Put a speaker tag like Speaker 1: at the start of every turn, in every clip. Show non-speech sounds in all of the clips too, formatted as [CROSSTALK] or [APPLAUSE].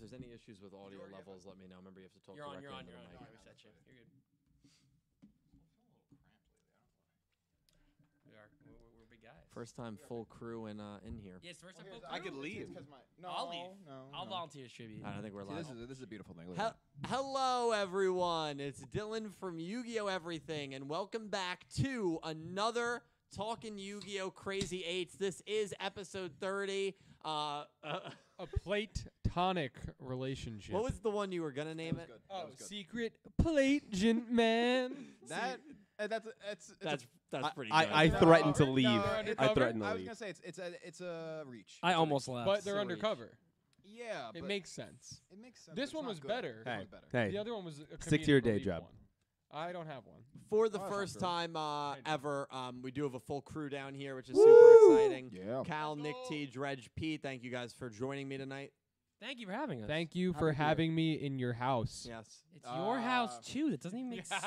Speaker 1: there's any issues with audio
Speaker 2: already have
Speaker 1: levels, let me know. Remember, you have to talk
Speaker 2: You're on,
Speaker 1: directly
Speaker 2: you're on,
Speaker 1: into
Speaker 2: you're
Speaker 1: the
Speaker 2: on.
Speaker 1: mic.
Speaker 2: I reset you. You're good.
Speaker 3: I feel a little cramped lately. I don't know why.
Speaker 2: We are. We're, we're, we're big guys.
Speaker 1: First time full crew in uh, in here.
Speaker 2: Yeah, it's the first
Speaker 3: Well, here's-
Speaker 2: time.
Speaker 4: I
Speaker 2: full
Speaker 4: could
Speaker 2: crew.
Speaker 4: leave.
Speaker 3: Because my no,
Speaker 2: I'll leave.
Speaker 3: No,
Speaker 2: I'll
Speaker 3: no.
Speaker 2: volunteer tribute.
Speaker 1: I don't think we're
Speaker 4: See, this
Speaker 1: live.
Speaker 4: is this is a beautiful thing. Look at Mm.
Speaker 1: Hel- Hello, everyone. It's Dylan from Yu Gi Oh! Everything, and welcome back to another Talking Yu Gi Oh! Crazy Eights. This is episode 30. Uh, uh,
Speaker 5: a platonic relationship.
Speaker 1: what was the one you were going to name
Speaker 3: That was
Speaker 1: it?
Speaker 3: good.
Speaker 5: oh,
Speaker 3: that was good.
Speaker 5: secret
Speaker 4: [LAUGHS]
Speaker 5: plagiant man?
Speaker 4: that. That that's that's it's
Speaker 1: That's,
Speaker 4: a,
Speaker 1: that's pretty
Speaker 6: I,
Speaker 1: good.
Speaker 6: I
Speaker 4: No,
Speaker 6: threatened to
Speaker 4: no,
Speaker 6: leave.
Speaker 4: it's
Speaker 6: I
Speaker 5: covered.
Speaker 6: threatened
Speaker 4: I
Speaker 6: to
Speaker 4: was
Speaker 6: leave.
Speaker 4: gonna say it's it's a it's a reach.
Speaker 2: I
Speaker 4: It's a
Speaker 2: almost
Speaker 4: reach.
Speaker 2: left.
Speaker 5: but they're
Speaker 4: silly.
Speaker 5: undercover.
Speaker 4: Yeah,
Speaker 5: It
Speaker 4: Uh, but
Speaker 5: makes sense.
Speaker 4: it makes sense.
Speaker 5: this
Speaker 4: but
Speaker 5: one
Speaker 4: it's not
Speaker 5: was
Speaker 4: good. This
Speaker 5: better.
Speaker 6: Hey,
Speaker 4: one's better.
Speaker 5: The
Speaker 6: hey,
Speaker 5: other one was a
Speaker 6: Stick to your
Speaker 5: comedic
Speaker 6: day
Speaker 5: relief
Speaker 6: job.
Speaker 5: One. I don't have one.
Speaker 1: For the
Speaker 4: Oh, that's
Speaker 1: first
Speaker 4: true.
Speaker 1: time uh,
Speaker 5: do.
Speaker 1: ever, um, we do have a full crew down here, which is super exciting.
Speaker 4: Yeah.
Speaker 1: Cal, Nick T, Dredge P, thank you guys for joining me tonight.
Speaker 2: Thank you for having us.
Speaker 5: Thank you
Speaker 4: Happy to
Speaker 5: for
Speaker 4: hear
Speaker 5: having me in your house.
Speaker 1: Yes.
Speaker 2: It's your house
Speaker 4: Uh,
Speaker 2: too. That doesn't even make sense.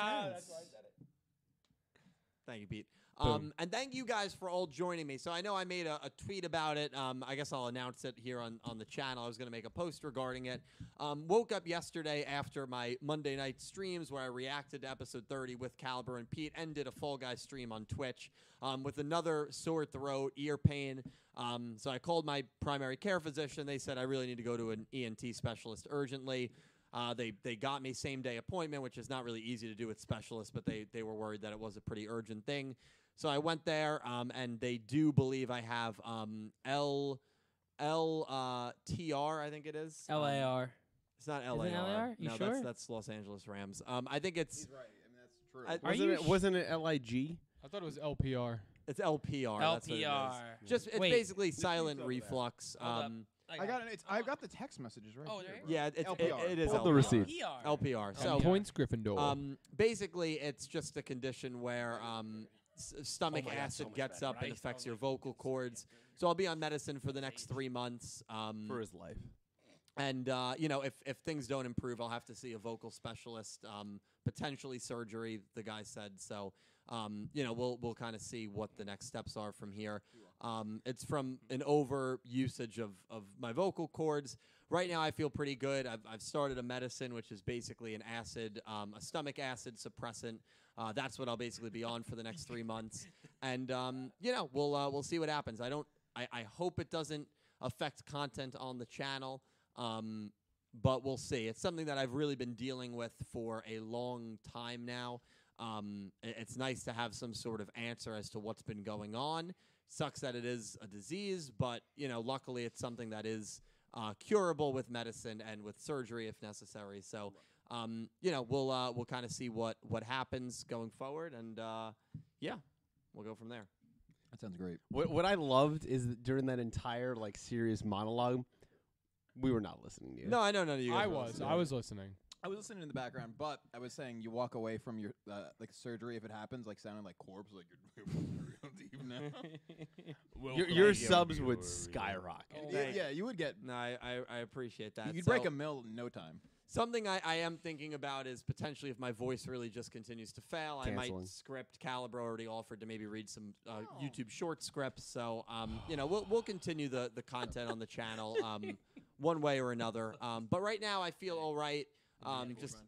Speaker 1: Thank you, Pete.
Speaker 5: Boom.
Speaker 1: Um, and thank you guys for all joining me. So I know I made a, a tweet about it. Um, I guess I'll announce it here on, on the channel. I was going to make a post regarding it. Um, woke up yesterday after my Monday night streams where I reacted to episode 30 with Caliber and Pete and did a Fall Guy stream on Twitch um, with another sore throat, ear pain. Um, so I called my primary care physician. They said I really need to go to an ENT specialist urgently. Uh, they they got me same day appointment, which is not really easy to do with specialists, but they they were worried that it was a pretty urgent thing. So I went there, um, and they do believe I have um, L L uh, T R, I think it is. Um,
Speaker 2: LAR.
Speaker 1: it's not
Speaker 2: it
Speaker 1: L A R.
Speaker 2: LAR? You
Speaker 1: no,
Speaker 2: sure?
Speaker 1: that's that's Los Angeles Rams. Um, I think it's
Speaker 4: He's right. I mean that's true.
Speaker 1: I-
Speaker 6: wasn't
Speaker 2: you
Speaker 6: it
Speaker 2: sh-
Speaker 6: wasn't it Lig?
Speaker 5: I thought it was LPR.
Speaker 1: it's L P R. That's what it is.
Speaker 2: LPR.
Speaker 1: Just it's
Speaker 2: Wait.
Speaker 1: basically
Speaker 4: over
Speaker 1: silent
Speaker 4: there.
Speaker 1: reflux.
Speaker 2: Hold
Speaker 1: Um,
Speaker 4: I got it. It's, I've got the text messages right
Speaker 2: Oh,
Speaker 4: here.
Speaker 2: there you
Speaker 4: bro.
Speaker 1: yeah, it's, it,
Speaker 4: LPR.
Speaker 1: it is
Speaker 6: Hold the
Speaker 1: LPR.
Speaker 6: receipt.
Speaker 2: PR.
Speaker 1: LPR.
Speaker 5: So
Speaker 1: So
Speaker 5: points Gryffindor.
Speaker 1: Um, basically, it's just a condition where um, s- stomach
Speaker 2: Oh
Speaker 1: acid gets up and affects your vocal cords. So I'll be on medicine for the next three months.
Speaker 7: Mm.
Speaker 1: Um,
Speaker 6: For his life.
Speaker 1: and uh, you know, if if things don't improve, I'll have to see a vocal specialist, um, potentially surgery. The guy said so. Um, you know, we'll we'll kind of see what the next steps are from here. Um, it's from an over usage of of my vocal cords. Right now, I feel pretty good. I've I've started a medicine which is basically an acid, um, a stomach acid suppressant. Uh, that's what I'll basically be on for the next three months, and um, you know, we'll uh, we'll see what happens. I don't. I, I hope it doesn't affect content on the channel. Um, but we'll see. It's something that I've really been dealing with for a long time now. Um, i- it's nice to have some sort of answer as to what's been going on. Sucks that it is a disease, but you know, luckily it's something that is uh, curable with medicine and with surgery if necessary. So, um, you know, we'll uh, we'll kind of see what what happens going forward, and uh, yeah, we'll go from there.
Speaker 4: That sounds great.
Speaker 6: What what I loved is that during that entire like serious monologue, we were not listening to you.
Speaker 1: No, I know none of you. Guys
Speaker 5: I
Speaker 1: were
Speaker 5: was.
Speaker 1: listening.
Speaker 5: I was listening.
Speaker 4: I was listening in the background, but I was saying you walk away from your uh, like surgery if it happens, like sounding like corpse, like you're [LAUGHS] deep
Speaker 2: [LAUGHS]
Speaker 4: now.
Speaker 6: your, your subs would skyrocket.
Speaker 4: yeah, yeah, you would get
Speaker 1: No, I, I, I appreciate that.
Speaker 4: you'd
Speaker 1: So-
Speaker 4: break a mill in no time.
Speaker 1: Something I, I am thinking about is potentially if my voice really just continues to fail, I
Speaker 6: Canceling.
Speaker 1: might script. Caliber already offered to maybe read some uh, YouTube short scripts. So, um, you know, we'll, we'll continue the, the content on the channel um, one way or another. Um, but right now, I feel all right. Um, just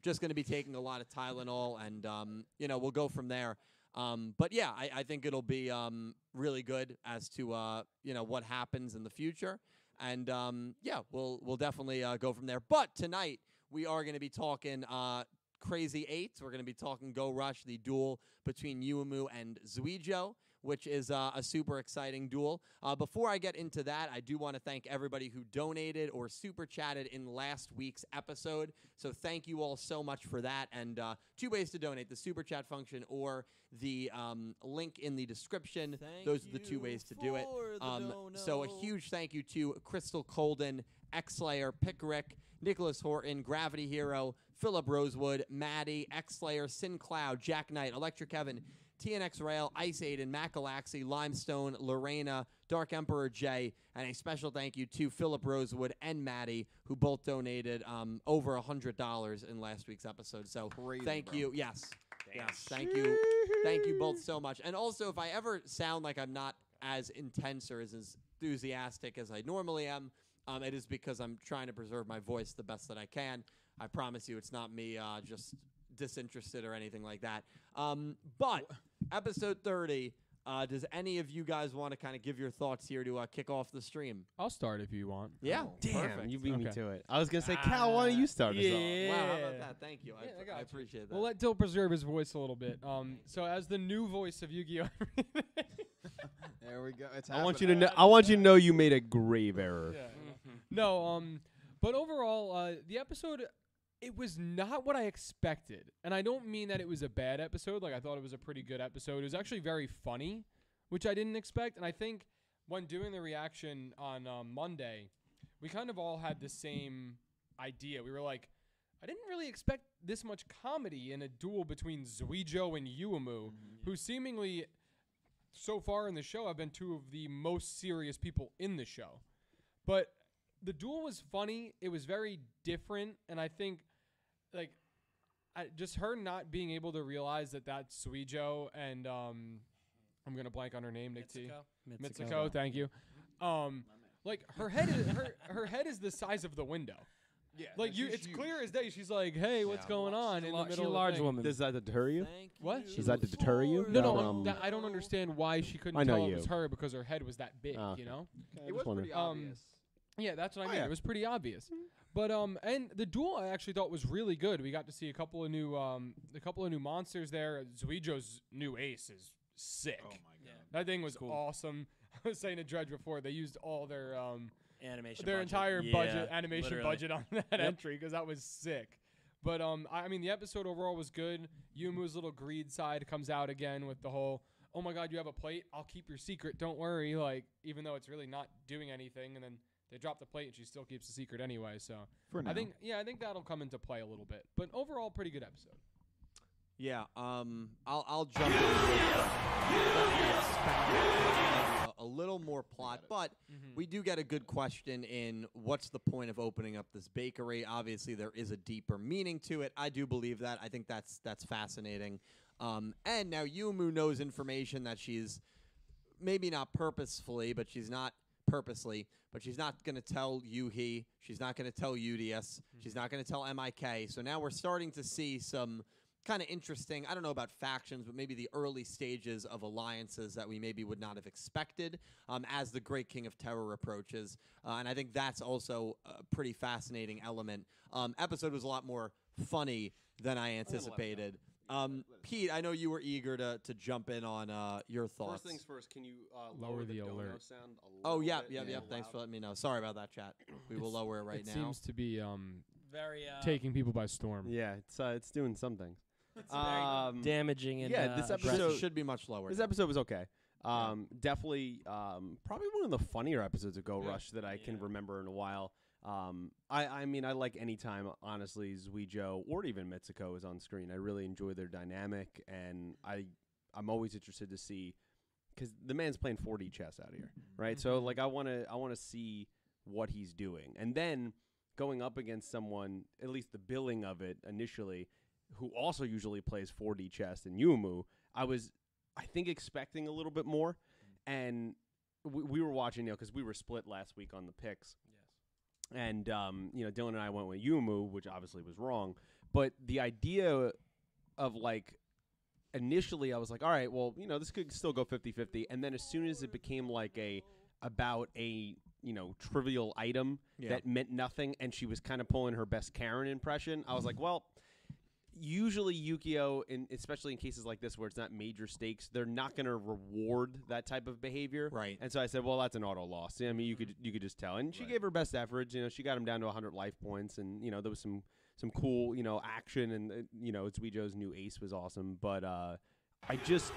Speaker 1: just going to be taking a lot of Tylenol, and um, you know we'll go from there. Um, but yeah, I, I think it'll be um, really good as to uh, you know what happens in the future, and um, yeah, we'll we'll definitely uh, go from there. But tonight we are going to be talking uh, Crazy Eights. We're going to be talking Go Rush, the duel between Uemu and Zuijo which is uh, a super exciting duel. Uh, before I get into that, I do want to thank everybody who donated or super chatted in last week's episode. So thank you all so much for that. And uh, two ways to donate the super chat function or the um, link in the description. [LAUGHS] Those are the two you ways to do it. for the
Speaker 2: dono.
Speaker 1: Um, so a huge thank you to Crystal Colden. Xlayer, Pickerick, Nicholas Horton, Gravity Hero, Philip Rosewood, Maddie, Xlayer, Sincloud, Jack Knight, Electric Kevin, TNX Rail, Ice Aiden, Macalaxy, Limestone, Lorena, Dark Emperor J, and a special thank you to Philip Rosewood and Maddie, who both donated um, over hundred dollars in last week's episode. So
Speaker 4: Crazy,
Speaker 1: thank
Speaker 4: bro.
Speaker 1: you. Yes. Yes. Thank you. Thank you both so much. And also, if I ever sound like I'm not as intense or as enthusiastic as I normally am, Um, it is because I'm trying to preserve my voice the best that I can. I promise you, it's not me uh, just disinterested or anything like that. Um, but episode 30. Uh, does any of you guys want to kind of give your thoughts here to uh, kick off the stream?
Speaker 5: I'll start if you want.
Speaker 1: Yeah,
Speaker 6: Damn,
Speaker 1: Oh, perfect.
Speaker 6: you beat me
Speaker 5: Okay.
Speaker 6: to it. I was gonna
Speaker 2: Ah,
Speaker 6: say, Cal, why don't you start us off?
Speaker 5: yeah.
Speaker 1: Wow, how about that? Thank you. I,
Speaker 5: Yeah, I
Speaker 1: pr-
Speaker 5: got
Speaker 1: I
Speaker 5: you.
Speaker 1: appreciate that.
Speaker 5: We'll let Dill preserve his voice a little bit. Um, so as the new voice of Yu-Gi-Oh! [LAUGHS]
Speaker 4: There we go. It's
Speaker 6: I want you
Speaker 4: happening.
Speaker 6: to know. I want you to know you made a grave error.
Speaker 5: Yeah.
Speaker 2: Mm-hmm.
Speaker 5: no, um, but overall, uh, the episode it was not what I expected, and I don't mean that it was a bad episode. Like I thought it was a pretty good episode. It was actually very funny, which I didn't expect, and I think when doing the reaction on um, Monday, we kind of all had the same idea. We were like, I didn't really expect this much comedy in a duel between Zuijo and Uemu, who seemingly. So far in the show, have been two of the most serious people in the show. But the duel was funny. It was very different, and I think, like, I, just her not being able to realize that that's Suijo and um, I'm gonna blank on her name, Nick T.
Speaker 2: Mitsuko?
Speaker 5: Mitsuko, thank you. Um, like her head is her her head is the size of the window.
Speaker 4: Yeah,
Speaker 5: Like
Speaker 4: no,
Speaker 5: you,
Speaker 4: she's
Speaker 5: it's
Speaker 4: huge.
Speaker 5: clear as day. She's like, "Hey, what's
Speaker 1: Yeah.
Speaker 5: going on?"
Speaker 2: She's
Speaker 5: in
Speaker 2: a, lar-
Speaker 5: the
Speaker 2: she's
Speaker 5: middle
Speaker 2: a
Speaker 5: of the
Speaker 2: large
Speaker 5: thing.
Speaker 2: woman.
Speaker 6: Does that deter you?
Speaker 1: Thank
Speaker 5: What?
Speaker 1: you
Speaker 6: Does that deter you? Um,
Speaker 1: for
Speaker 5: No, no,
Speaker 6: from-
Speaker 2: Um,
Speaker 5: I'm- that- I don't understand why she couldn't
Speaker 6: I know
Speaker 5: tell it
Speaker 6: you.
Speaker 5: was her because her head was that big.
Speaker 6: Ah, okay.
Speaker 5: You know.
Speaker 4: It was pretty
Speaker 5: um,
Speaker 4: obvious.
Speaker 5: Yeah, that's what I
Speaker 6: Oh,
Speaker 5: mean.
Speaker 6: yeah.
Speaker 5: It was pretty obvious. But um, and the duel I actually thought was really good. We got to see a couple of new um, a couple of new monsters there. Zuijo's new ace is sick.
Speaker 4: Oh my god.
Speaker 2: Yeah.
Speaker 5: that thing was
Speaker 2: Cool.
Speaker 5: awesome. [LAUGHS] I was saying to Dredge before they used all their um
Speaker 2: Animation.
Speaker 5: their
Speaker 2: budget.
Speaker 5: entire
Speaker 2: Yeah,
Speaker 5: budget animation
Speaker 2: literally.
Speaker 5: budget on [LAUGHS] that entry because that was sick. But um, I, I mean the episode overall was good. Yumu's little greed side comes out again with the whole oh my god you have a plate I'll keep your secret don't worry like even though it's really not doing anything and then they drop the plate and she still keeps the secret anyway so
Speaker 4: For now.
Speaker 5: I think yeah I think that'll come into play a little bit but overall pretty good episode.
Speaker 1: Yeah, um, I'll I'll jump in with a, a little more plot, but we do get a good question in what's the point of opening up this bakery? Obviously, there is a deeper meaning to it. I do believe that. I think that's that's fascinating. Um, and now Yumu knows information that she's maybe not purposefully, but she's not purposely, but she's not going to tell Yuhi. She's not going to tell UDS. She's not going to tell MIK. So now we're starting to see some kind of interesting, I don't know about factions, but maybe the early stages of alliances that we maybe would not have expected um, as the Great King of Terror approaches. Uh, and I think that's also a pretty fascinating element. Um, episode was a lot more funny than I anticipated. Um, Pete, I know you were eager to, to jump in on uh, your thoughts.
Speaker 7: First things first, can you uh,
Speaker 5: Lower
Speaker 7: lower,
Speaker 5: the
Speaker 7: the, dono
Speaker 5: alert.
Speaker 7: sound a little
Speaker 1: Oh yeah,
Speaker 7: bit?
Speaker 1: yeah,
Speaker 4: yeah,
Speaker 1: yeah. Thanks for letting me know. Sorry about that, chat. We will
Speaker 5: It's-
Speaker 1: lower it right
Speaker 5: it
Speaker 1: now.
Speaker 5: seems to be um
Speaker 2: Very uh,
Speaker 5: taking people by storm.
Speaker 6: Yeah, it's uh, it's doing something.
Speaker 2: it's very
Speaker 6: Um,
Speaker 2: damaging and
Speaker 6: yeah,
Speaker 2: uh,
Speaker 6: this
Speaker 1: Right,
Speaker 2: aggressive.
Speaker 6: so-
Speaker 1: it should be much lower.
Speaker 6: This
Speaker 1: now.
Speaker 6: episode was okay. Um, definitely, um, probably one of the funnier episodes of Go
Speaker 5: Yeah.
Speaker 6: Rush that I can
Speaker 2: Yeah.
Speaker 6: remember in a while. Um, I, I mean, I like any time, honestly, Zuijo or even Mitsuko is on screen. I really enjoy their dynamic, and I, I'm always interested to see because the man's playing 4D chess out here, right? So like, I wanna, I wanna see what he's doing, and then going up against someone, at least the billing of it initially, who also usually plays 4D chess and Yumu. I was, I think, expecting a little bit more, and we, we were watching you know because we were split last week on the picks. And um, you know, Dylan and I went with Yumu, which obviously was wrong. But the idea of like initially I was like, all right, well, you know, this could still go 50-50. And then as soon as it became like a about a, you know, trivial item
Speaker 1: Yeah.
Speaker 6: that meant nothing and she was kind of pulling her best Karen impression, I was like, well, usually Yukio in especially in cases like this where it's not major stakes, they're not going to reward that type of behavior.
Speaker 1: Right.
Speaker 6: And so I said, "Well, that's an auto loss." I mean, you could you could just tell. And she gave her best efforts. You know, she got him down to 100 life points, and you know there was some some cool you know action, and uh, you know Zuijo's new ace was awesome. But uh, I just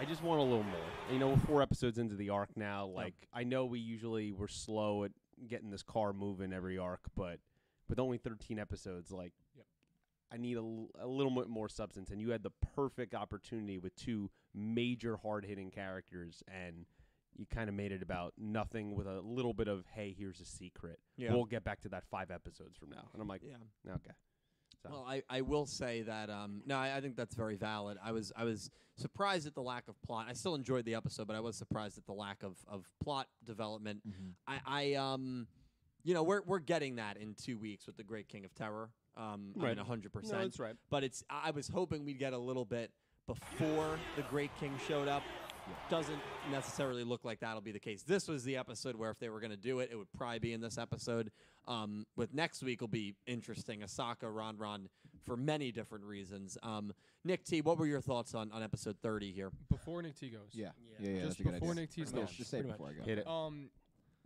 Speaker 6: I just want a little more. You know, we're four episodes into the arc now. Like I know we usually were slow at getting this car moving every arc, but with only 13 episodes, like. I need a, l- a little bit more substance, and you had the perfect opportunity with two major hard hitting characters, and you kind of made it about nothing with a little bit of hey, here's a secret.
Speaker 1: Yeah.
Speaker 6: We'll get back to that five episodes from now, and I'm like,
Speaker 1: yeah.
Speaker 6: okay. So time.
Speaker 1: Well, I, I will say that um, no, I, I think that's very valid. I was I was surprised at the lack of plot. I still enjoyed the episode, but I was surprised at the lack of, of plot development. I, I um, you know, we're we're getting that in two weeks with the Great King of Terror. Um, I
Speaker 6: Right.
Speaker 1: mean, hundred
Speaker 6: No,
Speaker 1: percent.
Speaker 6: that's right.
Speaker 1: But it's I I was hoping we'd get a little bit before the Great King showed up. Doesn't necessarily look like that'll be the case. This was the episode where if they were going to do it, it would probably be in this episode. Um, with next week will be interesting. Asaka, Ron, Ron, for many different reasons. Um, Nick T, what were your thoughts on, on episode thirty here?
Speaker 5: Before Nick T goes.
Speaker 4: Yeah.
Speaker 2: Yeah.
Speaker 4: Yeah, yeah. that's
Speaker 5: Just
Speaker 4: a good
Speaker 5: before
Speaker 4: idea.
Speaker 5: Nick T's
Speaker 4: Yeah,
Speaker 5: goes.
Speaker 4: Just say it
Speaker 2: Pretty
Speaker 4: before I go.
Speaker 6: Hit it.
Speaker 5: Um,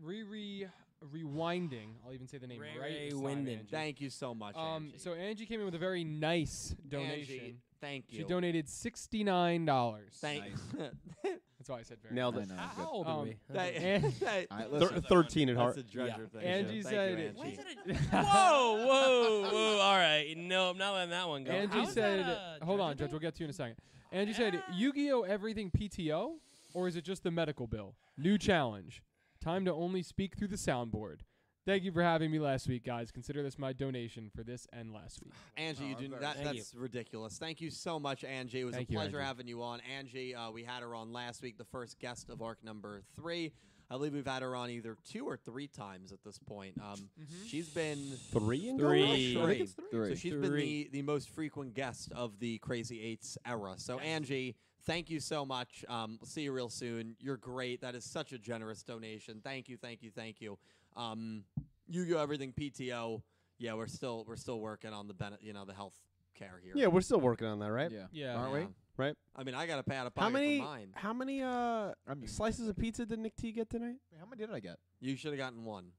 Speaker 5: Riri rewinding. I'll even say the name
Speaker 2: Ray
Speaker 5: right.
Speaker 2: Ray
Speaker 5: this time,
Speaker 2: Winden.
Speaker 5: Angie.
Speaker 1: Thank you so much.
Speaker 5: Um,
Speaker 1: Angie.
Speaker 5: so Angie came in with a very nice donation.
Speaker 1: Angie, thank you.
Speaker 5: She donated sixty nine dollars.
Speaker 1: Thank. [LAUGHS]
Speaker 5: That's why I said very.
Speaker 6: Nailed
Speaker 4: I
Speaker 6: it.
Speaker 4: know,
Speaker 2: How
Speaker 4: good.
Speaker 2: old are
Speaker 5: Um,
Speaker 2: we?
Speaker 1: [LAUGHS]
Speaker 4: All right,
Speaker 6: Thir-
Speaker 4: listen.
Speaker 3: That's a-
Speaker 6: Thirteen at
Speaker 1: That's
Speaker 6: heart.
Speaker 1: a treasure thing.
Speaker 5: Angie
Speaker 1: Thank
Speaker 5: said
Speaker 1: you,
Speaker 5: it-
Speaker 2: Why
Speaker 1: Angie.
Speaker 2: is
Speaker 5: [LAUGHS]
Speaker 2: it a- whoa, whoa, whoa! All right, no, I'm not letting that one go. How
Speaker 5: Angie
Speaker 2: is that
Speaker 5: said,
Speaker 1: uh,
Speaker 2: a
Speaker 5: "Hold on,
Speaker 2: treasure
Speaker 5: Judge. We'll
Speaker 2: thing?
Speaker 5: get to you in a second. Angie said,
Speaker 1: Ah.
Speaker 5: "Yu-Gi-Oh! Everything PTO, or is it just the medical bill? New challenge. Time to only speak through the soundboard. Thank you for having me last week, guys. Consider this my donation for this and last week.
Speaker 1: Angie, you do that,
Speaker 2: Thank you.
Speaker 1: that's ridiculous. Thank you so much, Angie. It was
Speaker 5: Thank
Speaker 1: a
Speaker 5: you,
Speaker 1: pleasure
Speaker 5: Angie.
Speaker 1: having you on. Angie, uh, we had her on last week, the first guest of arc number three. I believe we've had her on either two or three times at this point. Um,
Speaker 5: Mm-hmm.
Speaker 1: She's been
Speaker 6: Three and
Speaker 2: Three.
Speaker 6: going? I think it's
Speaker 1: so
Speaker 4: Three.
Speaker 1: she's been the, the most frequent guest of the Crazy Eights era. So Angie, thank you so much. Um, we'll see you real soon. You're great. That is such a generous donation. Thank you, thank you, thank you. Um, you go everything PTO. Yeah, we're still we're still working on the bene- you know the health care here.
Speaker 6: Yeah, we're still working on that, right?
Speaker 4: Yeah.
Speaker 5: Yeah.
Speaker 6: Aren't
Speaker 1: Yeah.
Speaker 6: we? Right.
Speaker 1: I mean, I got a pat a
Speaker 6: How
Speaker 1: pocket
Speaker 6: many?
Speaker 1: for mine.
Speaker 6: How many uh
Speaker 4: I'm used to
Speaker 6: slices of pizza did Nick T get tonight?
Speaker 4: Wait, How many did I get?
Speaker 1: You should have gotten one.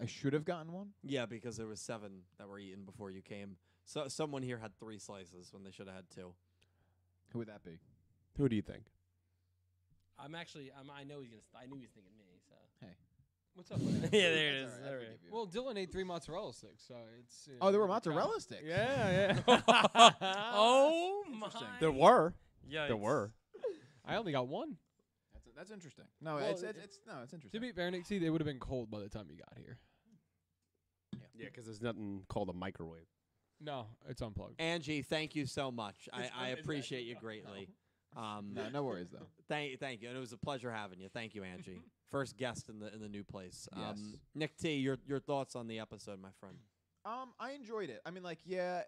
Speaker 4: I should have gotten one.
Speaker 1: Yeah, because there was seven that were eaten before you came. So someone here had three slices when they should have had two.
Speaker 4: Who would that be?
Speaker 6: Who do you think?
Speaker 2: I'm actually, I'm, I know he's gonna. St- I knew he's thinking me. So
Speaker 5: What's up? with
Speaker 2: [LAUGHS]
Speaker 5: that?
Speaker 2: yeah, there it
Speaker 4: That's
Speaker 2: is.
Speaker 4: all right, I
Speaker 2: there it
Speaker 4: forgive you.
Speaker 5: Well, Dylan ate three mozzarella sticks, so it's. you
Speaker 4: oh,
Speaker 5: know,
Speaker 4: there were
Speaker 5: we're trying-
Speaker 4: mozzarella sticks.
Speaker 5: Yeah, yeah.
Speaker 2: is.
Speaker 5: [LAUGHS]
Speaker 2: oh my!
Speaker 6: There were.
Speaker 2: Yikes.
Speaker 6: There were.
Speaker 5: I only got one.
Speaker 4: [LAUGHS] That's, that's interesting. No,
Speaker 5: Well,
Speaker 4: it's,
Speaker 5: it-
Speaker 4: it's, it's no, it's
Speaker 5: To
Speaker 4: interesting.
Speaker 5: [LAUGHS] be fair, Nick, see, they would have been cold by the time you got here.
Speaker 6: Yeah, 'cause there's nothing called a microwave.
Speaker 5: No, it's unplugged.
Speaker 1: Angie, thank you so much. I,
Speaker 2: It's
Speaker 1: I
Speaker 2: un-
Speaker 1: appreciate you
Speaker 2: exactly.
Speaker 1: greatly. Um,
Speaker 4: [LAUGHS] no, no worries though.
Speaker 1: thank thank you, and it was a pleasure having you. Thank you,
Speaker 4: [LAUGHS]
Speaker 1: Angie. First guest in the in the new place. Um,
Speaker 4: Yes.
Speaker 1: Nick T, your your thoughts on the episode, my friend?
Speaker 4: Um, I enjoyed it. I mean, like, yeah,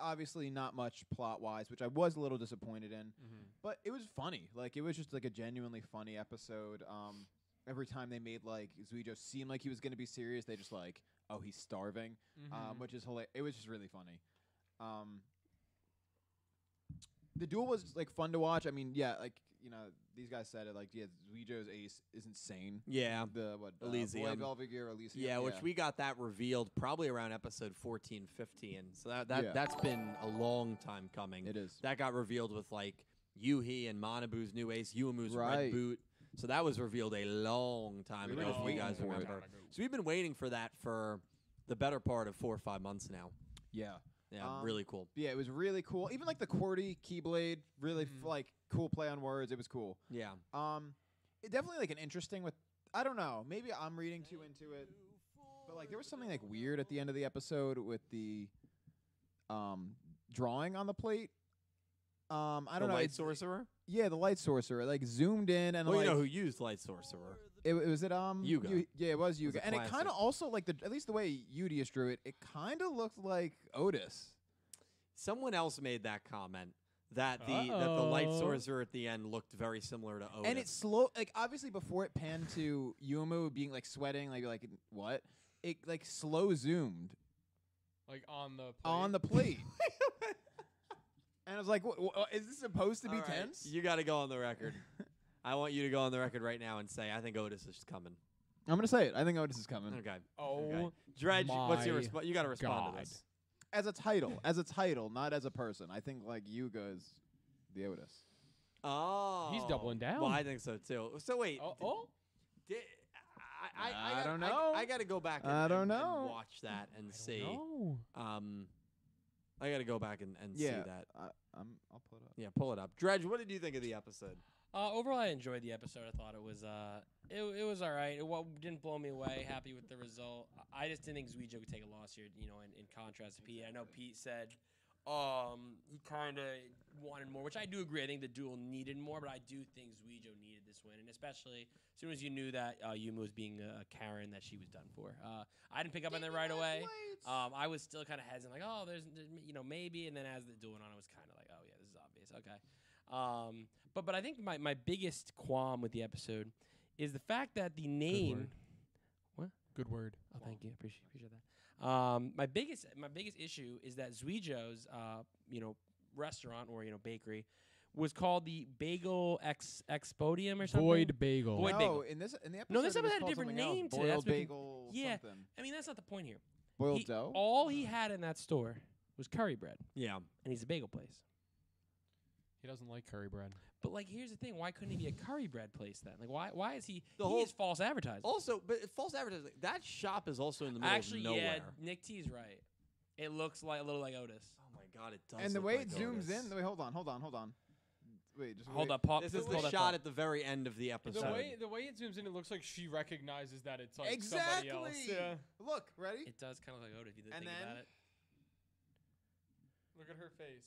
Speaker 4: obviously not much plot wise, which I was a little disappointed in,
Speaker 5: Mm-hmm.
Speaker 4: but it was funny. Like, it was just like a genuinely funny episode. Um, every time they made like Zuijo seem like he was gonna be serious, they just like, oh, he's starving,
Speaker 5: Mm-hmm.
Speaker 1: Mm-hmm.
Speaker 4: um, which is hilarious. It was just really funny. Um, the duel was like fun to watch. I mean, yeah, like you know, these guys said it. Like, yeah, Zuijo's ace is insane.
Speaker 1: Yeah,
Speaker 4: The what? Uh,
Speaker 1: Elysium.
Speaker 4: Void Belvedere, Elysium.
Speaker 1: yeah, which we got that revealed probably around episode 14, 15. So that that
Speaker 4: Yeah.
Speaker 1: that's been a long time coming.
Speaker 4: it is.
Speaker 1: that got revealed with like Yuhi and Manabu's new ace, Yuumu's red
Speaker 4: Right.
Speaker 1: boot. So that was revealed a long time
Speaker 4: We
Speaker 1: ago,
Speaker 4: were
Speaker 1: if you
Speaker 4: waiting
Speaker 1: guys
Speaker 4: for it.
Speaker 1: remember. So we've been waiting for that for the better part of four or five months now.
Speaker 4: Yeah.
Speaker 1: Yeah,
Speaker 4: Um,
Speaker 1: really cool.
Speaker 4: Yeah, it was really cool. Even like the QWERTY keyblade, really f-
Speaker 1: Mm-hmm.
Speaker 5: Mhm.
Speaker 4: like cool play on words. It was cool.
Speaker 1: Yeah,
Speaker 4: Um, it definitely like an interesting with. I don't know. Maybe I'm reading too into it, but like there was something like weird at the end of the episode with the, um, drawing on the plate. Um, I don't
Speaker 1: the
Speaker 4: know.
Speaker 1: light
Speaker 4: it's-
Speaker 1: sorcerer.
Speaker 4: Yeah, the light sorcerer like zoomed in and
Speaker 1: Well,
Speaker 4: like
Speaker 1: you know who used light sorcerer.
Speaker 4: it, it was it um
Speaker 1: Yuga.
Speaker 4: Yu- yeah, it was Yuga,
Speaker 1: a
Speaker 4: and it kind
Speaker 1: classic.
Speaker 4: of also like the at least the way Udius drew it, it kind of looked like Otis.
Speaker 1: Someone else made that comment that the that the light
Speaker 5: Uh-oh.
Speaker 1: sorcerer at the end looked very similar to Otis.
Speaker 4: And it slow like obviously before it panned to Yumu being like sweating like like what it like slow zoomed
Speaker 5: Like on the.
Speaker 4: on the plate, [LAUGHS] and I was like, "Wha- wha- is this supposed to be
Speaker 2: All right.
Speaker 4: tense?
Speaker 1: you got to go on the record. I want you to go on the record right now and say I think Otis is coming.
Speaker 4: I'm gonna say it. I think Otis is coming
Speaker 1: Okay.
Speaker 5: Oh,
Speaker 1: Okay. Dredge, what's your
Speaker 5: my
Speaker 1: response? You got to respond
Speaker 5: God.
Speaker 1: to this.
Speaker 4: as a title, as a title, not as a person. I think like Yuga is the Otis.
Speaker 1: Oh,
Speaker 5: doubling
Speaker 1: Well,
Speaker 5: down.
Speaker 1: I think so too. So wait,
Speaker 5: oh,
Speaker 1: d-
Speaker 5: oh.
Speaker 1: di- I, I, I,
Speaker 4: I
Speaker 1: gotta-
Speaker 4: don't
Speaker 1: I,
Speaker 4: know.
Speaker 1: got to go back. And,
Speaker 4: I don't
Speaker 1: and- and
Speaker 4: know.
Speaker 1: watch that and see.
Speaker 5: No.
Speaker 1: Um, I got to go back and, and see
Speaker 4: Yeah.
Speaker 1: that.
Speaker 4: I, I'm. I'll put it up.
Speaker 1: Yeah, pull it up. Dredge, what did you think of the episode?
Speaker 2: Uh, overall, I enjoyed the episode. I thought it was uh, it, it was all right. It w- didn't blow me away. Happy with the result. I- I just didn't think Zuijo could take a loss here. You know, in, in contrast to Pete, I know Pete said um, he kind of wanted more, which I do agree. I think the duel needed more, but I do think Zuijo needed this win, and especially as soon as you knew that uh, Yuma was being a a Karen, that she was done for. Uh, I didn't pick up on that right away. Um, I was still kind of hesitant, like, oh, there's, there's m- you know, maybe. And then as the duel went on, I was kind of like, oh yeah, this is obvious. Okay. Um, but but I think my, my biggest qualm with the episode is the fact that the name.
Speaker 5: word. Good word.
Speaker 2: Oh, thank you. Appreciate appreciate that. Um, my biggest my biggest issue is that Zuijo's, uh, you know, restaurant or you know bakery was called the Bagel Ex Expodium or something.
Speaker 5: Void bagel.
Speaker 2: Void-
Speaker 4: no,
Speaker 2: bagel.
Speaker 4: in this in the episode.
Speaker 2: No, this
Speaker 4: it was
Speaker 2: episode had a
Speaker 4: called
Speaker 2: different
Speaker 4: something else,
Speaker 2: name to it.
Speaker 4: Boiled
Speaker 2: That's what he-
Speaker 4: bagel.
Speaker 2: yeah.
Speaker 4: Something.
Speaker 2: I mean, that's not the point here.
Speaker 4: Boiled
Speaker 2: He-
Speaker 4: dough.
Speaker 2: All he had in that store was curry bread,
Speaker 1: Yeah.
Speaker 2: and he's a bagel place.
Speaker 5: He doesn't like curry bread.
Speaker 2: But like, here's the thing: why couldn't he be a curry bread place then? Like, why why is he?
Speaker 1: The
Speaker 2: he
Speaker 1: whole-
Speaker 2: is false advertising.
Speaker 1: Also, but false advertising. That shop is also in the middle
Speaker 2: Actually,
Speaker 1: of nowhere.
Speaker 2: yeah, Nick T's right. It looks like a little like Otis.
Speaker 1: Oh my god, it does.
Speaker 4: and the
Speaker 1: look
Speaker 4: way
Speaker 1: like
Speaker 4: it zooms
Speaker 1: Otis.
Speaker 4: in, the way hold on, hold on, hold on. Wait, just
Speaker 2: Hold
Speaker 4: wait.
Speaker 2: up, pop.
Speaker 1: This is
Speaker 2: hold
Speaker 1: the
Speaker 2: up,
Speaker 1: shot
Speaker 2: pop.
Speaker 1: at the very end of the episode.
Speaker 5: The way the way it zooms in, it looks like she recognizes that it's like
Speaker 4: Exactly.
Speaker 5: somebody else. Yeah.
Speaker 4: Look, ready?
Speaker 2: It does kind of look like Otis. If you
Speaker 4: And
Speaker 2: think about
Speaker 4: then-
Speaker 2: it.
Speaker 5: Look at her face.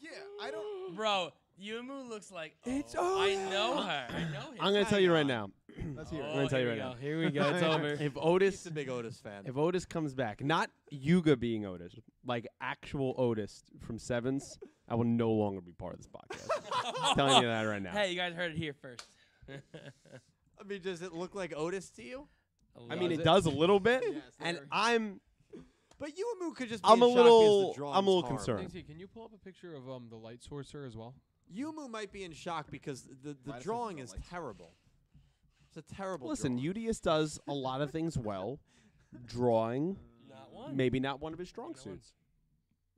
Speaker 4: Yeah, I don't.
Speaker 2: [GASPS] Bro, Yumu looks like. Oh,
Speaker 6: It's
Speaker 2: I
Speaker 6: Otis.
Speaker 2: know her. I know him.
Speaker 6: I'm gonna tell you right now.
Speaker 4: Let's hear.
Speaker 2: Oh,
Speaker 4: it.
Speaker 6: I'm gonna tell you
Speaker 2: here we
Speaker 6: right
Speaker 2: go.
Speaker 6: now.
Speaker 2: Here we go.
Speaker 6: [LAUGHS]
Speaker 2: It's over.
Speaker 6: If
Speaker 1: He's
Speaker 6: Otis,
Speaker 1: a big Otis
Speaker 4: [LAUGHS]
Speaker 1: fan.
Speaker 6: if Otis comes back, not Yuga being Otis, like actual Otis from Sevens, I will no longer be part of this podcast.
Speaker 2: [LAUGHS]
Speaker 6: I'm telling you that right now.
Speaker 2: Hey, you guys heard it here [LAUGHS] first.
Speaker 1: I mean, does it look like Otis to you?
Speaker 6: I mean,
Speaker 2: Loves
Speaker 6: it does a little bit,
Speaker 4: Yes,
Speaker 6: and
Speaker 4: there.
Speaker 6: I'm
Speaker 1: But Uemu could just. Be
Speaker 6: I'm
Speaker 1: as
Speaker 6: a
Speaker 1: shocked as the
Speaker 6: little-
Speaker 1: drawing's
Speaker 6: I'm a little
Speaker 1: horrible.
Speaker 6: concerned. Sure.
Speaker 5: Daisy, can you pull up a picture of um the light sourcer as well?
Speaker 1: Yumu might be in shock because the,
Speaker 4: Why
Speaker 1: the
Speaker 4: does it
Speaker 1: drawing
Speaker 4: feel
Speaker 1: is
Speaker 4: like-
Speaker 1: terrible. It's a terrible.
Speaker 6: listen.
Speaker 1: drawing.
Speaker 6: Udius does a lot of things well. Drawing,
Speaker 2: Not one.
Speaker 6: maybe not one of his strong
Speaker 2: Not one.
Speaker 6: suits.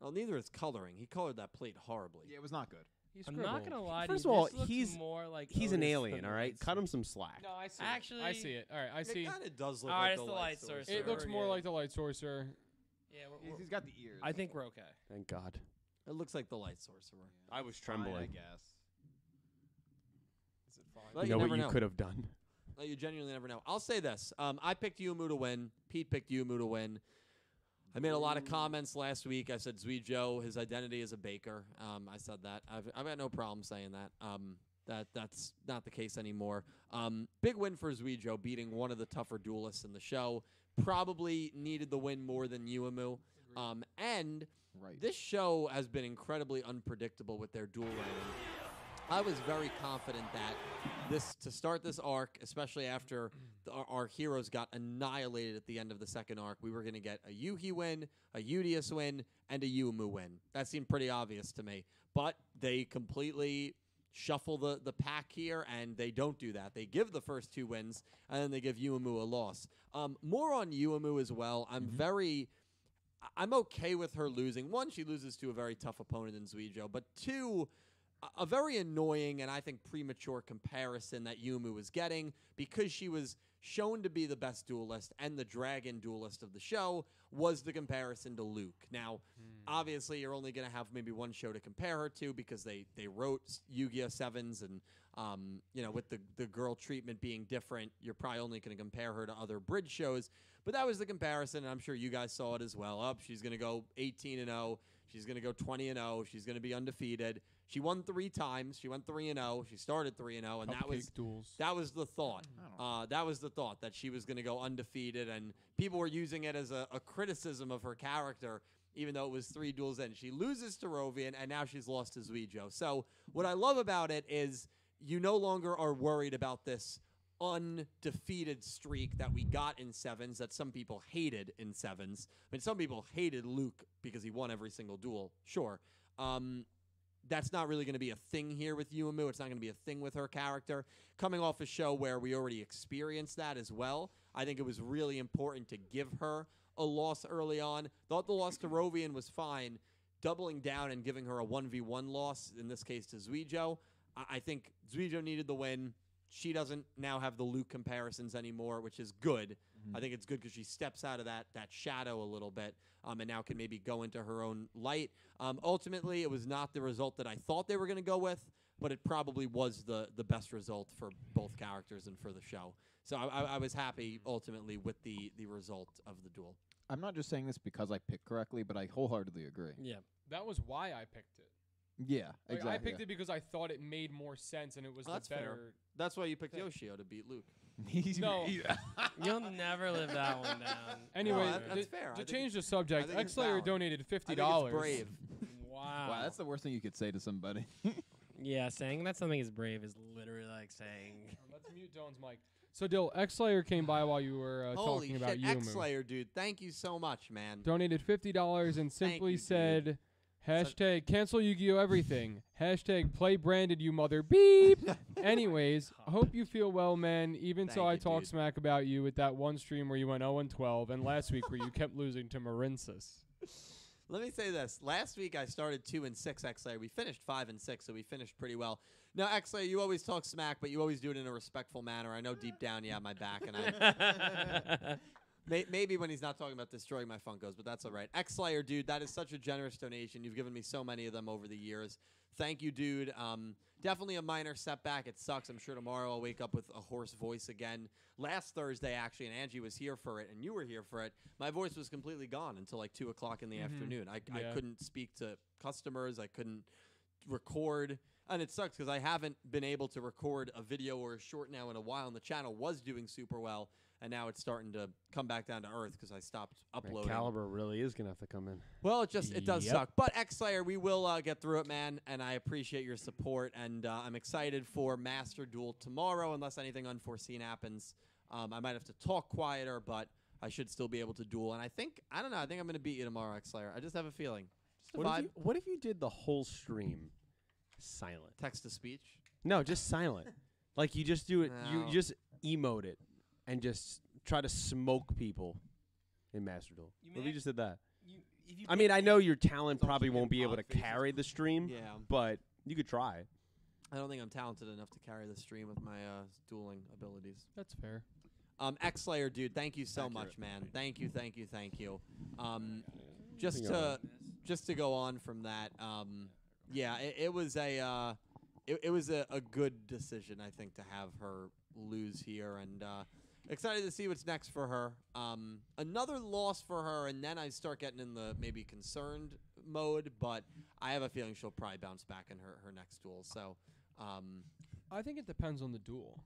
Speaker 1: Well, neither is coloring. He colored that plate horribly.
Speaker 4: Yeah, it was not good.
Speaker 5: He's
Speaker 2: I'm not gonna lie.
Speaker 6: First
Speaker 2: to
Speaker 6: of
Speaker 2: you,
Speaker 6: all,
Speaker 2: this looks
Speaker 6: he's-
Speaker 2: more like
Speaker 6: He's an
Speaker 2: Otis
Speaker 6: alien,
Speaker 2: than
Speaker 6: all right.
Speaker 2: Otis.
Speaker 6: Cut him some slack.
Speaker 5: No, I see. it. I
Speaker 2: Actually-
Speaker 5: see it. All right, I see.
Speaker 1: It kind of does look
Speaker 2: All right,
Speaker 1: like
Speaker 2: it's the light
Speaker 1: source.
Speaker 2: source.
Speaker 5: It looks more
Speaker 2: Yeah.
Speaker 5: like the light sourcer.
Speaker 2: Yeah, we're,
Speaker 4: He's-
Speaker 2: we're,
Speaker 4: he's got the ears.
Speaker 2: I think we're okay.
Speaker 6: Thank God.
Speaker 1: It looks like the light sorcerer.
Speaker 6: I was
Speaker 4: Fine, I
Speaker 6: trembling.
Speaker 4: guess.
Speaker 5: Is it fine?
Speaker 1: Let
Speaker 6: you know
Speaker 1: never
Speaker 6: what you
Speaker 1: know.
Speaker 6: could have done.
Speaker 1: Like, you genuinely never know. I'll say this: um, I picked Umu to win. Pete picked Umu to win. I made a lot of comments last week. I said Zuijo, his identity is a baker. Um, I said that. I've, I've got no problem saying that. Um, that that's not the case anymore. Um, big win for Zuijo, beating one of the tougher duelists in the show. Probably needed the win more than Umu. Um, and
Speaker 4: Right.
Speaker 1: this show has been incredibly unpredictable with their duel rating. I was very confident that this to start this arc, especially after the, our, our heroes got annihilated at the end of the second arc, we were going to get a Yuhi win, a Udius win, and a Yumu win. That seemed pretty obvious to me, but they completely shuffle the, the pack here and they don't do that. They give the first two wins and then they give Yumu a loss. Um, more on Yumu as well. I'm very I- I'm okay with her losing. One, she loses to a very tough opponent in Zuijo, but two, a- a very annoying and I think premature comparison that Yumu was getting because she was shown to be the best duelist and the dragon duelist of the show was the comparison to Luke. Now, obviously, you're only going to have maybe one show to compare her to because they they wrote s- Yu-Gi-Oh sevens and um, you know with the the girl treatment being different, you're probably only going to compare her to other bridge shows. But that was the comparison, and I'm sure you guys saw it as well. Up, she's going to go 18 and 0. She's going to go 20 and 0. She's going to be undefeated. She won three times. She went 3 and 0. She started 3 and 0, and that was
Speaker 5: Cupcake duels.
Speaker 1: that was the thought.
Speaker 4: I don't know.
Speaker 1: Uh, that was the thought that she was going to go undefeated, and people were using it as a, a criticism of her character, even though it was three duels in. She loses to Rovian, and now she's lost to Zuijo. So, what I love about it is you no longer are worried about this undefeated streak that we got in sevens that some people hated in sevens. I mean, some people hated Luke because he won every single duel, sure. Um, that's not really going to be a thing here with Yuumu. It's not going to be a thing with her character. Coming off a show where we already experienced that as well, I think it was really important to give her a loss early on. Thought the loss to Rovian was fine. Doubling down and giving her a 1v1 loss, in this case to Zuijo, I, I think Zuijo needed the win. She doesn't now have the Luke comparisons anymore, which is good. I think it's good because she steps out of that that shadow a little bit, um, and now can maybe go into her own light. Um, ultimately, it was not the result that I thought they were going to go with. but it probably was the the best result for both characters and for the show. So I, I, I was happy ultimately with the the result of the duel.
Speaker 4: I'm not just saying this because I picked correctly, but I wholeheartedly agree.
Speaker 2: Yeah.
Speaker 5: That was why I picked it.
Speaker 4: Yeah,
Speaker 5: Like,
Speaker 4: exactly.
Speaker 5: I picked [LAUGHS] it because I thought it made more sense and it was
Speaker 1: Oh,
Speaker 5: the
Speaker 1: that's fair.
Speaker 5: better.
Speaker 1: That's why you picked Yoshio to beat Luke.
Speaker 4: He's
Speaker 5: No.
Speaker 2: You'll never live that one down.
Speaker 5: Anyway,
Speaker 1: No, that-
Speaker 5: th-
Speaker 1: Oh, that's fair. I
Speaker 5: To
Speaker 1: think
Speaker 5: change the subject,
Speaker 1: think it's
Speaker 5: Xlayer
Speaker 1: valid.
Speaker 5: donated
Speaker 1: I
Speaker 5: fifty
Speaker 1: think
Speaker 5: dollars.
Speaker 1: It's brave.
Speaker 2: wow.
Speaker 4: [LAUGHS] Wow, that's the worst thing you could say to somebody. [LAUGHS]
Speaker 2: yeah, saying that something is brave is literally like saying.
Speaker 5: [LAUGHS] Let's mute Dylan's mic. So Dill, Xlayer came by while you were uh,
Speaker 1: Holy
Speaker 5: talking about
Speaker 1: shit,
Speaker 5: Yumu.
Speaker 1: X-Layer, dude. Thank you so much, man.
Speaker 5: donated fifty dollars and
Speaker 1: Thank
Speaker 5: simply
Speaker 1: you, dude.
Speaker 5: said, hashtag cancel Yu-Gi-Oh everything. [LAUGHS] hashtag play branded you
Speaker 1: [LAUGHS]
Speaker 5: mother beep. Anyways, I hope you feel well, man. Even so,
Speaker 1: Thank
Speaker 5: I
Speaker 1: you,
Speaker 5: talked
Speaker 1: dude.
Speaker 5: smack about you with that one stream where you went 0 and 12, and last week where you kept losing to Marinsis.
Speaker 1: Let me say this. Last week I started two and six XA. We finished five and six, so we finished pretty well. Now XA, you always talk smack, but you always do it in a respectful manner. I know deep down you have my back, and
Speaker 5: [LAUGHS]
Speaker 1: I may, maybe when he's not talking about destroying my Funkos, but that's all right. XLayer, dude, that is such a generous donation. You've given me so many of them over the years. Thank you, dude. Um, definitely a minor setback. It sucks. I'm sure tomorrow I'll wake up with a hoarse voice again. Last Thursday, actually, and Angie was here for it, and you were here for it. My voice was completely gone until like two o'clock in the
Speaker 5: Mhm.
Speaker 1: afternoon. I,
Speaker 5: Yeah.
Speaker 1: I couldn't speak to customers. I couldn't record. And it sucks because I haven't been able to record a video or a short now in a while, and the channel was doing super well, and now it's starting to come back down to earth because I stopped uploading.
Speaker 6: Caliber really is gonna have to come in.
Speaker 1: Well, it just it does
Speaker 6: Yep.
Speaker 1: suck, but Xlayer, we will uh, get through it, man. And I appreciate your support, and uh, I'm excited for Master Duel tomorrow, unless anything unforeseen happens. Um, I might have to talk quieter, but I should still be able to duel. And I think I don't know. I think I'm going to beat you tomorrow, Xlayer. I just have a feeling. Just a
Speaker 6: What if,
Speaker 1: vibe.
Speaker 6: you, what if you did the whole stream silent?
Speaker 1: Text to speech.
Speaker 6: No, just silent. like you just do it. You
Speaker 1: No.
Speaker 6: just emote it, and just try to smoke people in Master Duel.
Speaker 2: You
Speaker 6: What if
Speaker 2: may-
Speaker 6: you just did that?
Speaker 2: you, if you
Speaker 6: I mean, I know your talent
Speaker 1: As long as
Speaker 6: probably
Speaker 1: you get
Speaker 6: won't be able
Speaker 1: on
Speaker 6: to
Speaker 1: faces.
Speaker 6: carry the stream,
Speaker 1: Yeah,
Speaker 6: but you could try.
Speaker 1: I don't think I'm talented enough to carry the stream with my uh, dueling abilities.
Speaker 5: That's fair.
Speaker 1: Um, X Slayer, dude, thank you so
Speaker 6: Accurate.
Speaker 1: much, man. Thank you, thank you, thank you. Um, just
Speaker 6: Hang
Speaker 1: to just to go on from that, um, yeah, it, it was a uh, it, it was a, a good decision, I think, to have her lose here, and uh, excited to see what's next for her. Um, another loss for her, and then I start getting in the maybe concerned mode, but I have a feeling she'll probably bounce back in her her next duel. So. Um,
Speaker 5: I think it depends on the duel.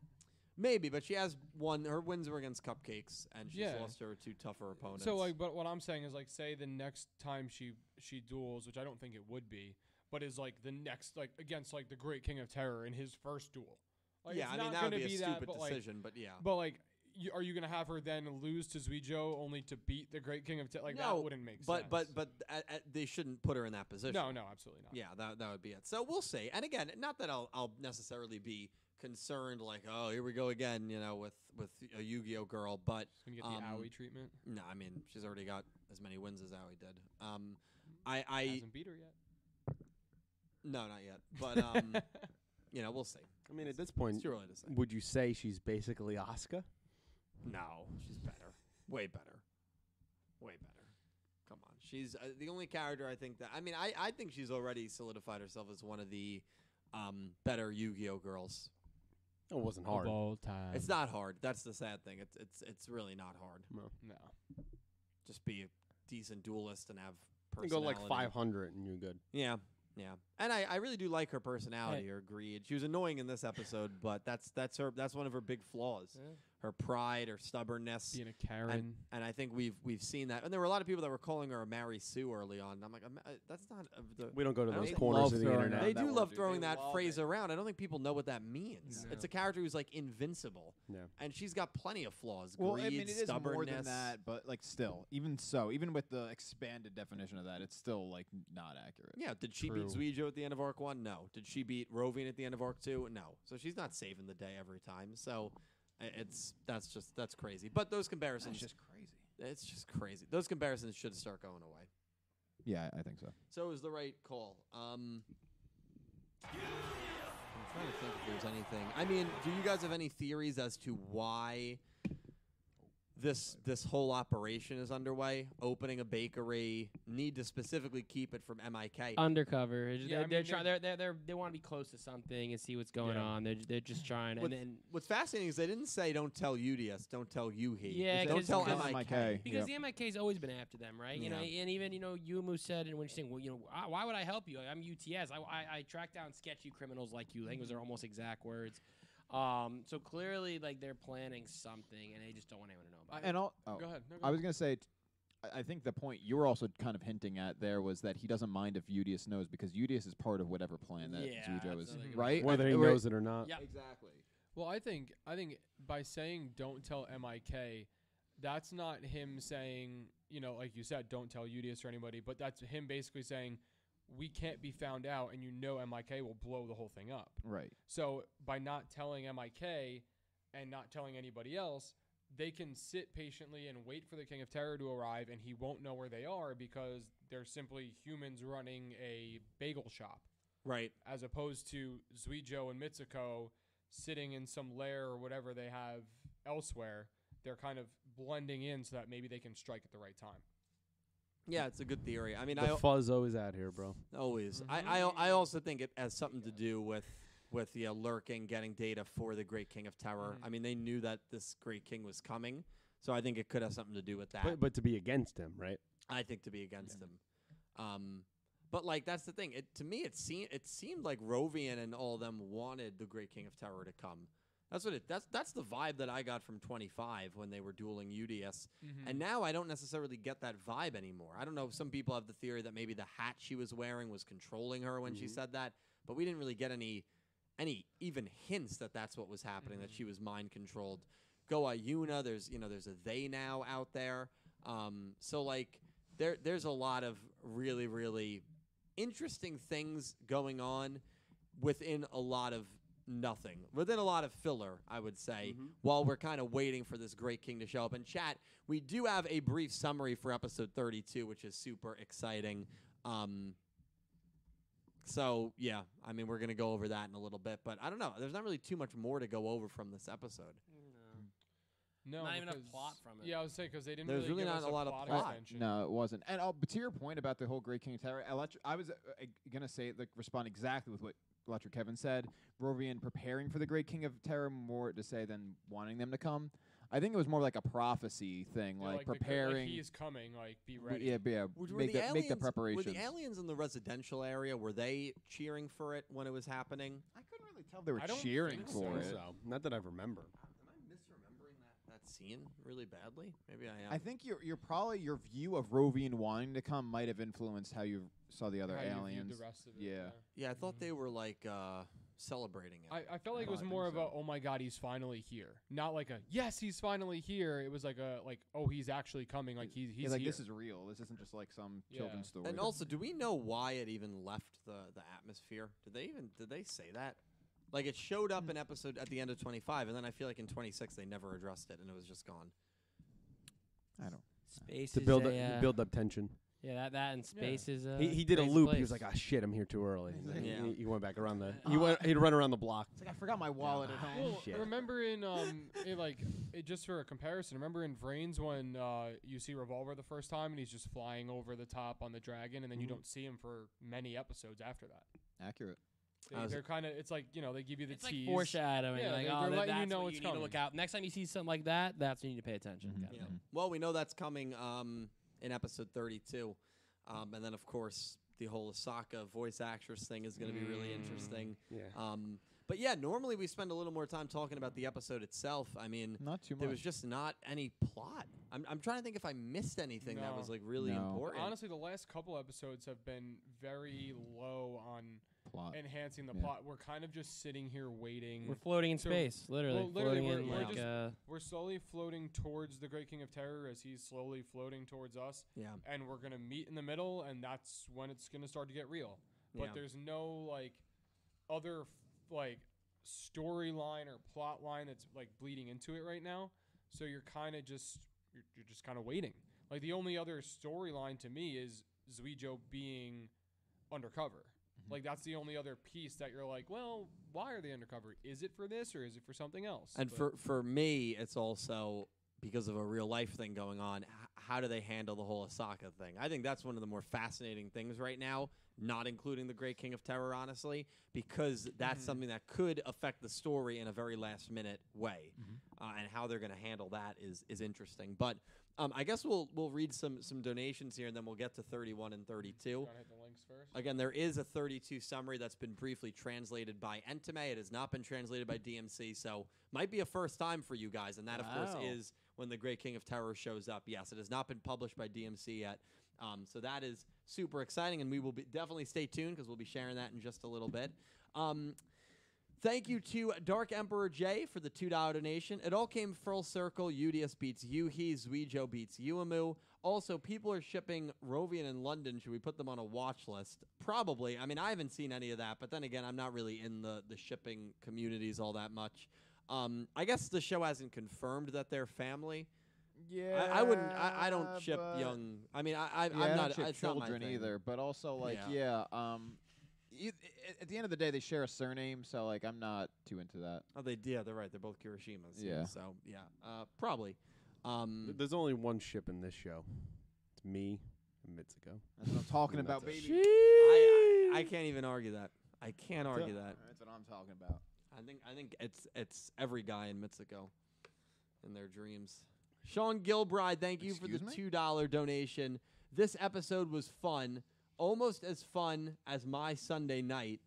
Speaker 1: Maybe, but she has won. Her wins were against cupcakes, and she's
Speaker 5: Yeah.
Speaker 1: lost to her two tougher opponents.
Speaker 5: So like, but what I'm saying is like, say the next time she she duels, which I don't think it would be, but is like the next like against like the Great King of Terror in his first duel. Like,
Speaker 1: yeah,
Speaker 5: it's
Speaker 1: I mean
Speaker 5: not
Speaker 1: that would
Speaker 5: gonna
Speaker 1: be a stupid
Speaker 5: but, like-
Speaker 1: decision, but yeah.
Speaker 5: But like, you, are you gonna have her then lose to Zuijo only to beat the Great King of Te- like
Speaker 1: No,
Speaker 5: that wouldn't make sense.
Speaker 1: But but but uh, uh, they shouldn't put her in that position.
Speaker 5: no, no, absolutely not.
Speaker 1: Yeah, that that would be it. So we'll see. And again, not that I'll I'll necessarily be concerned like oh here we go again you know with with a Yu-Gi-Oh girl, but
Speaker 5: She's gonna get
Speaker 1: Um,
Speaker 5: the Owie treatment.
Speaker 1: no, I mean she's already got as many wins as Owie did. Um, I I
Speaker 5: Hasn't beat her yet.
Speaker 1: no not yet, but
Speaker 5: [LAUGHS]
Speaker 1: um you know we'll see.
Speaker 6: I mean, at this
Speaker 1: It's
Speaker 6: point,
Speaker 1: too early to say.
Speaker 6: would you say she's basically Oscar?
Speaker 1: No, she's better. Way better. Way better. Come on. She's uh, the only character I think that. I mean, I, I think she's already solidified herself as one of the um, better Yu Gi Oh girls.
Speaker 6: It wasn't hard.
Speaker 5: all time.
Speaker 1: it's not hard. That's the sad thing. It's, it's, it's really not hard.
Speaker 5: No.
Speaker 1: Just be a decent duelist and have
Speaker 6: You
Speaker 1: personality.
Speaker 6: go like 500 and you're good.
Speaker 1: Yeah. Yeah. And I, I really do like her personality, her greed. She was annoying in this episode, but that's that's her that's one of her big flaws. Her pride, her stubbornness.
Speaker 5: Being a Karen.
Speaker 1: and I think we've we've seen that. And there were a lot of people that were calling her a Mary Sue early on. And I'm like, "Um, uh, that's not of the.
Speaker 6: We don't go to
Speaker 1: I don't
Speaker 6: those
Speaker 1: think-
Speaker 6: corners
Speaker 4: Love
Speaker 6: of the
Speaker 4: throwing
Speaker 6: internet.
Speaker 4: out
Speaker 1: they
Speaker 4: that
Speaker 1: do
Speaker 4: word,
Speaker 1: love
Speaker 4: dude.
Speaker 1: throwing
Speaker 4: They
Speaker 1: that
Speaker 4: love
Speaker 1: phrase
Speaker 4: it.
Speaker 1: around. I don't think people know what that means. It's a character who's like invincible.
Speaker 6: Yeah.
Speaker 1: And she's got plenty of flaws.
Speaker 4: well,
Speaker 1: greed,
Speaker 4: I mean, it is
Speaker 1: stubbornness.
Speaker 4: more than that, but like still, even so, even with the expanded definition of that, it's still like not accurate.
Speaker 1: Yeah. Did she
Speaker 6: True.
Speaker 1: beat Zuijo at the end of arc one? No. Did she beat Rovine at the end of arc two? No. So she's not saving the day every time. So i- it's that's just that's crazy. But those comparisons,
Speaker 4: It's just crazy.
Speaker 1: it's just crazy. Those comparisons should start going away.
Speaker 4: Yeah, I think so.
Speaker 1: So it was the right call. Um, I'm trying to think if there's anything. I mean, do you guys have any theories as to why this this whole operation is underway, opening a bakery, need to specifically keep it from MIK.
Speaker 2: [LAUGHS] Uh, Undercover. they're,
Speaker 5: Yeah,
Speaker 2: they're, they're,
Speaker 5: I mean, they're-
Speaker 2: try- they're, they're, they're, they want to be close to something and see what's going
Speaker 5: Yeah.
Speaker 2: on. They're, they're just trying.
Speaker 1: With-
Speaker 2: and then
Speaker 1: What's fascinating is they didn't say don't tell UDS, don't tell UHE.
Speaker 2: Yeah,
Speaker 1: don't
Speaker 2: 'cause-
Speaker 1: tell
Speaker 2: because-
Speaker 1: MIK.
Speaker 2: Because the MIK has always been after them, right? You know,
Speaker 1: Yeah.
Speaker 2: and even you know, Yumu said, and when she's saying, "Well, you know, "Ah, why would I help you? I'm UTS. I, I, I track down sketchy criminals like you." I think those are almost exact words. Um, so clearly, like they're planning something, and they just don't want anyone to know about it.
Speaker 4: And all, oh,
Speaker 5: Go ahead. No, go
Speaker 4: I was gonna say, t- I I think the point you were also kind of hinting at there was that he doesn't mind if Udius knows because Udius is part of whatever plan that
Speaker 2: Yeah,
Speaker 4: Zujo
Speaker 2: that's
Speaker 4: is
Speaker 2: another good
Speaker 4: right.
Speaker 6: whether he
Speaker 4: Or-
Speaker 6: knows it or not.
Speaker 2: Yeah.
Speaker 4: exactly.
Speaker 5: Well, I think I think by saying don't tell MIK, that's not him saying, you know, like you said, don't tell UDS or anybody, but that's him basically saying we can't be found out and you know MIK will blow the whole thing up.
Speaker 4: Right.
Speaker 5: So by not telling MIK and not telling anybody else, they can sit patiently and wait for the King of Terror to arrive and he won't know where they are because they're simply humans running a bagel shop
Speaker 1: Right.
Speaker 5: as opposed to Zuijo and Mitsuko sitting in some lair or whatever they have elsewhere. They're kind of blending in so that maybe they can strike at the right time.
Speaker 1: Yeah, it's a good theory. I mean, I
Speaker 6: The
Speaker 1: al-
Speaker 6: fuzz always out here, bro.
Speaker 1: always.
Speaker 6: Mm-hmm.
Speaker 1: I, I al- I also think it has something to do with with the uh, lurking, getting data for the Great King of Terror.
Speaker 6: Mm-hmm.
Speaker 1: I mean, they knew that this Great King was coming, so I think it could have something to do with that.
Speaker 6: But, but to be against him, right?
Speaker 1: I think to be against him. Um, but like that's the thing. It to me it seemed it seemed like Rovian and all of them wanted the Great King of Terror to come. That's what it that's that's the vibe that I got from 25 when they were dueling UDS.
Speaker 2: Mm-hmm.
Speaker 5: Mm-hmm.
Speaker 1: And now I don't necessarily get that vibe anymore. I don't know. Some people have the theory that maybe the hat she was wearing was controlling her when she said that, but we didn't really get any any even hints that that's what was happening that she was mind controlled. Go Ayuna, there's you know there's a they now out there. Um, so like there there's a lot of really really interesting things going on within a lot of nothing within a lot of filler i would say while we're kind of waiting for this great king to show up and chat we do have a brief summary for episode 32 which is super exciting um so yeah i mean we're gonna go over that in a little bit but i don't know there's not really too much more to go over from this episode
Speaker 5: No,
Speaker 2: Not even a
Speaker 5: because-
Speaker 2: plot from it.
Speaker 5: Yeah, I was saying because they didn't.
Speaker 1: There's really
Speaker 5: really, give
Speaker 1: not
Speaker 5: us
Speaker 1: a lot of
Speaker 5: plot.
Speaker 1: plot.
Speaker 5: extension.
Speaker 4: No, it wasn't. And uh, but to your point about the whole Great King of Terror, electric, I was uh, uh, gonna say like respond exactly with what Electric Kevin said. Rovian preparing for the Great King of Terror more to say than wanting them to come. I think it was more like a prophecy thing,
Speaker 5: They're
Speaker 4: like,
Speaker 5: the gr-
Speaker 4: preparing.
Speaker 5: Like he's coming. Like be
Speaker 4: w-
Speaker 5: ready.
Speaker 4: yeah, b- yeah.
Speaker 1: Were- were
Speaker 4: make, the, make the
Speaker 1: Were
Speaker 4: preparations.
Speaker 1: the aliens in the residential area were they cheering for it when it was happening?
Speaker 4: I couldn't really tell they were
Speaker 5: I don't
Speaker 4: cheering
Speaker 5: think
Speaker 4: for
Speaker 5: Right.
Speaker 4: it.
Speaker 6: So, not that I remember.
Speaker 1: Am I misremembering that, that scene really badly? Maybe I am.
Speaker 4: I think your your probably your view of Rovian wanting to come might have influenced how you saw the other
Speaker 5: How you viewed
Speaker 4: aliens.
Speaker 5: The rest of it,
Speaker 4: Yeah.
Speaker 1: yeah, I thought they were like uh, celebrating it.
Speaker 5: I, I felt like it
Speaker 4: No,
Speaker 5: was
Speaker 4: I think
Speaker 5: more of a
Speaker 4: so.
Speaker 5: oh my god he's finally here, not like a yes he's finally here. It was like a like oh he's actually coming. Like he's he's
Speaker 4: yeah, like
Speaker 5: here.
Speaker 4: this is real. This isn't just like some
Speaker 5: Yeah.
Speaker 4: children's story.
Speaker 1: and also, do we know why it even left the, the atmosphere? Did they even did they say that? Like it showed up in episode at the end of 25, and then I feel like in 26 they never addressed it, and it was just gone.
Speaker 4: I don't.
Speaker 2: Space
Speaker 6: To
Speaker 2: is
Speaker 6: build,
Speaker 2: a,
Speaker 6: up,
Speaker 2: uh,
Speaker 6: build up tension.
Speaker 2: Yeah, that that and space is. Uh,
Speaker 6: he, he did a
Speaker 2: space
Speaker 6: loop. He was
Speaker 2: place. Uh,
Speaker 6: like, "Ah, shit, I'm here too early." And then
Speaker 1: Yeah.
Speaker 6: he, he went back around the. He went. He'd run around
Speaker 2: [LAUGHS]
Speaker 6: the block.
Speaker 4: It's like I forgot my wallet at home.
Speaker 5: Well,
Speaker 6: Shit.
Speaker 5: remember in um, it like it, just for a comparison, remember in Vrains when uh, you see Revolver the first time and he's just flying over the top on the dragon, and then you don't see him for many episodes after that.
Speaker 4: Accurate.
Speaker 1: I was-
Speaker 5: They, are kind of it's like you know they give you the
Speaker 2: it's like
Speaker 5: tease.
Speaker 2: foreshadowing.
Speaker 5: Yeah,
Speaker 2: like,
Speaker 5: they're-
Speaker 2: oh,
Speaker 5: they're
Speaker 2: that-
Speaker 5: letting you
Speaker 2: that's
Speaker 5: know
Speaker 2: what
Speaker 5: it's
Speaker 2: you need to look out. Next time you see something like that, that's when you need to pay attention.
Speaker 6: Mm-hmm.
Speaker 2: Got it.
Speaker 1: Yeah. Well, we know that's coming um, in episode 32. Um, and then, of course, the whole Osaka voice actress thing is going to be really interesting.
Speaker 6: Yeah.
Speaker 1: Um, but yeah, normally we spend a little more time talking about the episode itself. I mean,
Speaker 4: Not too much.
Speaker 1: there was just not any plot. I'm, I'm trying to think if I missed anything that
Speaker 5: No.
Speaker 1: was like really
Speaker 4: No.
Speaker 1: important.
Speaker 5: Honestly, the last couple episodes have been very low on
Speaker 4: plot.
Speaker 5: enhancing the
Speaker 4: Uh, yeah.
Speaker 5: plot. We're kind of just sitting here waiting.
Speaker 2: We're floating in
Speaker 5: So-
Speaker 2: space, literally.
Speaker 5: well, literally,
Speaker 2: floating in
Speaker 5: we're-
Speaker 1: we're
Speaker 2: like
Speaker 5: just-
Speaker 2: uh,
Speaker 5: We're slowly floating towards the Great King of Terror as he's slowly floating towards us.
Speaker 1: yeah.
Speaker 5: and we're gonna meet in the middle, and that's when it's gonna start to get real. But
Speaker 1: Yeah.
Speaker 5: there's no like other f- like storyline or plot line that's like bleeding into it right now. So you're kind of just you're, you're just kind of waiting. Like the only other storyline to me is Zuijo being undercover.
Speaker 1: Mm-hmm.
Speaker 5: Like that's the only other piece that you're like, well, why are they undercover? Is it for this or is it for something else?
Speaker 1: And
Speaker 5: But-
Speaker 1: for, for me, it's also because of a real life thing going on, h- how do they handle the whole Osaka thing? I think that's one of the more fascinating things right now, not including the Great King of Terror, honestly, because that's something that could affect the story in a very last minute way, uh, and how they're going to handle that is is interesting. But um, I guess we'll we'll read some some donations here, and then we'll get to thirty one and thirty two.
Speaker 5: Wanna hit the links first?
Speaker 1: Again, there is a 32 summary that's been briefly translated by Entame. It has not been translated by DMC, so might be a first time for you guys. And that, of
Speaker 4: Wow.
Speaker 1: course, is when the Great King of Terror shows up. Yes, it has not been published by DMC yet, um, so that is super exciting. And we will be definitely stay tuned because we'll be sharing that in just a little bit. Um, Thank you to Dark Emperor J for the $2 donation. It all came full circle. UDS beats Yuhi, Zuijo beats Uemu. Also, people are shipping Rovian in London. Should we put them on a watch list? Probably. I mean, I haven't seen any of that, but then again, I'm not really in the, the shipping communities all that much. Um, I guess the show hasn't confirmed that they're family.
Speaker 4: Yeah,
Speaker 1: I, I wouldn't. I, I don't ship
Speaker 4: but-
Speaker 1: young. I mean, I, I
Speaker 4: Yeah, I
Speaker 1: I'm
Speaker 4: don't
Speaker 1: not.
Speaker 4: ship
Speaker 1: it's not my
Speaker 4: children
Speaker 1: thing.
Speaker 4: either. But also, like, yeah. um, you, a- at the end of the day, they share a surname, so like, I'm not too into that.
Speaker 1: Oh, they yeah, they're right. They're both Kirishimas.
Speaker 4: Yeah.
Speaker 1: So yeah, uh, probably. Um,
Speaker 6: There's only one ship in this show. It's me and Mitsuko.
Speaker 4: That's what I'm talking
Speaker 6: [LAUGHS] And that's
Speaker 4: about,
Speaker 6: it.
Speaker 4: baby.
Speaker 1: I, I I can't even argue that. I can't argue that.
Speaker 4: That's what I'm talking
Speaker 1: [LAUGHS]
Speaker 4: about.
Speaker 1: I think I think it's it's every guy in Mitsuko in their dreams. Sean Gilbride, thank you for the
Speaker 4: Excuse me?
Speaker 1: two dollar donation. This episode was fun, almost as fun as my Sunday night.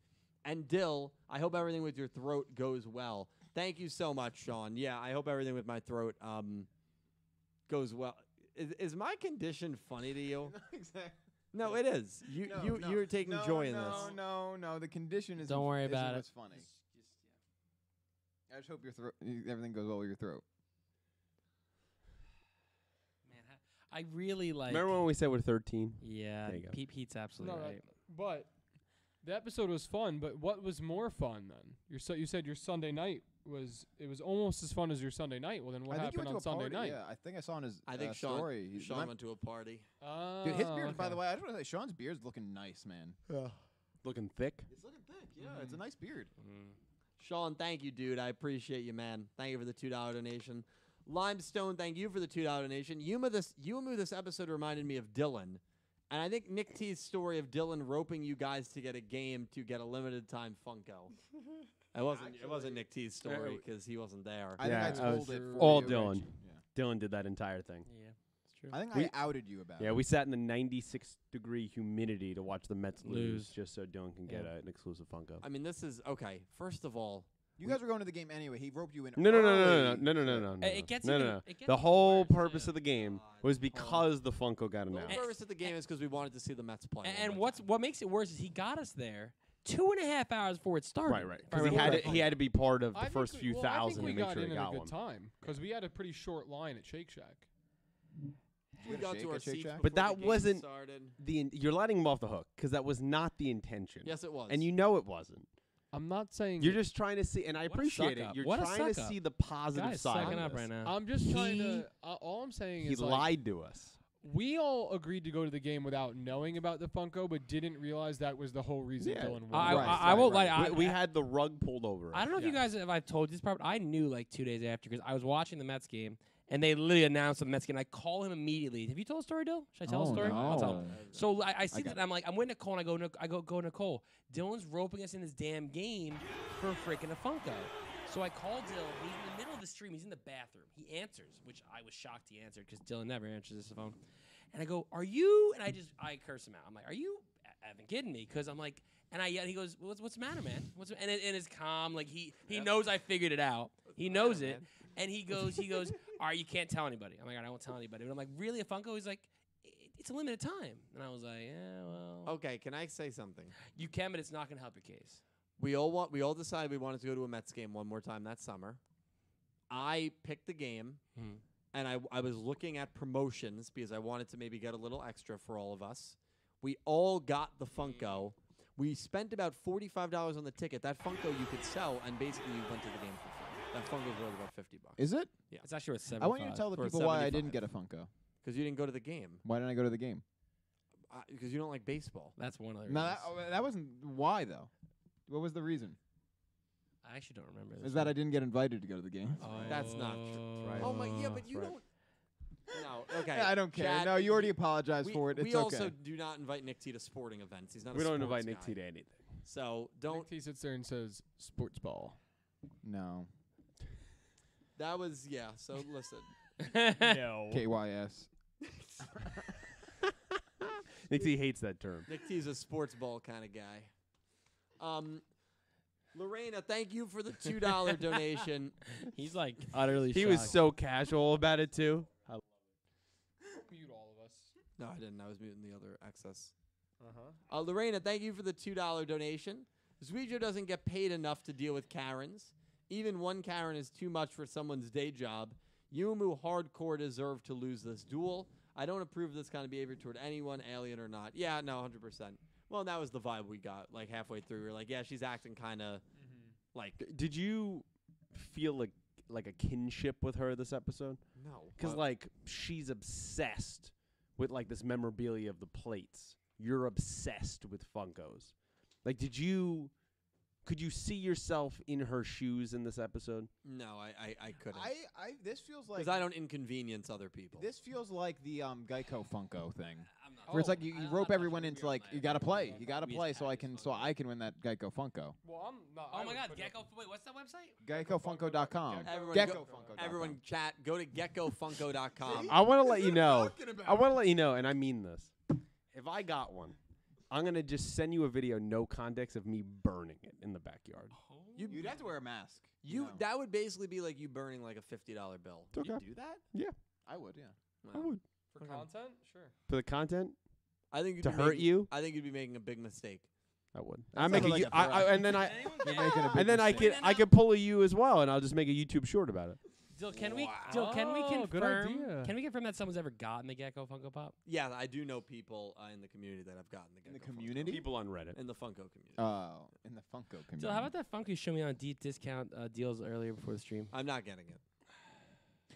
Speaker 1: And Dill, I hope everything with your throat goes well. Thank you so much, Sean. Yeah, I hope everything with my throat um goes well. Is, is my condition funny to you?
Speaker 4: [LAUGHS] exactly.
Speaker 1: No, it is. You
Speaker 4: No,
Speaker 1: you
Speaker 4: no,
Speaker 1: you're taking
Speaker 4: no,
Speaker 1: joy in
Speaker 4: no,
Speaker 1: this.
Speaker 4: No, no, The condition is.
Speaker 2: Don't worry about it.
Speaker 4: What's funny? I just hope your throat, everything goes well with your throat.
Speaker 2: Man, I- I really like.
Speaker 6: Remember when we said we're 13?
Speaker 2: yeah,
Speaker 6: There you go.
Speaker 2: Pete, Pete's absolutely
Speaker 5: No, that-
Speaker 2: right.
Speaker 5: But the episode was fun. But what was more fun then? Your su- you said your Sunday night was it was almost as fun as your Sunday night. Well, then what
Speaker 4: I think you
Speaker 5: happened
Speaker 4: went to
Speaker 5: on
Speaker 4: a
Speaker 5: Sunday
Speaker 4: party.
Speaker 5: night?
Speaker 4: Yeah, I think I saw in his
Speaker 1: I think
Speaker 4: uh,
Speaker 1: Sean
Speaker 4: story. He-
Speaker 1: Sean
Speaker 4: my-
Speaker 1: went to a party.
Speaker 4: Dude, his beard,
Speaker 5: Oh,
Speaker 4: by
Speaker 5: okay.
Speaker 4: the way, I don't know. Like, Sean's beard's looking nice, man.
Speaker 6: Looking thick.
Speaker 4: It's looking thick. Yeah, it's a
Speaker 6: Mm-hmm.
Speaker 4: nice beard.
Speaker 1: Sean, thank you, dude. I appreciate you, man. Thank you for the two dollar donation. Limestone, thank you for the two dollar donation. Yuma, this Yumu, this episode reminded me of Dylan, and I think Nick T's story of Dylan roping you guys to get a game to get a limited time
Speaker 4: [LAUGHS]
Speaker 1: Funko. it wasn't. it wasn't Nick T's story because he wasn't there.
Speaker 4: I
Speaker 6: Yeah,
Speaker 4: think I
Speaker 6: I
Speaker 4: told
Speaker 6: was
Speaker 4: it for
Speaker 6: all
Speaker 4: you,
Speaker 6: Dylan.
Speaker 4: Rich. Yeah.
Speaker 6: Dylan did that entire thing.
Speaker 2: Yeah, it's true.
Speaker 4: I think
Speaker 6: We-
Speaker 4: I outed you about
Speaker 6: Yeah,
Speaker 4: it.
Speaker 6: we sat in the 96 degree humidity to watch the Mets lose,
Speaker 2: Lose.
Speaker 6: just so Dylan can get
Speaker 2: Yeah.
Speaker 6: uh an exclusive Funko.
Speaker 1: I mean, this is okay. First of all,
Speaker 4: You guys were going to the game anyway. He roped you in. Oh,
Speaker 6: No, no, no, no, no,
Speaker 4: early.
Speaker 6: no, no, no, no, no.
Speaker 2: It- it gets
Speaker 6: no,
Speaker 2: even-
Speaker 6: no, no.
Speaker 2: it gets
Speaker 6: the
Speaker 2: even
Speaker 6: whole
Speaker 2: worse,
Speaker 6: purpose
Speaker 2: yeah.
Speaker 6: of the game
Speaker 1: God,
Speaker 6: was
Speaker 1: Paul.
Speaker 6: because the Funko got
Speaker 1: the
Speaker 6: announced.
Speaker 1: purpose of the game is because we wanted to see the Mets play.
Speaker 2: A-
Speaker 1: one
Speaker 2: and
Speaker 1: more
Speaker 2: what's
Speaker 1: time.
Speaker 2: what makes it worse is he got us there two and a half hours before it started.
Speaker 6: Right, right.
Speaker 2: If I
Speaker 6: Because he had
Speaker 2: remember
Speaker 6: to, he had to be part of
Speaker 5: I
Speaker 6: the
Speaker 5: think
Speaker 6: first
Speaker 5: we-
Speaker 6: few
Speaker 5: well,
Speaker 6: thousand
Speaker 5: I
Speaker 6: to
Speaker 5: think we
Speaker 6: make
Speaker 5: got
Speaker 6: sure
Speaker 5: in
Speaker 6: he
Speaker 5: at
Speaker 6: got
Speaker 5: a
Speaker 6: one.
Speaker 5: good time because we had a pretty short line at Shake Shack.
Speaker 1: we
Speaker 4: Shake
Speaker 1: got to
Speaker 4: it,
Speaker 1: our
Speaker 4: shake
Speaker 1: seats,
Speaker 4: it.
Speaker 1: before
Speaker 6: But
Speaker 1: the
Speaker 6: that
Speaker 1: game
Speaker 6: wasn't-
Speaker 1: started.
Speaker 6: The in- you're letting him off the hook because that was not the intention.
Speaker 1: Yes, it was.
Speaker 6: and you know it wasn't.
Speaker 5: I'm not saying
Speaker 6: You're just trying to see, and I
Speaker 2: What a
Speaker 6: appreciate it.
Speaker 2: suck-up.
Speaker 6: You're
Speaker 2: What a
Speaker 6: trying to
Speaker 2: suck-up.
Speaker 6: see the positive
Speaker 2: Guy's
Speaker 6: side.
Speaker 2: sucking
Speaker 6: of
Speaker 2: up
Speaker 6: this.
Speaker 2: right now.
Speaker 5: I'm just trying
Speaker 6: He-
Speaker 5: to. Uh, all I'm saying
Speaker 6: He
Speaker 5: is like,
Speaker 6: lied to us.
Speaker 5: we all agreed to go to the game without knowing about the Funko, but didn't realize that was the whole reason
Speaker 6: Yeah.
Speaker 5: Dylan won.
Speaker 2: I,
Speaker 4: Right,
Speaker 2: I, I
Speaker 4: right,
Speaker 2: won't
Speaker 4: right.
Speaker 2: lie. I,
Speaker 6: we, we had the rug pulled over.
Speaker 2: I don't know if you
Speaker 5: Yeah.
Speaker 2: guys if I've told you this part, but I knew like two days after because I was watching the Mets game and they literally announced the Mets game. I call him immediately. Have you told a story, Dill? Should I tell
Speaker 4: Oh,
Speaker 2: a story? I'll tell
Speaker 4: no.
Speaker 2: him. So I, I see
Speaker 4: got
Speaker 2: that I'm like I'm with Nicole and I go Nic- I go go Nicole. Dylan's roping us in this damn game for freaking a Funko. So I call Dill. He's in the middle of the stream. He's in the bathroom. He answers, which I was shocked he answered because Dylan never answers his phone. And I go, "Are you?" And I just I curse him out. I'm like, "Are you e- even kidding me?" Because I'm like, and I yell. He goes, "What's what's the matter, man? What's and it, and it's calm. Like he he knows I figured it out. He
Speaker 1: the
Speaker 2: knows
Speaker 1: matter,
Speaker 2: it. And he goes, he goes, "All right, you can't tell anybody." I'm like, "I won't tell anybody." But I'm like, "Really, a Funko?" He's like, "I- "It's a limited time." And I was like, "Yeah, well,
Speaker 4: Oh.
Speaker 1: okay, can I say something?
Speaker 2: you can, but it's not gonna help your case."
Speaker 1: We all want. We all decided we wanted to go to a Mets game one more time that summer. I picked the game,
Speaker 4: Hmm.
Speaker 2: Mhm.
Speaker 1: and I I was looking at promotions because I wanted to maybe get a little extra for all of us. We all got the Funko. We spent about forty five dollars on the ticket. That Funko you could sell, and basically you went to the game for free. That Funko was worth about fifty bucks
Speaker 4: Is it?
Speaker 2: It's actually worth seven.
Speaker 4: I want you to tell the
Speaker 1: For
Speaker 4: people why I
Speaker 1: 75.
Speaker 4: didn't get a Funko.
Speaker 1: because you didn't go to the game
Speaker 4: Why didn't I go to the game?
Speaker 1: because you don't like baseball.
Speaker 2: That's one other.
Speaker 4: No, that,
Speaker 2: reason.
Speaker 4: oh, that wasn't why though. What was the reason?
Speaker 2: I actually don't remember.
Speaker 4: Is
Speaker 2: this
Speaker 4: that I
Speaker 2: one.
Speaker 4: didn't get invited to go to the game?
Speaker 1: That's not true.
Speaker 6: Right.
Speaker 1: Oh my, yeah, but you don't. No, okay.
Speaker 4: [LAUGHS] I don't care.
Speaker 1: Chad,
Speaker 4: no, you already
Speaker 1: we-
Speaker 4: apologized
Speaker 1: we,
Speaker 4: for it. It's
Speaker 1: we also
Speaker 4: okay.
Speaker 1: do not invite Nick T to sporting events. He's not.
Speaker 6: we
Speaker 1: a
Speaker 6: don't
Speaker 1: sports
Speaker 6: invite Nick
Speaker 1: guy.
Speaker 6: T to anything.
Speaker 1: So
Speaker 5: Don't.
Speaker 1: don't.
Speaker 5: He sits there and says, "Sports ball."
Speaker 4: No.
Speaker 1: That was yeah. So listen.
Speaker 5: no.
Speaker 4: KYS.
Speaker 6: Nick T hates that term.
Speaker 1: Nick T's a sports ball kind of guy. Um, Lorena, thank you for the two
Speaker 6: [LAUGHS]
Speaker 1: dollar donation.
Speaker 2: [LAUGHS] He's like
Speaker 4: Uh,
Speaker 2: utterly.
Speaker 6: He was
Speaker 2: shocked.
Speaker 6: so casual about it too.
Speaker 5: Mute all of us.
Speaker 1: No, I didn't. I was muting the other access.
Speaker 5: Uh huh.
Speaker 4: Uh-huh.
Speaker 1: Uh, Lorena, thank you for the two dollar donation. Zuijo doesn't get paid enough to deal with Karens. Even one Karen is too much for someone's day job. Yumu hardcore deserved to lose this duel. I don't approve of this kind of behavior toward anyone, alien or not. Yeah, no, hundred percent. Well, that was the vibe we got like halfway through. We were like, yeah, she's acting kind of like
Speaker 6: D- Did you feel like like a kinship with her this episode?
Speaker 1: no,
Speaker 6: Because
Speaker 1: uh,
Speaker 6: like she's obsessed with like this memorabilia of the plates. You're obsessed with Funkos. Like, did you? Could you see yourself in her shoes in this episode?
Speaker 1: no, I I, I couldn't
Speaker 4: I, I this feels like
Speaker 1: because I don't inconvenience other people.
Speaker 4: this feels like the um Geico Funko thing.
Speaker 2: I'm not-
Speaker 4: Where it's like
Speaker 2: Oh, I-
Speaker 4: you, you
Speaker 2: I'm not
Speaker 4: rope
Speaker 2: sure
Speaker 4: everyone
Speaker 2: we
Speaker 4: into
Speaker 2: are
Speaker 4: like
Speaker 2: on
Speaker 4: you
Speaker 2: that.
Speaker 4: gotta
Speaker 2: We
Speaker 4: play,
Speaker 2: just
Speaker 4: you gotta
Speaker 2: act
Speaker 4: play, so I
Speaker 2: as
Speaker 4: can
Speaker 2: fuck.
Speaker 4: so I can win that Geico Funko.
Speaker 5: Well, I'm not.
Speaker 2: Oh my God, Gecko! Wait, what's that website?
Speaker 4: GeicoFunko.com.
Speaker 1: Everyone
Speaker 4: Gecko
Speaker 1: go-
Speaker 4: Funko.
Speaker 1: Everyone, chat. Go
Speaker 4: [LAUGHS]
Speaker 1: to geckofunko.com.
Speaker 6: I want to let you know. I want to let you know, and I mean this. If I got one, I'm gonna just send you a video, no context, of me burning it in the backyard.
Speaker 4: You'd have to wear a mask.
Speaker 1: You
Speaker 4: know.
Speaker 1: that would basically be like you burning like a fifty dollar bill.
Speaker 6: okay.
Speaker 4: do that?
Speaker 6: Yeah.
Speaker 4: I would, yeah.
Speaker 1: Wow.
Speaker 6: would.
Speaker 5: For content, sure.
Speaker 6: For the content,
Speaker 1: I think you'd
Speaker 6: To
Speaker 1: be
Speaker 6: hurt
Speaker 1: making-
Speaker 6: you?
Speaker 1: I think you'd be making a big mistake.
Speaker 6: I would. I
Speaker 4: sounded
Speaker 6: make a,
Speaker 4: like
Speaker 6: you-
Speaker 4: a
Speaker 6: I,
Speaker 4: threat.
Speaker 6: I, and then I,
Speaker 2: Anyone-
Speaker 4: You're making a big
Speaker 6: and then I
Speaker 4: mistake.
Speaker 6: could, I could pull a you as well, and I'll just make a YouTube short about it.
Speaker 2: Dill, can we? Dill, can we
Speaker 4: Oh,
Speaker 5: Wow, good
Speaker 2: confirm?
Speaker 5: idea.
Speaker 2: Can we confirm that someone's ever gotten the Gecko Funko Pop?
Speaker 1: Yeah, I do know people uh, in the community that have gotten the
Speaker 4: In the
Speaker 1: Gecko Funko.
Speaker 4: community?
Speaker 6: People on Reddit.
Speaker 1: in the Funko community.
Speaker 4: Oh, in the Funko community.
Speaker 2: Dill, how about that Funko show me on deep discount uh, deals earlier before the stream?
Speaker 1: I'm not getting it.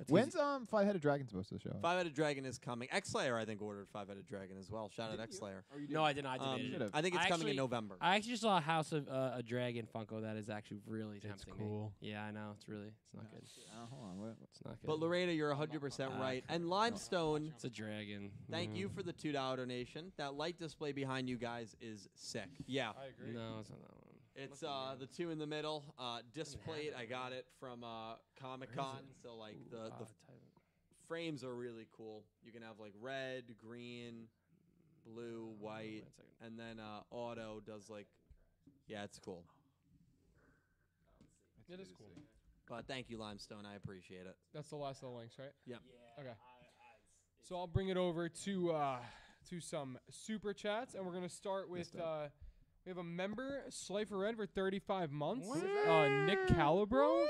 Speaker 4: When's um Five Headed Dragon supposed to show? up?
Speaker 1: Five Headed Dragon is coming. X Slayer, I think, ordered Five Headed Dragon as well. Shout out X Slayer.
Speaker 2: No, I did not. I,
Speaker 1: Um,
Speaker 2: debated it.
Speaker 4: Should've.
Speaker 1: I think it's
Speaker 2: I
Speaker 1: coming in
Speaker 2: actually-
Speaker 1: November.
Speaker 2: I actually saw a House of uh, a Dragon Funko that is actually really
Speaker 5: It's
Speaker 2: tempting me.
Speaker 5: cool.
Speaker 2: Yeah, I know. It's really. It's not good.
Speaker 4: Oh, hold on. What,
Speaker 2: It's not good.
Speaker 1: but Lorena, you're 100%
Speaker 2: Uh,
Speaker 1: right. And Limestone,
Speaker 2: it's a dragon.
Speaker 1: thank
Speaker 2: Mm.
Speaker 1: you for the $2 donation. That light display behind you guys is sick. Yeah.
Speaker 5: I agree.
Speaker 2: No, it's not that one.
Speaker 1: It's
Speaker 2: Look at
Speaker 1: uh
Speaker 2: you.
Speaker 1: the two in the middle. Uh displayed.
Speaker 2: it
Speaker 1: I
Speaker 2: right
Speaker 1: got
Speaker 2: now.
Speaker 1: it from uh Comic
Speaker 2: is
Speaker 1: Con.
Speaker 2: it?
Speaker 1: So like
Speaker 2: Ooh,
Speaker 1: the,
Speaker 2: ah,
Speaker 1: the
Speaker 2: type it.
Speaker 1: frames are really cool. You can have like red, green, blue,
Speaker 2: Oh, wait
Speaker 1: white,
Speaker 2: a
Speaker 1: and
Speaker 2: second.
Speaker 1: then uh auto does like yeah, it's cool.
Speaker 5: It is cool.
Speaker 1: But thank you, Limestone. I appreciate it.
Speaker 5: That's the last of the links, right?
Speaker 1: Yep.
Speaker 5: Okay. so I'll bring it over to uh, to some super chats, and we're gonna start with uh, we have a member Slifer Red for 35 months. Uh, Nick Calibro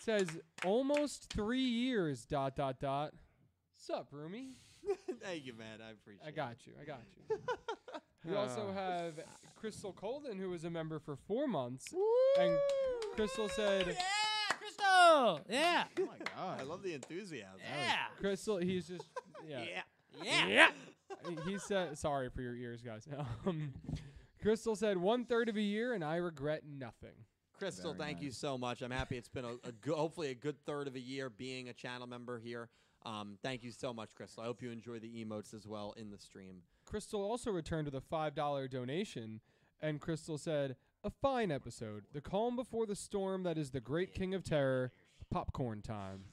Speaker 5: says almost three years. Dot dot dot. Sup, Roomy?
Speaker 1: thank you, man. I appreciate
Speaker 5: I
Speaker 1: it.
Speaker 5: got you. I got you. we also
Speaker 6: Ah.
Speaker 5: have Crystal Colden, who was a member for four months, and Crystal said.
Speaker 2: Yeah, Crystal. Yeah.
Speaker 4: oh my
Speaker 6: [LAUGHS]
Speaker 4: god.
Speaker 1: I love the enthusiasm.
Speaker 2: Yeah.
Speaker 5: Crystal, he's just yeah.
Speaker 2: Yeah.
Speaker 5: He- he said, "Sorry for your ears, guys." [LAUGHS] Um, Crystal said, "One third of a year, and I regret nothing."
Speaker 1: Crystal,
Speaker 4: Very
Speaker 1: thank you so much. I'm happy it's been a, a go- hopefully a good third of a year being a channel member here. Um, thank you so much, Crystal. I hope you enjoy the emotes as well in the stream.
Speaker 5: Crystal also returned with a five dollar donation, and Crystal said, "A fine episode. The calm before the storm. That is the great king of terror. Popcorn time."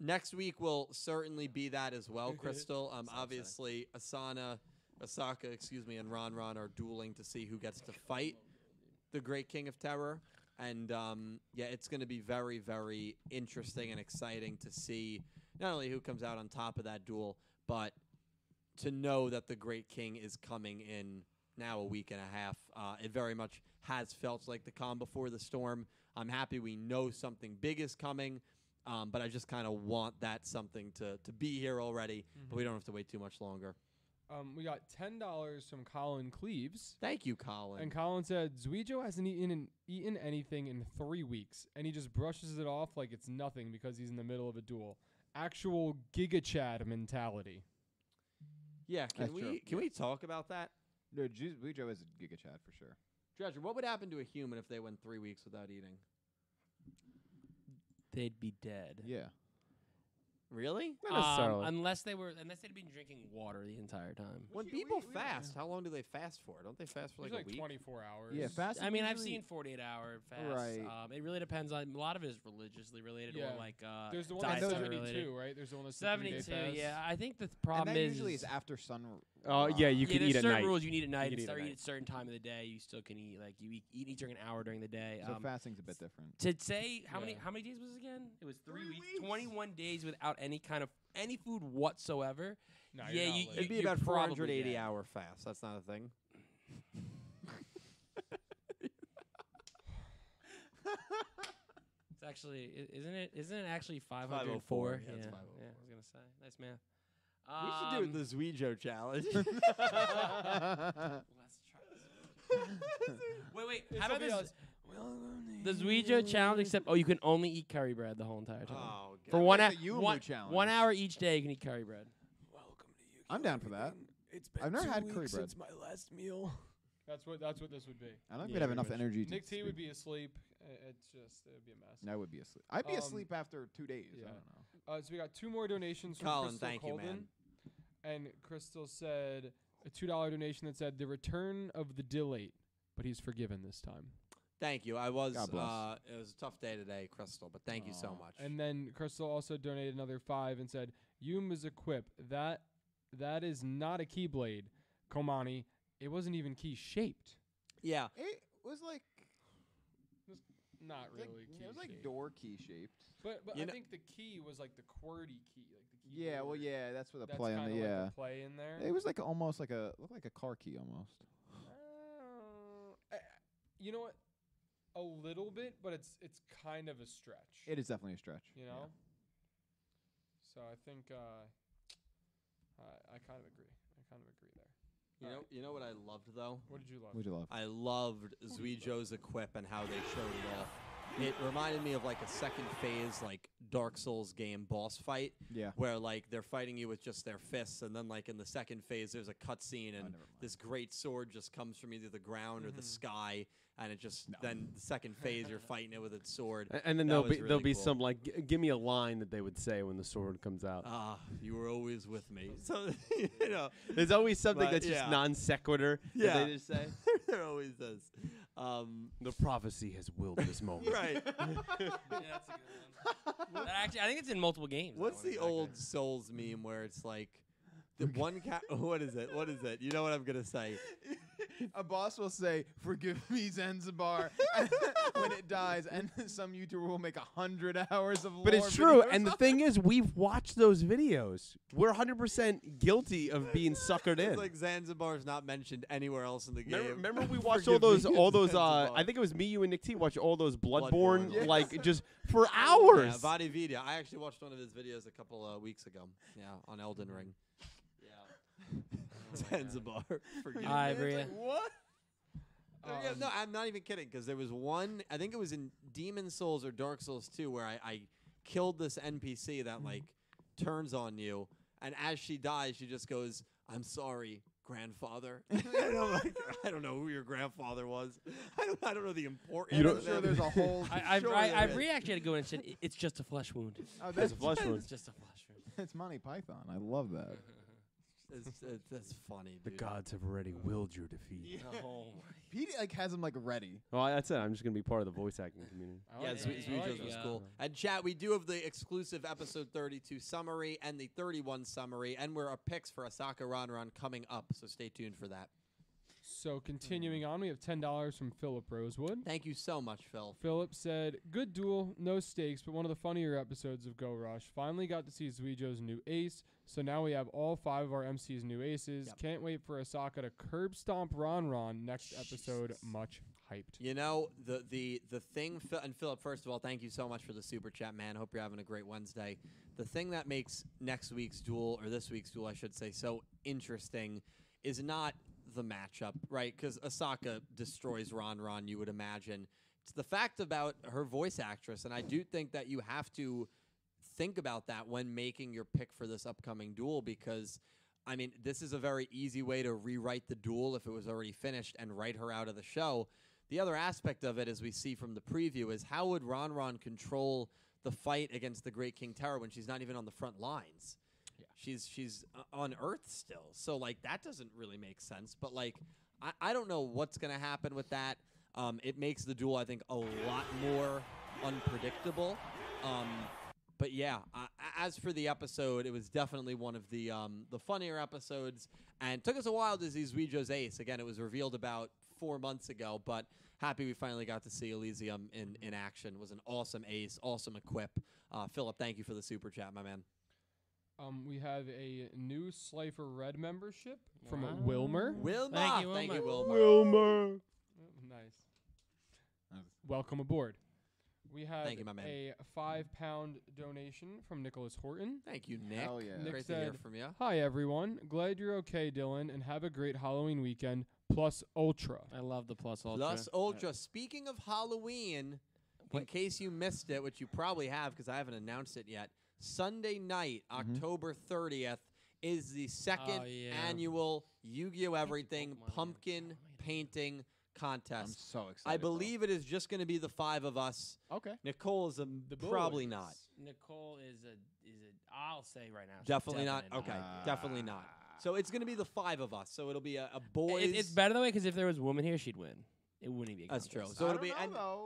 Speaker 1: Next week will certainly be that as well, Crystal. Um, obviously, Asana, Asaka, excuse me, and Ron Ron are dueling to see who gets to fight the Great King of Terror. And um, yeah, it's going to be very, very interesting and exciting to see not only who comes out on top of that duel, but to know that the Great King is coming in now a week and a half. Uh, it very much has felt like the calm before the storm. I'm happy we know something big is coming, um, but I just kind of want that something to, to be here already, but we don't have to wait too much longer.
Speaker 5: Um, we got ten dollars from Colin Cleves.
Speaker 1: Thank you, Colin.
Speaker 5: And Colin said, Zuijo hasn't eaten an, eaten anything in three weeks, and he just brushes it off like it's nothing because he's in the middle of a duel. Actual Giga Chad mentality.
Speaker 1: yeah, can
Speaker 4: That's
Speaker 1: we
Speaker 4: true.
Speaker 1: can we talk about that?
Speaker 4: No, Ju- Blue Joe is a Giga Chad for sure.
Speaker 1: Dredger, what would happen to a human if they went three weeks without eating?
Speaker 2: They'd be dead.
Speaker 4: Yeah.
Speaker 1: Really?
Speaker 6: Not necessarily.
Speaker 2: Um, unless they were, unless they'd been drinking water the entire time.
Speaker 1: When
Speaker 4: we-
Speaker 1: people
Speaker 4: we- we-
Speaker 1: fast, how long do they fast for? Don't they fast for like,
Speaker 5: It's like
Speaker 1: a week?
Speaker 5: 24 hours.
Speaker 4: Yeah, fast.
Speaker 2: I mean, I've
Speaker 4: usually-
Speaker 2: seen 48 hour fasts.
Speaker 4: Right.
Speaker 2: Um, it really depends on a lot of it is religiously related
Speaker 5: Yeah.
Speaker 2: or like uh,
Speaker 5: There's the one
Speaker 2: dietary
Speaker 5: that's
Speaker 4: those are
Speaker 5: 72,
Speaker 2: related.
Speaker 5: right? There's the one that's the three-day
Speaker 2: 72.
Speaker 5: fast.
Speaker 2: Yeah, I think the th-
Speaker 4: And
Speaker 2: problem
Speaker 4: that
Speaker 2: is.
Speaker 4: usually is after sun.
Speaker 6: Oh yeah,
Speaker 2: yeah,
Speaker 6: you can
Speaker 2: there's
Speaker 6: eat at
Speaker 2: certain
Speaker 6: night.
Speaker 2: rules you need at night.
Speaker 6: can
Speaker 2: You
Speaker 6: eat at
Speaker 2: start eat
Speaker 6: night.
Speaker 2: at a certain time of the day. You still can eat. Like you eat, eat, eat during an hour during the day.
Speaker 4: So
Speaker 2: um,
Speaker 4: fasting's a bit different.
Speaker 2: to say how many
Speaker 5: Yeah.
Speaker 2: how many days was it again? It was three,
Speaker 3: Three
Speaker 2: weeks,
Speaker 3: weeks.
Speaker 2: twenty one days without any kind of any food whatsoever.
Speaker 5: No,
Speaker 2: Yeah,
Speaker 5: you're not
Speaker 2: you-
Speaker 5: allowed.
Speaker 1: It'd be
Speaker 2: you're
Speaker 1: about
Speaker 2: probably
Speaker 1: 480
Speaker 2: dead.
Speaker 1: hour fast. That's not a thing.
Speaker 2: It's actually i- isn't it isn't it actually five hundred
Speaker 1: 504,
Speaker 2: Yeah,
Speaker 1: yeah, it's
Speaker 2: yeah, I was gonna say nice man. Um,
Speaker 1: we should do the Zuijo challenge.
Speaker 2: Let's try Wait, wait. how about
Speaker 5: something
Speaker 2: this?
Speaker 5: else.
Speaker 2: The Zuijo challenge, except oh, you can only eat curry bread the whole entire time.
Speaker 1: oh, God.
Speaker 2: For one,
Speaker 4: like
Speaker 2: hou-
Speaker 4: the Yumu
Speaker 2: one,
Speaker 4: challenge.
Speaker 2: one hour each day, you can eat curry bread.
Speaker 4: I'm down for that.
Speaker 6: It's
Speaker 4: I've never had curry bread.
Speaker 6: my last meal.
Speaker 5: That's what that's what this would be.
Speaker 4: I don't think we'd
Speaker 6: Yeah,
Speaker 4: have
Speaker 6: pretty
Speaker 4: enough
Speaker 6: much.
Speaker 4: energy. to
Speaker 5: Nick T
Speaker 4: sleep.
Speaker 5: would be asleep. I- It's just it would be a mess.
Speaker 4: I would be asleep. I'd be
Speaker 5: Um,
Speaker 4: asleep after two days.
Speaker 5: yeah.
Speaker 4: I don't know.
Speaker 5: Uh, so we got two more donations from
Speaker 1: Colin,
Speaker 5: Crystal
Speaker 1: thank you,
Speaker 5: Colden.
Speaker 1: man.
Speaker 5: And Crystal said a two dollar donation that said the return of the dilate, but he's forgiven this time.
Speaker 1: Thank you. I was.
Speaker 4: God bless.
Speaker 1: Uh, it was a tough day today, Crystal, but thank you so
Speaker 4: Aw.
Speaker 1: much.
Speaker 5: And then Crystal also donated another five and said, "Yum is a quip. That that is not a keyblade, Komani. It wasn't even key shaped.
Speaker 1: yeah,
Speaker 4: It was like
Speaker 5: Not
Speaker 4: it was like-
Speaker 5: really. key
Speaker 4: it was like
Speaker 5: shaped.
Speaker 4: door key shaped.
Speaker 5: But but
Speaker 1: You
Speaker 5: I
Speaker 1: know-
Speaker 5: think the key was like the QWERTY key, like the key.
Speaker 4: Yeah, well,
Speaker 5: word.
Speaker 4: yeah, that's what the
Speaker 5: That's
Speaker 4: play on
Speaker 5: kinda
Speaker 4: the
Speaker 5: like
Speaker 4: yeah.
Speaker 5: the play in there.
Speaker 4: It was like almost like a looked like a car key almost. Oh.
Speaker 5: Uh, I- you know what? A little bit, but it's it's kind of a stretch.
Speaker 4: It is definitely a stretch.
Speaker 5: you know. So I think uh, I I kind of agree. I kind of agree there.
Speaker 1: you know, you know what I loved though.
Speaker 5: What did you love?
Speaker 4: Would you love?
Speaker 1: I loved Zuijo's equip and how they showed it off. It reminded me of like a second phase, like Dark Souls game boss fight,
Speaker 4: Yeah.
Speaker 1: where like they're fighting you with just their fists, and then like in the second phase, there's a cutscene and
Speaker 4: never mind.
Speaker 1: this great sword just comes from either the ground or the sky, and it just then the second phase you're fighting it with its sword.
Speaker 6: [LAUGHS] And, then
Speaker 1: That
Speaker 6: there'll
Speaker 1: was
Speaker 6: be there'll
Speaker 1: really
Speaker 6: be
Speaker 1: cool.
Speaker 6: some like, g- give me a line that they would say when the sword comes out.
Speaker 1: Ah, you were always with me.
Speaker 6: [LAUGHS]
Speaker 1: So [LAUGHS] you know,
Speaker 6: There's always something
Speaker 1: but,
Speaker 6: that's just
Speaker 1: yeah.
Speaker 6: non sequitur.
Speaker 1: Yeah.
Speaker 6: that they
Speaker 1: [LAUGHS]
Speaker 6: just say.
Speaker 1: there always is. Um,
Speaker 6: The prophecy has
Speaker 1: [LAUGHS]
Speaker 6: willed this moment.
Speaker 1: right.
Speaker 2: yeah, that's a good one. that actually, I think it's in multiple games. that
Speaker 1: What's
Speaker 6: "Oh,
Speaker 2: one
Speaker 1: the
Speaker 2: exactly.
Speaker 1: old Souls
Speaker 6: Mm.
Speaker 1: meme where it's like the one cat? [LAUGHS] What is it? What is it? You know what I'm gonna say?
Speaker 4: [LAUGHS] a boss will say, "Forgive me, Zanzibar," [LAUGHS] when it dies, and [LAUGHS] some YouTuber will make a hundred hours of.
Speaker 6: But it's true, and the thing is, we've watched those videos. We're 100% guilty
Speaker 1: [LAUGHS]
Speaker 6: of [LAUGHS] being suckered in.
Speaker 1: It's like Zanzibar is not mentioned anywhere else in the game.
Speaker 6: Remember,
Speaker 1: [LAUGHS]
Speaker 6: remember [LAUGHS] we watched all
Speaker 1: Forgive
Speaker 6: those,
Speaker 1: me,
Speaker 6: all those. Uh,
Speaker 1: Zanzibar.
Speaker 6: I think it was me, you, and Nick T watched all those Bloodborne,
Speaker 1: [LAUGHS] Bloodborne. Yes.
Speaker 6: like just for
Speaker 1: [LAUGHS] Yeah,
Speaker 6: [LAUGHS] hours.
Speaker 1: Vadi Vidya. I actually watched one of his videos a couple uh, weeks ago. Yeah, on Elden Ring.
Speaker 6: Oh
Speaker 1: Yeah. Zanzibar. Forgive
Speaker 2: I
Speaker 1: me.
Speaker 2: agree.
Speaker 4: what?
Speaker 1: There you go.
Speaker 5: Um,
Speaker 1: no, I'm not even kidding because there was one. I think it was in Demon Souls or Dark Souls 2 where I, I killed this NPC that like turns on you, and as she dies, she just goes, "I'm sorry, grandfather." [LAUGHS] and I'm like, I don't know who your grandfather was. [LAUGHS] I don't. I don't know the importance.
Speaker 6: You
Speaker 4: I'm
Speaker 6: don't-
Speaker 1: of
Speaker 4: sure
Speaker 1: it."
Speaker 4: there's [LAUGHS] a whole.
Speaker 2: I, I,
Speaker 1: Sure
Speaker 2: I,
Speaker 1: there
Speaker 2: I
Speaker 1: is.
Speaker 2: re actually had to go in and said, "I- it's just a flesh wound.
Speaker 4: oh,
Speaker 6: There's
Speaker 4: that's
Speaker 6: a flesh wound.
Speaker 2: It's just a flesh [LAUGHS] wound.
Speaker 1: [LAUGHS]
Speaker 4: It's [LAUGHS] Monty Python. I love that.
Speaker 1: It's, it's, that's funny.
Speaker 6: The
Speaker 1: [LAUGHS] dude.
Speaker 6: gods have already willed your defeat.
Speaker 2: Oh my.
Speaker 4: He like has him like ready.
Speaker 6: Well, that's it. I'm just gonna be part of the voice acting community.
Speaker 5: I
Speaker 1: Oh, Yeah,
Speaker 5: like
Speaker 2: it's-
Speaker 5: that.
Speaker 2: it's
Speaker 1: Sweet
Speaker 5: I like
Speaker 1: Sweet
Speaker 5: that.
Speaker 1: was
Speaker 2: that.
Speaker 1: cool. And chat, we do have the exclusive episode 32 summary and the 31 summary, and we're our picks for Asaka Ron Ron coming up, so stay tuned for that.
Speaker 5: So
Speaker 4: Mm-hmm.
Speaker 5: continuing on, we have ten dollars from Philip Rosewood.
Speaker 1: Thank you so much, Phil.
Speaker 5: Philip said, "Good duel, no stakes, but one of the funnier episodes of Go Rush. Finally got to see Zuijo's new ace, so now we have all five of our MC's new aces.
Speaker 1: Yep.
Speaker 5: Can't wait for Asaka to curb stomp Ron Ron next episode. Much hyped.
Speaker 1: You know the the the thing, Phil, and Philip. First of all, thank you so much for the super chat, man. Hope you're having a great Wednesday. The thing that makes next week's duel or this week's duel, I should say, so interesting is not the matchup, right? Because Asaka destroys Ron Ron. You would imagine. It's the fact about her voice actress, and I do think that you have to think about that when making your pick for this upcoming duel because I mean, this is a very easy way to rewrite the duel if it was already finished and write her out of the show. The other aspect of it, as we see from the preview, is how would Ron Ron control the fight against the Great King Terror when she's not even on the front lines.
Speaker 5: Yeah.
Speaker 1: She's she's uh, on Earth still, so like that doesn't really make sense. But like, I, I don't know what's gonna happen with that. Um, it makes the duel I think a lot more unpredictable. Um, but yeah, uh, as for the episode, it was definitely one of the um, the funnier episodes, and took us a while to see Zuijo's ace. Again, it was revealed about four months ago, but happy we finally got to see Elysium in, in action. Was an awesome ace, awesome equip. Uh, Philip, thank you for the super chat, my man.
Speaker 5: Um, we have a new Slifer Red membership from Wilmer.
Speaker 1: Wilma,
Speaker 2: Thank you,
Speaker 1: thank you,
Speaker 2: Wilma.
Speaker 1: Wilma.
Speaker 6: Wilmer.
Speaker 5: Oh, Nice.
Speaker 4: Nice.
Speaker 5: Welcome aboard. We have
Speaker 1: Thank you, my man.
Speaker 5: a five pound donation from Nicholas Horton.
Speaker 1: Thank you, Nick.
Speaker 4: Hell yeah.
Speaker 5: Nick
Speaker 1: Great to hear
Speaker 5: said-
Speaker 1: from you.
Speaker 5: Hi everyone. Glad you're okay, Dylan, and have a great Halloween weekend. Plus Ultra.
Speaker 2: I love the plus ultra.
Speaker 1: Plus Ultra. Speaking of Halloween, in
Speaker 2: Wait.
Speaker 1: case you missed it, which you probably have because I haven't announced it yet, Sunday night, October 30th, is the second
Speaker 2: Mm-hmm. Oh, yeah.
Speaker 1: annual Yu Gi Oh! Everything
Speaker 2: Pokemon
Speaker 1: pumpkin
Speaker 2: Go.
Speaker 1: painting
Speaker 4: I'm
Speaker 1: contest.
Speaker 4: so excited.
Speaker 1: I
Speaker 4: bro.
Speaker 1: believe it is just going to be the five of us.
Speaker 4: Okay.
Speaker 1: Nicole is a, probably not.
Speaker 2: Nicole is a is a. I'll say right now. she's
Speaker 1: Definitely, not. Okay,
Speaker 4: not.
Speaker 1: definitely not. So it's going to be the five of us. So it'll be a, a boys.
Speaker 2: It, it's better that way because if there was a woman here, she'd win. It wouldn't be. A
Speaker 1: That's
Speaker 2: contest.
Speaker 1: So
Speaker 4: I
Speaker 1: it'll
Speaker 4: don't
Speaker 1: be-
Speaker 4: know,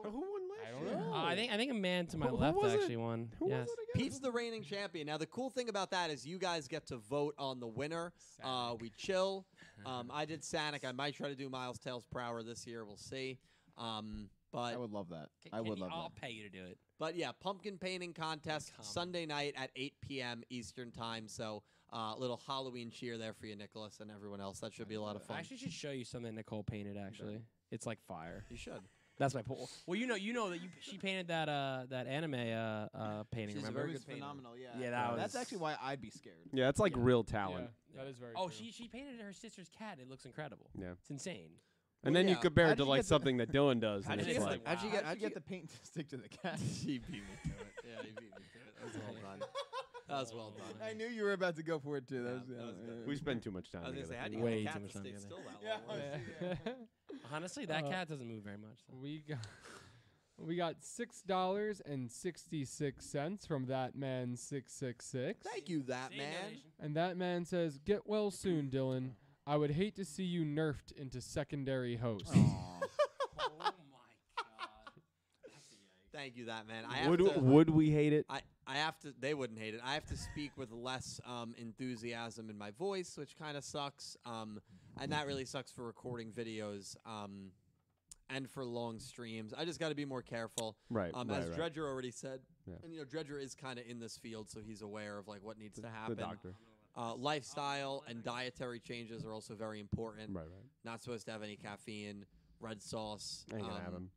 Speaker 1: and-
Speaker 6: Who
Speaker 4: though.
Speaker 6: won last
Speaker 5: I don't
Speaker 6: year?
Speaker 5: know.
Speaker 2: Uh, I think I think a man to my
Speaker 6: Who- who
Speaker 2: left
Speaker 6: was it?
Speaker 2: actually won.
Speaker 6: Who
Speaker 2: yes.
Speaker 6: was it again?
Speaker 1: Pete's the reigning champion. Now the cool thing about that is you guys get to vote on the winner. Uh, we chill.
Speaker 5: [LAUGHS]
Speaker 1: Um, I did Sanic. I might try to do Miles Tails per hour this year. We'll see. Um,
Speaker 4: I
Speaker 1: but
Speaker 4: would love that.
Speaker 2: Can-
Speaker 4: I
Speaker 2: can
Speaker 4: would
Speaker 2: you-
Speaker 4: love
Speaker 2: I'll
Speaker 4: that.
Speaker 2: pay you to do it.
Speaker 1: but yeah, pumpkin painting contest
Speaker 2: Come.
Speaker 1: Sunday night at 8 p.m. Eastern time. So uh, a little Halloween cheer there for you, Nicholas, and everyone else. That should be a lot of
Speaker 2: I
Speaker 1: fun.
Speaker 2: actually should show you something Nicole painted. Actually, it's like fire.
Speaker 1: You should.
Speaker 2: That's my pool. Well, you know, you know that you she painted that uh that anime uh uh painting.
Speaker 1: She's a
Speaker 2: remember?
Speaker 1: very
Speaker 4: it was
Speaker 1: good painter.
Speaker 4: phenomenal. Yeah.
Speaker 2: Yeah, that
Speaker 4: That's
Speaker 2: was-
Speaker 4: actually why I'd be scared.
Speaker 6: Yeah, it's like
Speaker 2: Yeah.
Speaker 6: real
Speaker 5: Yeah,
Speaker 6: talent.
Speaker 5: that is very
Speaker 2: oh,
Speaker 5: true. [LAUGHS]
Speaker 2: she she painted her sister's cat. It looks incredible.
Speaker 6: Yeah.
Speaker 2: it's insane.
Speaker 6: And
Speaker 1: Well,
Speaker 6: then
Speaker 1: yeah.
Speaker 6: you compare
Speaker 4: How'd
Speaker 6: it to
Speaker 4: you
Speaker 6: like
Speaker 4: get the-
Speaker 6: something that Dylan does.
Speaker 1: How'd
Speaker 6: and
Speaker 1: you
Speaker 6: it's
Speaker 1: get
Speaker 6: like,
Speaker 4: [LAUGHS]
Speaker 1: the- how'd you
Speaker 2: wow.
Speaker 1: get-
Speaker 4: How'd
Speaker 1: how'd
Speaker 4: you
Speaker 1: you
Speaker 4: get the paint to stick to the cat?
Speaker 1: She beat me
Speaker 4: [LAUGHS]
Speaker 1: to it. Yeah, you beat me to it. That was well done. That was well done.
Speaker 4: I knew you were about to go for it too. That
Speaker 1: Yeah,
Speaker 4: was,
Speaker 1: that was good.
Speaker 6: we spend too much time
Speaker 1: I was gonna
Speaker 6: together.
Speaker 1: say, how do you
Speaker 2: Way
Speaker 1: get a
Speaker 2: too
Speaker 1: cat to
Speaker 2: much time
Speaker 1: stay
Speaker 2: together.
Speaker 1: still that
Speaker 4: Yeah,
Speaker 1: long?
Speaker 4: I
Speaker 5: [LAUGHS]
Speaker 4: see,
Speaker 2: Honestly, that
Speaker 5: Uh,
Speaker 2: cat doesn't move very much. So.
Speaker 5: we got we got six dollars and sixty six cents from that man six six six.
Speaker 1: Thank you, that man.
Speaker 5: And that man says, "Get well soon, Dylan. I would hate to see you nerfed into secondary host."
Speaker 2: oh my god.
Speaker 1: Thank you, that man. I have
Speaker 6: would,
Speaker 1: to,
Speaker 6: would we
Speaker 1: [LAUGHS]
Speaker 6: hate it?
Speaker 1: I, I have to. They wouldn't hate it. I have to speak with less um, enthusiasm in my voice, which kind of sucks. Um, and that really sucks for recording videos um, and for long streams. I just got to be more careful.
Speaker 6: Right.
Speaker 1: Um,
Speaker 6: right,
Speaker 1: as
Speaker 6: right.
Speaker 1: Dredger already said,
Speaker 6: Yeah.
Speaker 1: and you know, Dredger is kind of in this field, so he's aware of like what needs to
Speaker 6: the
Speaker 1: happen.
Speaker 6: doctor.
Speaker 1: Uh, lifestyle and dietary changes are also very important.
Speaker 6: Right, right.
Speaker 1: Not supposed to have any caffeine, red sauce.
Speaker 6: I ain't gonna have
Speaker 1: um,
Speaker 6: him.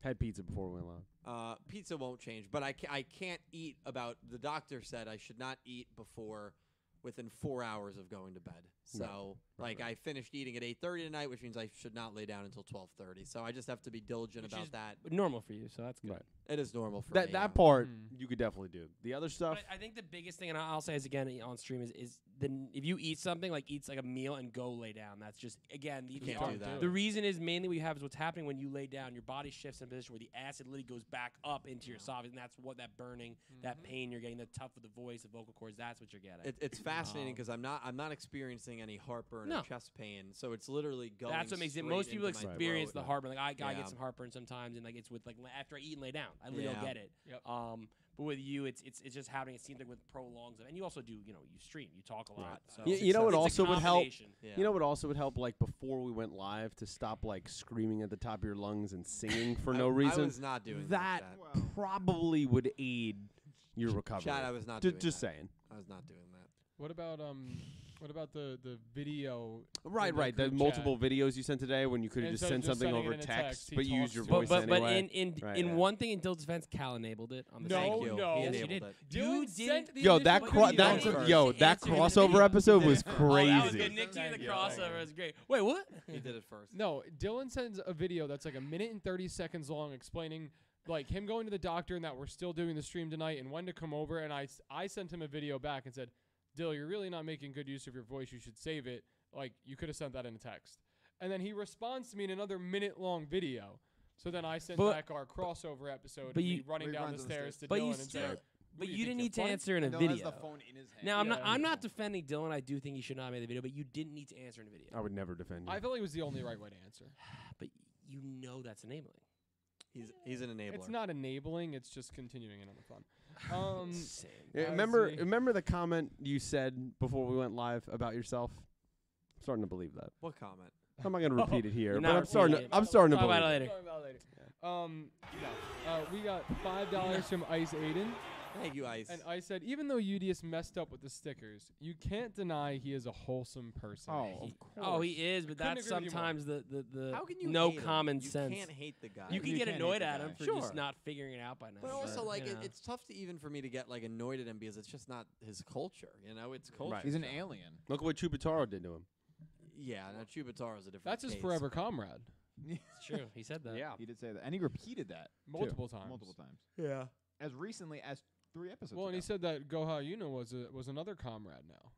Speaker 6: Had pizza before we went live.
Speaker 1: uh, pizza won't change, but I, ca- I can't eat about. The doctor said I should not eat before within four hours of going to bed. So
Speaker 6: Right,
Speaker 1: like I finished eating at eight thirty tonight, which means I should not lay down until twelve thirty. So I just have to be diligent
Speaker 2: Which
Speaker 1: about
Speaker 2: is-
Speaker 1: that.
Speaker 2: [LAUGHS] Normal for you, so that's good.
Speaker 6: Right.
Speaker 1: It is normal for
Speaker 6: That
Speaker 1: me,
Speaker 6: that
Speaker 1: yeah.
Speaker 6: part
Speaker 5: Hmm.
Speaker 6: you could definitely do. The other stuff,
Speaker 2: But I think the biggest thing, and I- I'll say this again i- on stream, is is the n- if you eat something like eats like a meal and go lay down. That's just again the
Speaker 1: You
Speaker 2: the
Speaker 1: can't
Speaker 2: ar-
Speaker 1: do that.
Speaker 2: The reason is mainly what you have is what's happening when you lay down. Your body shifts in a position where the acid literally goes back up into your esophagus, and that's what that burning, that pain you're getting, the tough of the voice, the vocal cords. That's what you're getting.
Speaker 1: It, it's fascinating
Speaker 2: Um,
Speaker 1: because I'm not I'm not experiencing any heartburn or
Speaker 2: No.
Speaker 1: chest pain, so it's literally going.
Speaker 2: that's what makes it.
Speaker 1: straight
Speaker 2: Most people
Speaker 1: into my
Speaker 2: experience the
Speaker 1: throat.
Speaker 2: heartburn. Like I, I
Speaker 1: Yeah.
Speaker 2: get some heartburn sometimes, and like it's with like la- after I eat and lay down, I literally
Speaker 1: Yeah.
Speaker 2: don't get it.
Speaker 5: Yep.
Speaker 2: Um, but with you, it's it's it's just happening. It seems like with prolongs, and you also do you know you stream, you talk a lot. So
Speaker 6: You-
Speaker 2: it's
Speaker 6: you know
Speaker 2: a-
Speaker 6: what
Speaker 2: it's a
Speaker 6: also would help?
Speaker 2: combination.
Speaker 1: Yeah.
Speaker 6: you know what also would help? Like before we went live, to stop like screaming at the top of your lungs and singing for
Speaker 1: [LAUGHS] I-
Speaker 6: no reason.
Speaker 1: I was um, not doing
Speaker 6: that
Speaker 1: that.
Speaker 4: Wow.
Speaker 6: probably would aid your recovery.
Speaker 1: Chad, I was not
Speaker 6: Ju-
Speaker 1: doing
Speaker 6: just
Speaker 1: that.
Speaker 6: saying.
Speaker 1: I was not doing that.
Speaker 5: What about um? What about the the video?
Speaker 6: Right,
Speaker 5: the
Speaker 6: right. The
Speaker 5: group
Speaker 6: multiple videos you sent today when you could have
Speaker 5: And
Speaker 6: just
Speaker 5: instead of
Speaker 6: sent something
Speaker 5: just sending it
Speaker 6: over
Speaker 5: in a
Speaker 6: text,
Speaker 5: text, he
Speaker 6: but you
Speaker 5: talks
Speaker 6: used your
Speaker 5: to
Speaker 2: But
Speaker 6: voice
Speaker 2: but, but
Speaker 6: anyway.
Speaker 2: in in
Speaker 6: Right,
Speaker 2: in
Speaker 6: yeah.
Speaker 2: one thing in Dill's defense, Cal enabled it on the
Speaker 5: No,
Speaker 1: Thank
Speaker 2: video.
Speaker 1: you.
Speaker 5: no.
Speaker 1: He
Speaker 2: Yes, you
Speaker 1: enabled
Speaker 2: did.
Speaker 1: it.
Speaker 2: You
Speaker 5: Dylan
Speaker 2: didn't.
Speaker 5: sent the
Speaker 6: yo, that
Speaker 5: initial
Speaker 6: cro-
Speaker 5: video
Speaker 6: that
Speaker 1: first.
Speaker 5: first.
Speaker 6: yo,
Speaker 2: Answer
Speaker 6: that
Speaker 2: him in the
Speaker 6: crossover
Speaker 2: video.
Speaker 6: episode
Speaker 4: Yeah.
Speaker 6: [LAUGHS] was
Speaker 4: Oh,
Speaker 2: Oh,
Speaker 6: crazy.
Speaker 2: that was good. Nick
Speaker 5: Thank
Speaker 2: T, the
Speaker 5: you.
Speaker 2: crossover was great. Wait, what?
Speaker 1: He did it first.
Speaker 5: No, Dylan sends a video that's like a minute and 30 seconds long explaining like him going to the doctor and that we're still doing the stream tonight and when to come over and I s- I sent him a video back and said, "Dill, you're really not making good use of your voice. You should save it. Like you could have sent that in a text." And then he responds to me in another minute long video. So then I sent
Speaker 2: But-
Speaker 5: back our crossover episode
Speaker 2: but
Speaker 5: of me
Speaker 2: you-
Speaker 5: running
Speaker 4: Reruns
Speaker 5: down the
Speaker 4: of the
Speaker 5: stairs
Speaker 4: stairs.
Speaker 5: to
Speaker 2: But
Speaker 5: Dylan
Speaker 2: you
Speaker 5: and
Speaker 2: still,
Speaker 5: saying,
Speaker 2: but
Speaker 5: do
Speaker 2: you,
Speaker 5: you think,
Speaker 2: didn't
Speaker 5: you're
Speaker 2: need to
Speaker 5: funny?
Speaker 2: answer in a
Speaker 4: no, that's
Speaker 2: video.
Speaker 4: the phone in his hand.
Speaker 2: Now I'm
Speaker 5: Yeah,
Speaker 2: not
Speaker 5: I
Speaker 2: I'm
Speaker 5: know.
Speaker 2: not defending Dylan. I do think he should not have made the video, but you didn't need to answer in a video.
Speaker 6: I would never defend you.
Speaker 5: I felt like it was the only right way to answer.
Speaker 2: But you know that's enabling.
Speaker 1: He's he's an enabler.
Speaker 5: It's not enabling. It's just continuing it on the fun.
Speaker 2: [LAUGHS]
Speaker 5: Um,
Speaker 2: Sam.
Speaker 6: Yeah,
Speaker 5: I
Speaker 6: remember,
Speaker 5: see.
Speaker 6: remember the comment you said before we went live about yourself. I'm starting to believe that.
Speaker 1: what comment?
Speaker 6: I'm not going to repeat it here,
Speaker 2: You're
Speaker 6: but
Speaker 2: not
Speaker 6: I'm starting. To,
Speaker 2: repeating it.
Speaker 6: I'm starting to
Speaker 2: Talk
Speaker 6: believe.
Speaker 2: about it
Speaker 6: it.
Speaker 2: later.
Speaker 5: Talk about it later. Um, no. uh, we got five dollars from Ice Aiden,
Speaker 1: Thank you, Ice.
Speaker 5: and uh, I said, even though Udius messed up with the stickers, you can't deny he is a wholesome person.
Speaker 4: Oh,
Speaker 2: He- oh, he is, but
Speaker 5: couldn't
Speaker 2: that's
Speaker 5: agree with you more.
Speaker 2: sometimes the, the, the
Speaker 1: How can you
Speaker 2: no
Speaker 1: hate him?
Speaker 2: common
Speaker 1: you
Speaker 2: sense.
Speaker 1: can't hate the guy.
Speaker 2: you can
Speaker 4: You
Speaker 2: get
Speaker 4: can't hate
Speaker 2: annoyed
Speaker 4: the
Speaker 2: at
Speaker 4: guy.
Speaker 2: him for
Speaker 1: Sure.
Speaker 2: just not figuring it out by now.
Speaker 1: But also,
Speaker 2: you
Speaker 1: like, it,
Speaker 2: know.
Speaker 1: it's tough to even for me to get like annoyed at him because it's just not his culture. You know, it's culture.
Speaker 6: Right.
Speaker 4: he's an
Speaker 1: shock.
Speaker 4: alien.
Speaker 6: Look what Chupitaro did to him.
Speaker 1: Yeah, now Chubitaro's a different.
Speaker 5: That's his
Speaker 1: case.
Speaker 5: forever comrade.
Speaker 2: It's true. He said that.
Speaker 4: He did say that, and he repeated that
Speaker 5: Multiple times.
Speaker 4: multiple times,
Speaker 1: Yeah.
Speaker 4: as recently as three episodes.
Speaker 5: Well, and he
Speaker 4: ago,
Speaker 5: said that Goha Yuno was a, was another comrade now.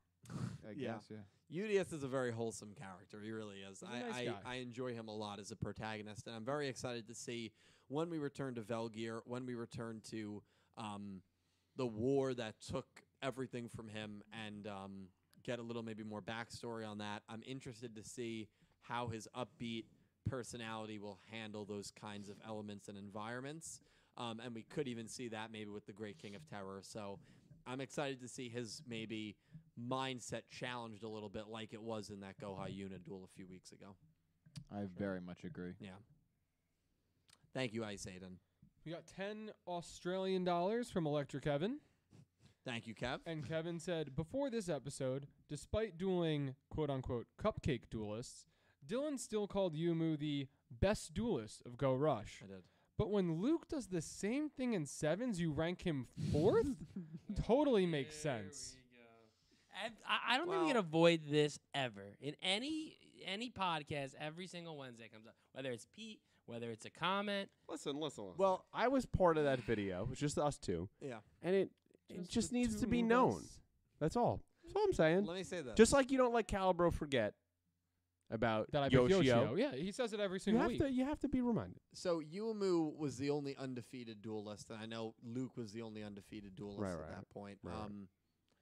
Speaker 4: I
Speaker 1: Yeah.
Speaker 4: guess, yeah.
Speaker 1: UDS is a very wholesome character. He really is.
Speaker 5: a
Speaker 1: I,
Speaker 5: nice
Speaker 1: I,
Speaker 5: guy.
Speaker 1: I enjoy him a lot as a protagonist, and I'm very excited to see when we return to Velgear, when we return to um, the war that took everything from him, and um, get a little maybe more backstory on that. I'm interested to see how his upbeat personality will handle those kinds of elements and environments. Um, and we could even see that maybe with the Great King of Terror. So I'm excited to see his maybe mindset challenged a little bit, like it was in that Gohai Yuna duel a few weeks ago.
Speaker 4: I very much agree.
Speaker 1: Thank you, Ice Aiden.
Speaker 5: We got ten Australian dollars from Electric Kevin,
Speaker 1: Thank you, Kev.
Speaker 5: and Kevin said before this episode, despite dueling quote unquote cupcake duelists, Dylan still called Yumu the best duelist of Go Rush.
Speaker 1: I did.
Speaker 5: But when Luke does the same thing in sevens, you rank him fourth?
Speaker 6: [LAUGHS]
Speaker 5: totally makes sense.
Speaker 2: I, I- I don't think we
Speaker 1: Well-
Speaker 2: can avoid this ever in any any podcast. Every single Wednesday comes up, whether it's Pete, whether it's a comment.
Speaker 6: Listen, listen, listen.
Speaker 1: Well-
Speaker 6: Well, I was part of that video. It was just us two.
Speaker 1: Yeah.
Speaker 6: And it it just, needs to be known. That's all. That's all I'm saying.
Speaker 1: Let me say this.
Speaker 6: Just like you don't let Calibro forget about
Speaker 5: That I picked
Speaker 6: Yoshio.
Speaker 5: Yoshio. Yeah, he says it every
Speaker 6: You
Speaker 5: single
Speaker 6: have
Speaker 5: week.
Speaker 6: to you have to be reminded.
Speaker 1: so Yumu was the only undefeated duelist, and I know Luke was the only undefeated duelist
Speaker 6: Right,
Speaker 1: at
Speaker 6: right,
Speaker 1: that point.
Speaker 6: right, right.
Speaker 1: Um,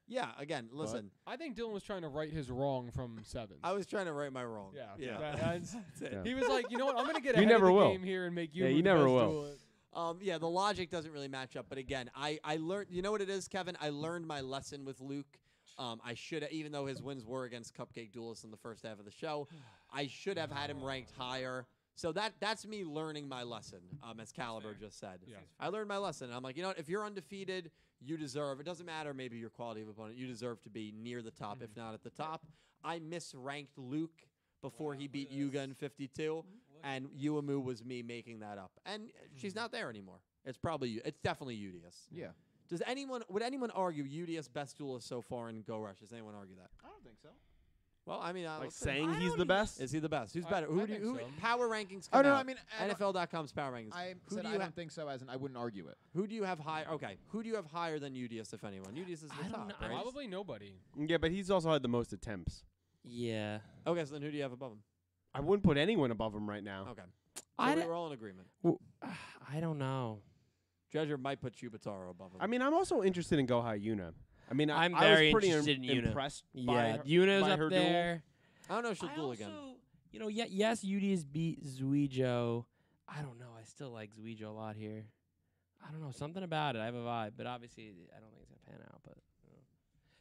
Speaker 1: yeah. Again, listen.
Speaker 5: I think Dylan was trying to right his wrong
Speaker 6: [LAUGHS]
Speaker 5: from sevens.
Speaker 1: I was trying to right my wrong.
Speaker 5: Yeah,
Speaker 1: Yeah.
Speaker 5: that- that's-
Speaker 1: [LAUGHS] That's it.
Speaker 6: Yeah.
Speaker 5: He was like, you know what? I'm gonna get
Speaker 6: You
Speaker 5: ahead
Speaker 6: never
Speaker 5: of the
Speaker 6: will.
Speaker 5: game here and make you.
Speaker 6: Yeah,
Speaker 5: look
Speaker 6: you
Speaker 5: the
Speaker 6: never
Speaker 5: best
Speaker 6: will.
Speaker 5: duelist."
Speaker 1: [LAUGHS] Um, yeah, the logic doesn't really match up. But again, I, I learned, you know what it is, Kevin? I learned my lesson with Luke. Um, I should, even though his wins were against Cupcake Duelist in the first half of the show, I should have had him ranked higher. So that that's me learning my lesson, um, as Caliber just said.
Speaker 5: Yeah.
Speaker 1: I learned my lesson. I'm like, you know what? If you're undefeated, you deserve, it doesn't matter maybe your quality of opponent, you deserve to be near the top, if not at the top. I misranked Luke before he beat Yuga in 52 and Uemu was me making that up. And she's not there anymore. It's probably U- it's definitely UDS.
Speaker 4: Yeah,
Speaker 1: Does anyone would anyone argue UDS best duelist so far in Go Rush? Does anyone argue that?
Speaker 4: I don't think so.
Speaker 1: Well, I mean, I
Speaker 6: Like
Speaker 1: let's-
Speaker 6: saying
Speaker 5: I
Speaker 6: he's
Speaker 5: don't
Speaker 6: the best.
Speaker 1: is he the best? Who's
Speaker 5: I-
Speaker 1: better? who
Speaker 5: I
Speaker 1: do you, who
Speaker 5: think so.
Speaker 1: power rankings?
Speaker 4: Oh
Speaker 1: come
Speaker 4: no,
Speaker 1: out.
Speaker 4: I mean, I don't-
Speaker 1: NFL.com's power rankings.
Speaker 4: I
Speaker 1: who
Speaker 4: said
Speaker 1: do
Speaker 4: I
Speaker 1: you
Speaker 4: don't
Speaker 1: ha-
Speaker 4: think so, as in I wouldn't argue it.
Speaker 1: who do you have higher? Okay, who do you have higher than UDS if anyone? UDS is the
Speaker 2: I don't
Speaker 1: top,
Speaker 2: know. I
Speaker 1: right?
Speaker 2: just-
Speaker 5: Probably nobody.
Speaker 6: Yeah, but he's also had the most attempts.
Speaker 2: Yeah,
Speaker 1: Okay, so then who do you have above him?
Speaker 6: I wouldn't put anyone above him right now.
Speaker 1: Okay, so
Speaker 2: I
Speaker 1: we
Speaker 2: d-
Speaker 1: were all in agreement.
Speaker 2: [SIGHS] I don't know.
Speaker 1: Treasure might put Chubitaro above him.
Speaker 6: I mean, I'm also interested in Gohai Yuna. I mean, I,
Speaker 2: I'm
Speaker 6: I was
Speaker 2: very
Speaker 6: pretty im-
Speaker 2: interested in Yuna.
Speaker 6: impressed by
Speaker 2: Yeah,
Speaker 6: her,
Speaker 2: Yuna's
Speaker 6: by
Speaker 2: up
Speaker 6: her duel.
Speaker 2: there.
Speaker 1: I don't know if she'll
Speaker 2: I
Speaker 1: duel
Speaker 2: also,
Speaker 1: again.
Speaker 2: you know, yeah, yes, Udi's beat Zuijo. I don't know. I still like Zuijo a lot here. I don't know something about it. I have a vibe, but obviously, I don't think it's gonna pan out. But you know.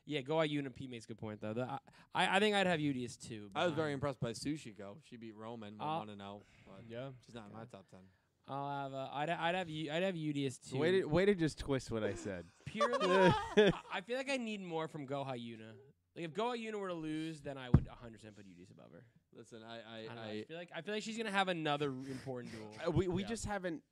Speaker 2: yeah, go out Yuna. Pete makes a good point though. The, I, I I think I'd have Udi's too.
Speaker 1: I was very
Speaker 2: behind.
Speaker 1: impressed by Sushiko. She beat Roman.
Speaker 2: Uh,
Speaker 1: want to know? oh, But
Speaker 5: Yeah.
Speaker 1: she's not in my top ten.
Speaker 2: I'll have uh, I'd I'd have U, I'd have Udi's too.
Speaker 6: Way to, way to just twist what I said. [LAUGHS]
Speaker 2: purely. I, I feel like I need more from Goha Yuna. Like if Goha Yuna were to lose, then I would 100 percent put Udi's above her.
Speaker 1: Listen, I, I,
Speaker 2: I, don't know, I
Speaker 1: I,
Speaker 2: feel like I feel like she's gonna have another
Speaker 1: [LAUGHS]
Speaker 2: important duel.
Speaker 6: Uh, we we
Speaker 5: Yeah.
Speaker 6: just haven't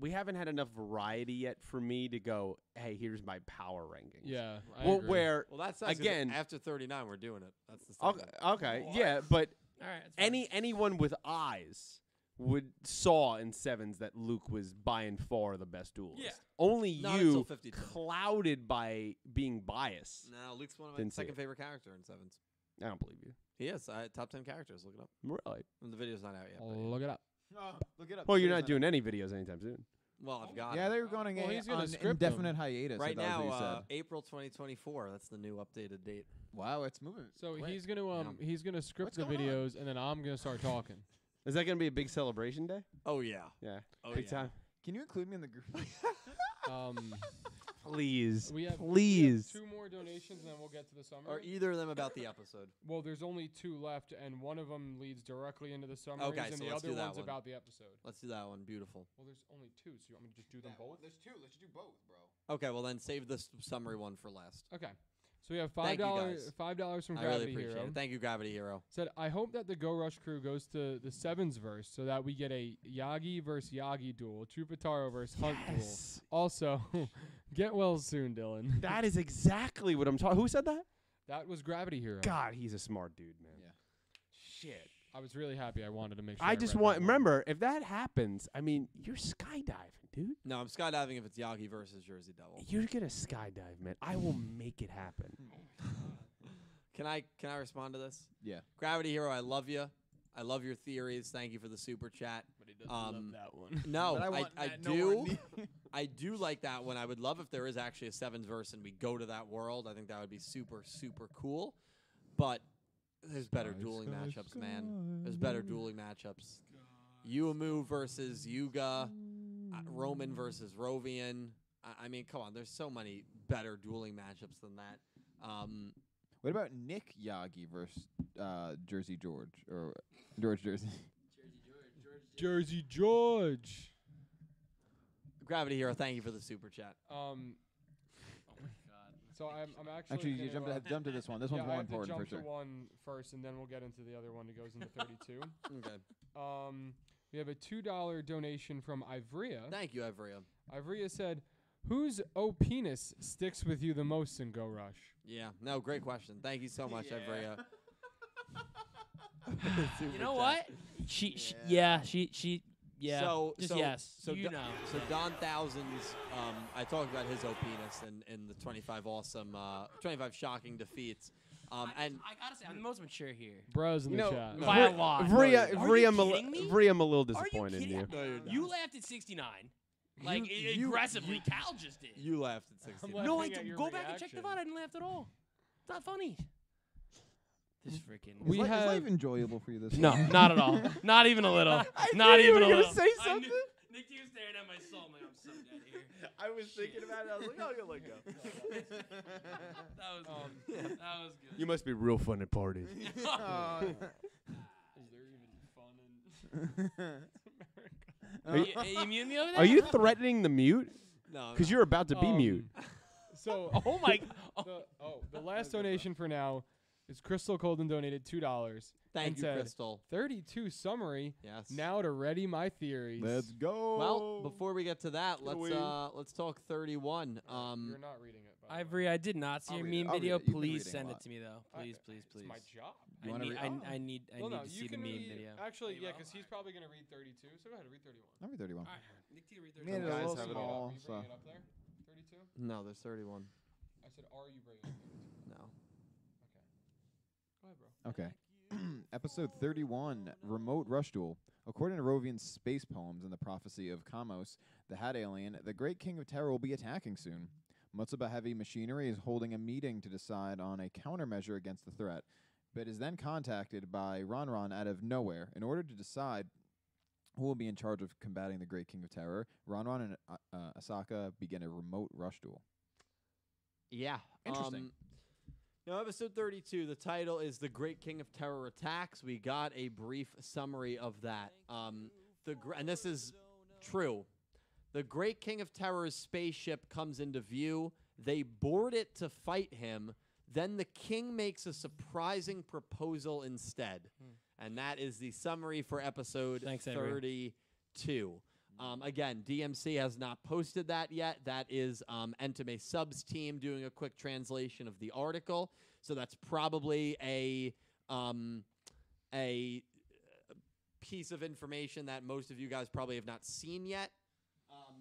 Speaker 6: we haven't had enough variety yet for me to go. Hey, here's my power rankings.
Speaker 5: Yeah. I
Speaker 6: Well,
Speaker 5: agree.
Speaker 6: where
Speaker 1: well, that's nice 'cause
Speaker 6: Again-
Speaker 1: after thirty nine. We're doing it. That's the
Speaker 6: okay,
Speaker 1: second.
Speaker 6: okay yeah, but
Speaker 2: All right. that's fine.
Speaker 6: any anyone with eyes would saw in sevens that Luke was by and far the best duelist.
Speaker 2: Yeah.
Speaker 6: Only
Speaker 1: Not until
Speaker 6: you
Speaker 1: 52.
Speaker 6: clouded by being biased.
Speaker 1: No, Luke's one of my
Speaker 6: Didn't see
Speaker 1: second
Speaker 6: it.
Speaker 1: favorite character in sevens.
Speaker 6: I don't believe you.
Speaker 1: He is I, top ten characters. Look it up.
Speaker 6: Really?
Speaker 1: And the video's not out yet. but yeah.
Speaker 5: Look it up.
Speaker 4: Oh, look it up.
Speaker 6: Well,
Speaker 4: It
Speaker 6: you're
Speaker 4: is
Speaker 6: not
Speaker 4: on-
Speaker 6: doing any videos anytime soon.
Speaker 1: Well, I've got
Speaker 4: Yeah,
Speaker 1: it.
Speaker 4: they were going
Speaker 5: Well,
Speaker 4: a-
Speaker 5: he's gonna
Speaker 4: on
Speaker 5: script them.
Speaker 4: indefinite hiatus. I
Speaker 1: right
Speaker 4: thought
Speaker 1: now,
Speaker 4: was what you
Speaker 1: uh,
Speaker 4: said.
Speaker 1: April 2024. That's the new updated date.
Speaker 4: wow, it's moving.
Speaker 5: So
Speaker 4: quick.
Speaker 5: he's gonna um he's gonna
Speaker 4: What's
Speaker 5: script the
Speaker 4: going on?
Speaker 5: videos and then I'm gonna start talking.
Speaker 6: Is that going to be a big celebration day?
Speaker 1: Oh yeah.
Speaker 6: Yeah.
Speaker 1: Oh
Speaker 6: big
Speaker 1: yeah.
Speaker 6: time.
Speaker 4: Can you include me in the group? [LAUGHS]
Speaker 5: um,
Speaker 6: Please.
Speaker 5: we have we have
Speaker 6: Please.
Speaker 5: two more donations and then we'll get to the summer.
Speaker 1: Are e- either of them about the episode?
Speaker 5: well, there's only two left and one of them leads directly into the summaries
Speaker 1: Okay,
Speaker 5: and
Speaker 1: so
Speaker 5: the
Speaker 1: let's
Speaker 5: other
Speaker 1: do that
Speaker 5: one's
Speaker 1: one.
Speaker 5: about the episode.
Speaker 1: Let's do that one. Beautiful.
Speaker 5: Well, there's only two, so you want me to just do them
Speaker 3: That
Speaker 5: both?
Speaker 3: one- There's two. Let's do both, bro.
Speaker 1: Okay, well then save this summary one for last.
Speaker 5: Okay. So we have five
Speaker 1: Thank you,
Speaker 5: dollars
Speaker 1: guys.
Speaker 5: five dollars from
Speaker 1: I really
Speaker 5: Gravity
Speaker 1: appreciate
Speaker 5: Hero.
Speaker 1: it. Thank you, Gravity Hero.
Speaker 5: Said, I hope that the Go Rush crew goes to the Sevens verse so that we get a Yagi versus Yagi duel, Chupataro versus Hunt duel. Also, [LAUGHS] get well soon, Dylan.
Speaker 6: That is exactly what I'm talking. Who said that?
Speaker 5: That was Gravity Hero.
Speaker 6: God, he's a smart dude, man.
Speaker 4: Yeah.
Speaker 6: Shit.
Speaker 5: I was really happy. I wanted to make sure.
Speaker 6: I just
Speaker 5: read
Speaker 6: want
Speaker 5: that one.
Speaker 6: remember if that happens, I mean, you're skydiving, dude.
Speaker 1: No, I'm skydiving if it's Yagi versus Jersey Devil.
Speaker 6: You're gonna skydive, man. I will make it happen.
Speaker 1: Can I can I respond to this?
Speaker 4: Yeah.
Speaker 1: Gravity Hero, I love you. I love your theories. Thank you for the super chat.
Speaker 5: But he doesn't
Speaker 1: Um,
Speaker 5: love that one.
Speaker 1: No,
Speaker 4: But I
Speaker 1: I, I,
Speaker 4: want that nowhere
Speaker 1: do.
Speaker 4: near-
Speaker 1: I do like that one. I would love if there is actually a sevens verse and we go to that world. I think that would be super super cool. But there's better
Speaker 4: Sky,
Speaker 1: dueling
Speaker 4: sky,
Speaker 1: matchups, man. There's better dueling matchups. Yuumu versus Yuga. uh, Roman versus Rovian. I, I mean, come on. There's so many better dueling matchups than that. Um,
Speaker 4: What about Nick Yagi versus uh, Jersey George or George Jersey?
Speaker 5: Jersey George.
Speaker 1: Gravity Hero, thank you for the super chat.
Speaker 5: Um,
Speaker 2: Oh my god.
Speaker 5: so I'm, I'm actually.
Speaker 4: Actually, you
Speaker 5: gonna,
Speaker 4: jump to,
Speaker 5: uh,
Speaker 4: jump to this one. This
Speaker 5: yeah,
Speaker 4: one's
Speaker 5: I
Speaker 4: more
Speaker 5: have to
Speaker 4: important
Speaker 5: jump
Speaker 4: for
Speaker 5: to
Speaker 4: sure.
Speaker 5: one first, and then we'll get into the other one that goes into 32.
Speaker 2: [LAUGHS]
Speaker 1: Okay.
Speaker 5: Um, we have a two dollar donation from Ivrea.
Speaker 1: Thank you, Ivrea.
Speaker 5: Ivrea said, "Whose O penis sticks with you the most in Go Rush?"
Speaker 1: Yeah. No, great question. Thank you so much,
Speaker 3: Yeah.
Speaker 1: [LAUGHS]
Speaker 2: [LAUGHS]
Speaker 1: Ivrea.
Speaker 2: You know what? She, yeah. she, yeah, she, she, yeah.
Speaker 1: So,
Speaker 2: just
Speaker 1: so,
Speaker 2: yes.
Speaker 1: So
Speaker 2: you
Speaker 1: Don-
Speaker 2: know.
Speaker 1: So Don Thousands, um, I talked about his O penis and, and the 25 awesome, uh, 25 shocking defeats. Um,
Speaker 2: I,
Speaker 1: and
Speaker 2: I gotta say, I'm the most mature here.
Speaker 5: Bros in
Speaker 6: You
Speaker 5: the
Speaker 6: know,
Speaker 5: chat.
Speaker 1: no.
Speaker 2: By a lot.
Speaker 6: Vria,
Speaker 2: Are you
Speaker 6: Vria, I'm a,
Speaker 2: kidding me?
Speaker 6: li- Vria, I'm a little
Speaker 2: Are you
Speaker 6: disappointed in
Speaker 2: kidding?
Speaker 6: you.
Speaker 1: No, you're
Speaker 2: You
Speaker 1: not.
Speaker 2: laughed at 69. Like,
Speaker 1: You-
Speaker 2: i-
Speaker 1: you-
Speaker 2: aggressively.
Speaker 1: you-
Speaker 2: Cal just did.
Speaker 1: you laughed at 60.
Speaker 5: laughing.
Speaker 2: no, I
Speaker 5: at
Speaker 2: didn't.
Speaker 5: your
Speaker 2: Go back and check the
Speaker 5: reaction.
Speaker 2: VOD. I didn't laugh at all. It's not funny. This freaking.
Speaker 5: We
Speaker 4: is, li- is
Speaker 5: have-
Speaker 4: life enjoyable for you this
Speaker 2: No,
Speaker 4: week?
Speaker 2: [LAUGHS] not at all.
Speaker 4: [LAUGHS]
Speaker 2: Not even a little. not
Speaker 6: knew you
Speaker 2: even
Speaker 6: were
Speaker 2: a
Speaker 6: gonna
Speaker 2: little.
Speaker 6: say
Speaker 2: I knew-
Speaker 6: something.
Speaker 2: Nick, you were staring at my soul. I'm like, I'm so dead
Speaker 4: [LAUGHS]
Speaker 2: here.
Speaker 6: I was
Speaker 2: thinking about
Speaker 6: it. I was like, oh, you let go.
Speaker 5: [LAUGHS]
Speaker 2: That was
Speaker 5: Um,
Speaker 2: good. That was good.
Speaker 6: You must be real fun at parties.
Speaker 5: Is there even fun in
Speaker 4: [LAUGHS]
Speaker 5: America?
Speaker 2: Are you, are [LAUGHS] you muting me over there?
Speaker 6: [LAUGHS] Are you threatening the mute?
Speaker 1: No,
Speaker 6: Because you're about to be
Speaker 5: Um,
Speaker 6: mute.
Speaker 5: [LAUGHS] So,
Speaker 2: Oh my. Oh,
Speaker 5: the, oh, the last donation for now is Crystal Colden donated two dollars,
Speaker 1: Thank
Speaker 5: and
Speaker 1: you,
Speaker 5: said-
Speaker 1: Crystal.
Speaker 5: thirty-two summary.
Speaker 1: Yes.
Speaker 5: Now to ready my theories.
Speaker 4: Let's go.
Speaker 1: Well, before we get to that, let's
Speaker 6: we-
Speaker 1: uh, let's talk 31.
Speaker 5: Oh,
Speaker 1: Um,
Speaker 5: You're not reading it. By the way.
Speaker 2: Ivory, I did not see
Speaker 4: I'll
Speaker 2: your
Speaker 4: read it.
Speaker 2: meme
Speaker 4: I'll read
Speaker 2: video.
Speaker 4: it. You've been
Speaker 2: Please
Speaker 4: reading a
Speaker 2: send it
Speaker 4: lot.
Speaker 2: to me though.
Speaker 5: I-
Speaker 2: Please, please, please.
Speaker 5: It's my job.
Speaker 2: I
Speaker 4: You wanna
Speaker 2: need,
Speaker 4: read-
Speaker 2: I,
Speaker 4: oh.
Speaker 2: I need, I
Speaker 5: well,
Speaker 2: need
Speaker 5: no,
Speaker 2: to
Speaker 5: you
Speaker 2: see the
Speaker 5: can
Speaker 2: meme
Speaker 5: read.
Speaker 2: video.
Speaker 5: Actually,
Speaker 2: You
Speaker 5: yeah,
Speaker 2: will?
Speaker 5: because he's probably gonna read thirty-two. So go ahead, read thirty-one.
Speaker 4: Number 31.
Speaker 2: Alright, Nick, do you read
Speaker 4: Me and
Speaker 2: those?
Speaker 4: it a
Speaker 1: guys
Speaker 4: little
Speaker 1: have it
Speaker 5: Bring it
Speaker 4: small,
Speaker 5: up. You
Speaker 4: so.
Speaker 5: bringing it up there? Thirty-two.
Speaker 1: no, there's 31.
Speaker 5: I said, are you bringing it
Speaker 1: No.
Speaker 5: up? Go ahead, bro.
Speaker 4: Okay. [CLEARS THROAT] Episode 31 Remote Rush Duel. According to Rovian's space poems and the prophecy of Kamos, the Hat Alien, the Great King of Terror will be attacking soon. Mutsuba Heavy Machinery is holding a meeting to decide on a countermeasure against the threat, but is then contacted by Ronron out of nowhere in order to decide who will be in charge of combating the Great King of Terror. Ronron and uh, uh, Asaka begin a remote rush duel.
Speaker 1: Yeah.
Speaker 4: Interesting.
Speaker 1: Um, now, episode 32, the title is The Great King of Terror Attacks. We got a brief summary of that. Um, the gr- And this is true. The Great King of Terror's spaceship comes into view. They board it to fight him. Then the king makes a surprising proposal instead. And that is the summary for episode
Speaker 2: Thanks, Avery.
Speaker 1: 32. Um, again, DMC has not posted that yet. That is um, Entame Subs team doing a quick translation of the article. So that's probably a um, a uh, piece of information that most of you guys probably have not seen yet. Um,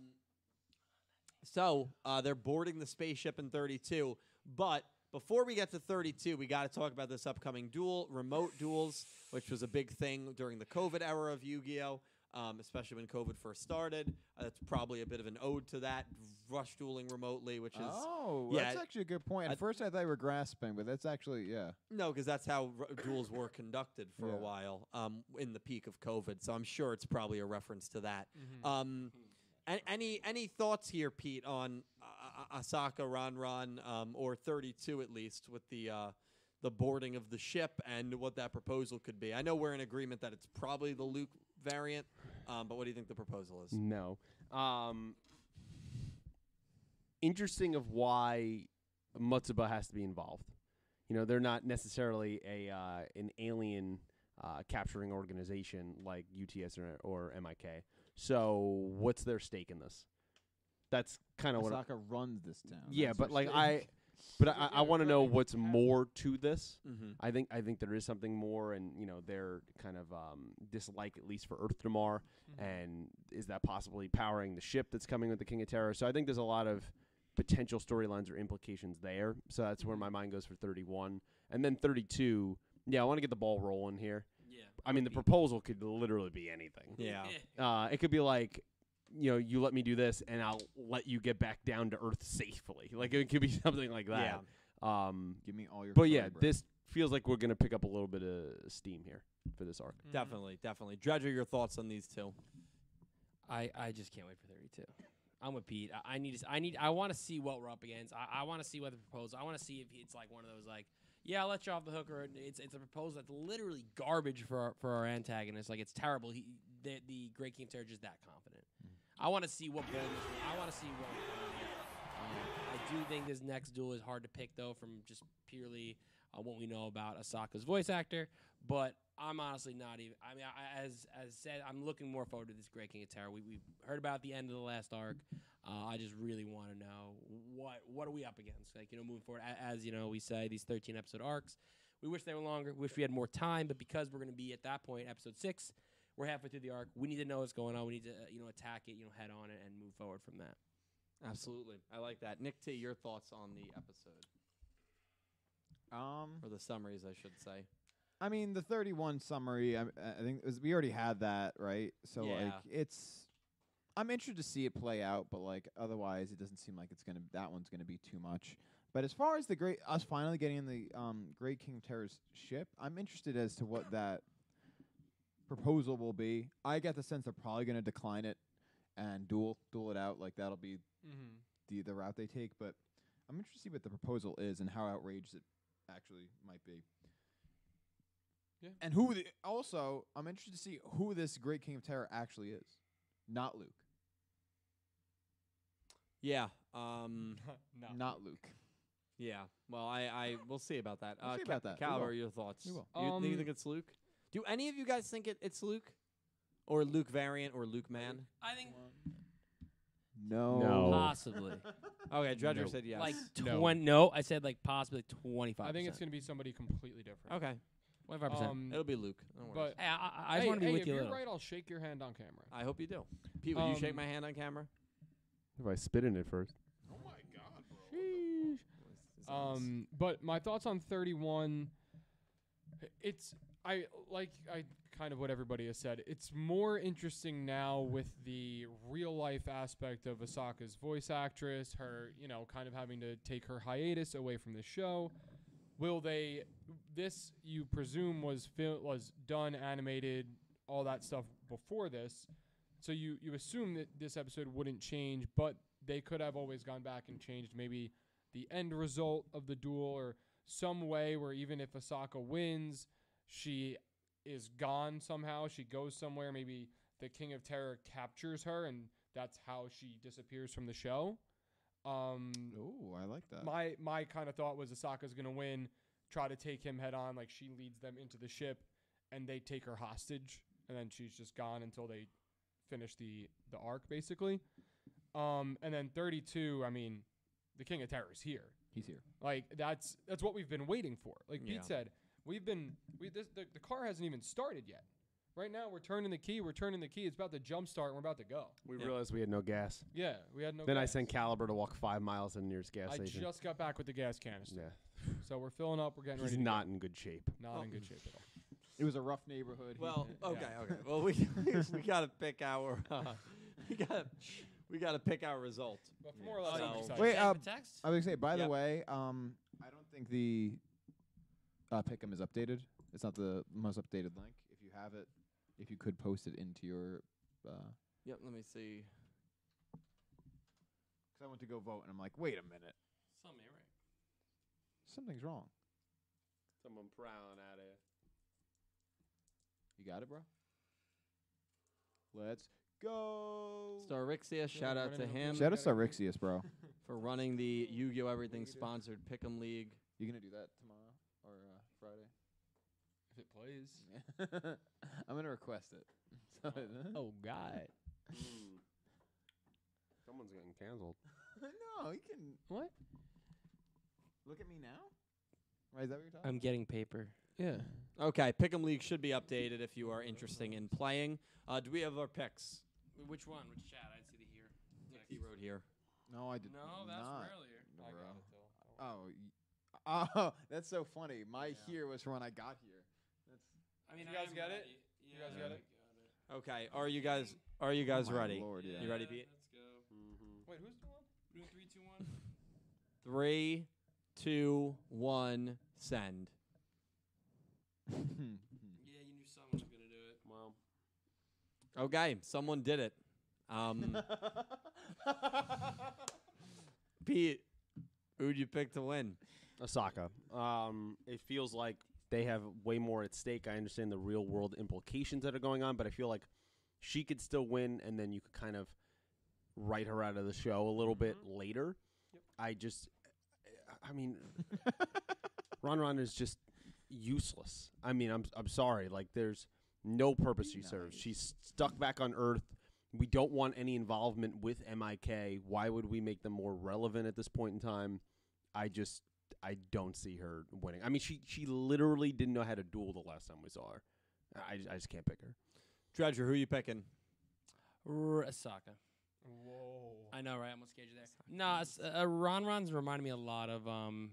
Speaker 1: so uh, they're boarding the spaceship in 32. But before we get to 32, we got to talk about this upcoming duel, remote duels, which was a big thing during the COVID era of Yu Gi Oh! um, especially when COVID first started. Uh, That's probably a bit of an ode to that rush dueling remotely, which is
Speaker 4: Oh,
Speaker 1: yeah,
Speaker 4: that's actually a good point. At
Speaker 1: I-
Speaker 4: first, I thought we were grasping, but that's actually yeah.
Speaker 1: No, because that's how r- duels were conducted for
Speaker 4: Yeah.
Speaker 1: a while um, in the peak of COVID. So I'm sure it's probably a reference to that. Um, a- any any thoughts here, Pete, on uh, Asaka Ron Ron um, or 32 at least with the uh, the boarding of the ship and what that proposal could be? I know we're in agreement that it's probably the Luke variant, um, but what do you think the proposal is?
Speaker 6: No. Um, interesting of why Mutsuba has to be involved. You know, they're not necessarily a uh, an alien uh, capturing organization like UTS or, or MIK. So, what's their stake in this? That's kind of what. I,
Speaker 4: Osaka runs this town.
Speaker 6: yeah,
Speaker 4: that's
Speaker 6: but
Speaker 4: for
Speaker 6: like
Speaker 4: sure. [LAUGHS]
Speaker 6: I, but I, I
Speaker 5: Yeah,
Speaker 6: want to
Speaker 5: but
Speaker 6: know
Speaker 5: like,
Speaker 6: what's
Speaker 5: how-
Speaker 6: more to this.
Speaker 1: Mm-hmm.
Speaker 6: I think I think there is something more, and you know their kind of um, dislike at least for Earth Damar, and is that possibly powering the ship that's coming with the King of Terror? So I think there's a lot of potential storylines or implications there. So that's where my mind goes for 31, and then 32. Yeah, I want to get the ball rolling here.
Speaker 2: Yeah.
Speaker 6: I mean,
Speaker 2: [LAUGHS]
Speaker 6: the proposal could literally be anything.
Speaker 1: [LAUGHS] Yeah.
Speaker 2: Mm-hmm.
Speaker 6: Uh, it could be like, you know, you let me do this, and I'll let you get back down to Earth safely. Like it could be [LAUGHS] something like that. Yeah. Um,
Speaker 4: give me all your.
Speaker 6: but yeah,
Speaker 4: fiber.
Speaker 6: this feels like we're gonna pick up a little bit of steam here for this
Speaker 1: Mm-hmm.
Speaker 6: arc.
Speaker 1: Definitely, definitely. Dredger, your thoughts on these two?
Speaker 2: I, I just can't wait for 32. I'm with Pete. I, I need to, s- I need I want to see what we're up against. I, I want to see what the proposal. I want to see if it's like one of those like yeah, I'll let you off the hook or it's it's a proposal that's literally garbage for our, for our antagonist. Like it's terrible. He the, the Great King of Terror is just that confident. I want to see what boldness. I want to see what. Um, I do think this next duel is hard to pick though from just purely uh, what we know about Asaka's voice actor, but I'm honestly not even. I mean, I, I- as as said, I'm looking more forward to this Great King of Terror. We we heard about the end of the last arc. Uh, I just really want to know what what are we up against? Like you know, moving forward, A- as you know, we say these 13 episode arcs. We wish they were longer. Wish we had more time, but because we're going to be at that point, episode six, we're halfway through the arc. We need to know what's going on. We need to uh, you know attack it, you know, head on and, and move forward from that.
Speaker 1: Absolutely, I like that. Nick T, your thoughts on the episode
Speaker 4: um,
Speaker 1: or the summaries, I should say.
Speaker 4: I mean, the 31 summary, I, I think it was, we already had that, right? So, like,
Speaker 1: Yeah.
Speaker 4: it's. I'm interested to see it play out, but, like, otherwise, it doesn't seem like it's going to. That one's going to be too much. But as far as the great. Us finally getting in the um, Great King of Terror's ship, I'm interested as to what that proposal will be. I get the sense they're probably going to decline it and duel, duel it out. Like, that'll be
Speaker 5: Mm-hmm. [LAUGHS]
Speaker 4: the, the route they take, but I'm interested to see what the proposal is and how outraged it actually might be.
Speaker 5: Yeah.
Speaker 4: And who the, also I'm interested to see who this great king of terror actually is. Not Luke.
Speaker 1: Yeah. Um,
Speaker 5: no.
Speaker 4: Not Luke.
Speaker 1: yeah. Well, I, I we'll see about that.
Speaker 4: We'll
Speaker 1: uh,
Speaker 4: see
Speaker 1: Cap-
Speaker 4: about that. We
Speaker 1: Cal, what
Speaker 4: will.
Speaker 1: are your thoughts?
Speaker 4: We will.
Speaker 1: You, do you
Speaker 5: Um,
Speaker 1: think it's Luke? Do any of you guys think it, it's Luke, or Luke variant, or Luke man?
Speaker 2: I think
Speaker 4: No.
Speaker 5: Oh.
Speaker 6: No.
Speaker 5: [LAUGHS]
Speaker 2: possibly
Speaker 1: Okay, Dredger
Speaker 6: No.
Speaker 1: said yes.
Speaker 2: like
Speaker 5: No.
Speaker 2: twenty. No. I said like possibly 25.
Speaker 5: I think it's going to be somebody completely different.
Speaker 1: okay,
Speaker 2: 25. percent
Speaker 5: Um,
Speaker 1: it'll be Luke. No worries.
Speaker 5: but
Speaker 2: Hey, I, I- I
Speaker 5: hey,
Speaker 2: just want to be
Speaker 5: hey,
Speaker 2: with
Speaker 5: if
Speaker 2: you a
Speaker 5: you're
Speaker 2: little.
Speaker 5: right, I'll shake your hand on camera.
Speaker 1: I hope you do. Pete, would you shake
Speaker 5: Um,
Speaker 1: my hand on
Speaker 5: [LAUGHS]
Speaker 1: camera?
Speaker 6: If I spit in it first,
Speaker 3: Oh my god, bro.
Speaker 5: Um, but my thoughts on 31, it's I like I kind of what everybody has said. It's more interesting now with the real life aspect of Asaka's voice actress, her you know kind of having to take her hiatus away from the show. Will they? This you presume was fil- was done animated, all that stuff before this. So you you assume that this episode wouldn't change, but they could have always gone back and changed maybe the end result of the duel or some way where even if Asaka wins, she is gone somehow. She goes somewhere. Maybe the King of Terror captures her and that's how she disappears from the show. Um,
Speaker 4: Oh, I like that.
Speaker 5: my my kind of thought was Asaka's going to win, try to take him head on. Like she leads them into the ship and they take her hostage and then she's just gone until they finish the, the arc basically. Um, and then 32, I mean, the King of Terror is here.
Speaker 4: He's here.
Speaker 5: Like that's that's what we've been waiting for. Like
Speaker 1: Yeah.
Speaker 5: Pete said, we've been we this, the, the car hasn't even started yet. Right now we're turning the key, we're turning the key. It's about to jump start and we're about to go.
Speaker 6: we
Speaker 1: Yeah.
Speaker 6: realized we had no gas.
Speaker 5: Yeah, we had no.
Speaker 6: then I
Speaker 5: gas.
Speaker 6: sent Caliber to walk five miles to the nearest gas
Speaker 5: I
Speaker 6: station.
Speaker 5: just got back with the gas canister,
Speaker 6: yeah,
Speaker 5: so we're filling up. We're getting
Speaker 6: he's
Speaker 5: ready. to go.
Speaker 6: not in good shape.
Speaker 5: not
Speaker 1: Oh.
Speaker 5: in good shape at all.
Speaker 4: It was a rough neighborhood. He-
Speaker 1: Well,
Speaker 5: Yeah.
Speaker 1: okay, okay. Well, we [LAUGHS] we gotta pick our [LAUGHS] uh, we gotta we gotta pick our result.
Speaker 5: But for
Speaker 6: Yeah.
Speaker 5: more or
Speaker 2: Oh,
Speaker 5: less,
Speaker 1: So-
Speaker 5: I'm excited.
Speaker 4: Wait,
Speaker 2: Send
Speaker 4: uh,
Speaker 2: the text?
Speaker 4: I would say. By the
Speaker 1: Yep.
Speaker 4: way, um, I don't think the uh, pick'em is updated. It's not the most updated link. If you have it, if you could post it into your, uh, because
Speaker 1: Yep. Let me see.
Speaker 4: I went to go vote and I'm like, wait a minute,
Speaker 2: Something ain't right.
Speaker 4: something's wrong.
Speaker 6: Someone prowling at it.
Speaker 4: You got it, bro. Let's go.
Speaker 1: Starixia, shout out to
Speaker 5: running
Speaker 1: him
Speaker 5: over
Speaker 4: Shout out
Speaker 5: gotta-
Speaker 4: Rixius, bro.
Speaker 1: for running the Yu-Gi-Oh! Everything
Speaker 5: do?
Speaker 1: sponsored Pick'em League.
Speaker 4: You gonna do that tomorrow or uh, Friday?
Speaker 5: If it plays.
Speaker 4: [LAUGHS] I'm gonna request it. [LAUGHS] So-
Speaker 5: Oh God.
Speaker 6: Hmm. Someone's getting canceled.
Speaker 4: no, you can
Speaker 5: What?
Speaker 4: look at me now. Right, is that what you're talking?
Speaker 2: I'm getting paper.
Speaker 5: Yeah.
Speaker 1: Okay, Pick'em League should be updated if you are interested in playing. Uh, do we have our picks?
Speaker 2: Which one? Which chat? I'd see the here.
Speaker 1: He wrote here.
Speaker 4: no, I did
Speaker 2: No, that's
Speaker 4: not.
Speaker 2: earlier.
Speaker 4: No, bro.
Speaker 5: Oh.
Speaker 4: Oh, y- [LAUGHS] oh, that's so funny. My
Speaker 2: Yeah.
Speaker 4: here was when I got here.
Speaker 2: I mean,
Speaker 5: You
Speaker 2: I
Speaker 5: guys
Speaker 2: am
Speaker 5: got it?
Speaker 2: ready.
Speaker 5: You guys
Speaker 2: Yeah,
Speaker 5: got
Speaker 2: I
Speaker 5: it?
Speaker 1: Okay, are you guys are you guys
Speaker 4: Oh My
Speaker 1: ready?
Speaker 4: Lord, yeah.
Speaker 1: You ready, Pete?
Speaker 2: Let's go.
Speaker 6: Mm-hmm.
Speaker 5: Wait, who's the one?
Speaker 2: We're doing three, two, one. [LAUGHS]
Speaker 1: Three, two, one, send.
Speaker 4: [LAUGHS]
Speaker 2: yeah, you knew someone was gonna do it.
Speaker 6: Well,
Speaker 1: Okay, someone did it.
Speaker 4: [LAUGHS]
Speaker 1: Um, Pete, who'd you pick to win?
Speaker 6: Osaka. Um, it feels like they have way more at stake. I understand the real world implications that are going on, but I feel like she could still win, and then you could kind of write her out of the show a little bit later. I just, I mean, [LAUGHS] Ron Ron is just useless. I mean, I'm I'm sorry. Like, there's no purpose she serves. She's stuck back on Earth. We don't want any involvement with MIK. Why would we make them more relevant at this point in time? I just I don't see her winning. I mean, she she literally didn't know how to duel the last time we saw her. I, I just can't pick her.
Speaker 1: Dredger, who you picking?
Speaker 2: R- Asaka.
Speaker 5: Whoa.
Speaker 2: I know, right? I almost gave you there. Nah, it's, uh, Ron Ron's reminded me a lot of um,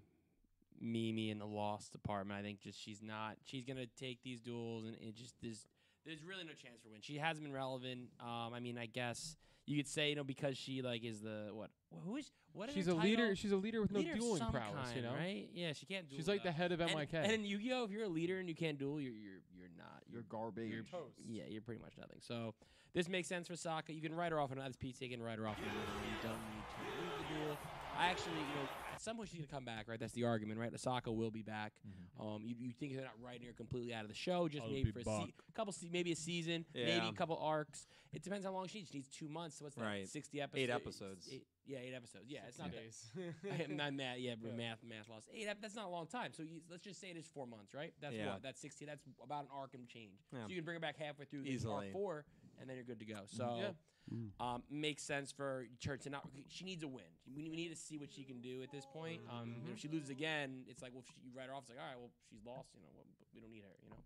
Speaker 2: Mimi in the Lost Department. I think just she's not. She's gonna take these duels, and it just there's there's really no chance for win. She hasn't been relevant. Um, I mean, I guess you could say you know because she like is the what wh- who is what is
Speaker 5: She's a
Speaker 2: her
Speaker 5: leader.
Speaker 2: title?
Speaker 5: She's a leader with no
Speaker 2: Leader of
Speaker 5: dueling
Speaker 2: some
Speaker 5: prowess.
Speaker 2: kind,
Speaker 5: you know.
Speaker 2: right? Yeah, she can't duel.
Speaker 5: She's like the
Speaker 2: though.
Speaker 5: head of
Speaker 2: and,
Speaker 5: MYK.
Speaker 2: And in Yu-Gi-Oh, if you're a leader and you can't duel, you're you're you're not.
Speaker 4: You're garbage.
Speaker 2: You're-
Speaker 5: toast.
Speaker 2: Yeah, you're pretty much nothing. So this makes sense for Sokka. You can write her off, and that's PT. You can write her off. another one. You don't need to leave the duel. I actually, you know, at some point she's gonna come back, right? That's the argument, right? Asaka will be back.
Speaker 1: Mm-hmm.
Speaker 2: Um, you, you think they're not writing her completely out of the show?
Speaker 1: Oh,
Speaker 2: Just
Speaker 5: I'll
Speaker 2: maybe
Speaker 5: be
Speaker 2: for a
Speaker 5: back.
Speaker 2: se- couple, se- maybe a season, maybe
Speaker 1: Yeah.
Speaker 2: a couple arcs. It depends how long she needs. She needs two months. So what's that?
Speaker 1: Right.
Speaker 2: Sixty episodes.
Speaker 1: episodes.
Speaker 2: Eight- yeah, eight episodes. Yeah, it's not that.
Speaker 5: days. [LAUGHS]
Speaker 2: [LAUGHS] I am not
Speaker 4: [LAUGHS]
Speaker 2: math. Yeah,
Speaker 5: Yeah.
Speaker 2: math, math loss. Eight. ep- That's not a long time. So you, let's just say it is four months, right? That's
Speaker 1: Yeah.
Speaker 2: what. That's sixty. That's about an arc and change.
Speaker 1: Yeah.
Speaker 2: So you can bring it back halfway through
Speaker 1: Easily.
Speaker 2: R four, and then you're good to go. So,
Speaker 5: Yeah.
Speaker 6: Mm.
Speaker 2: um, makes sense for her to not. She needs a win. We, we need to see what she can do at this point.
Speaker 4: Mm-hmm.
Speaker 2: Um, you know, if she loses again, it's like, well, if she, you write her off. It's like, all right, well, she's lost. You know, what we don't need her. You know,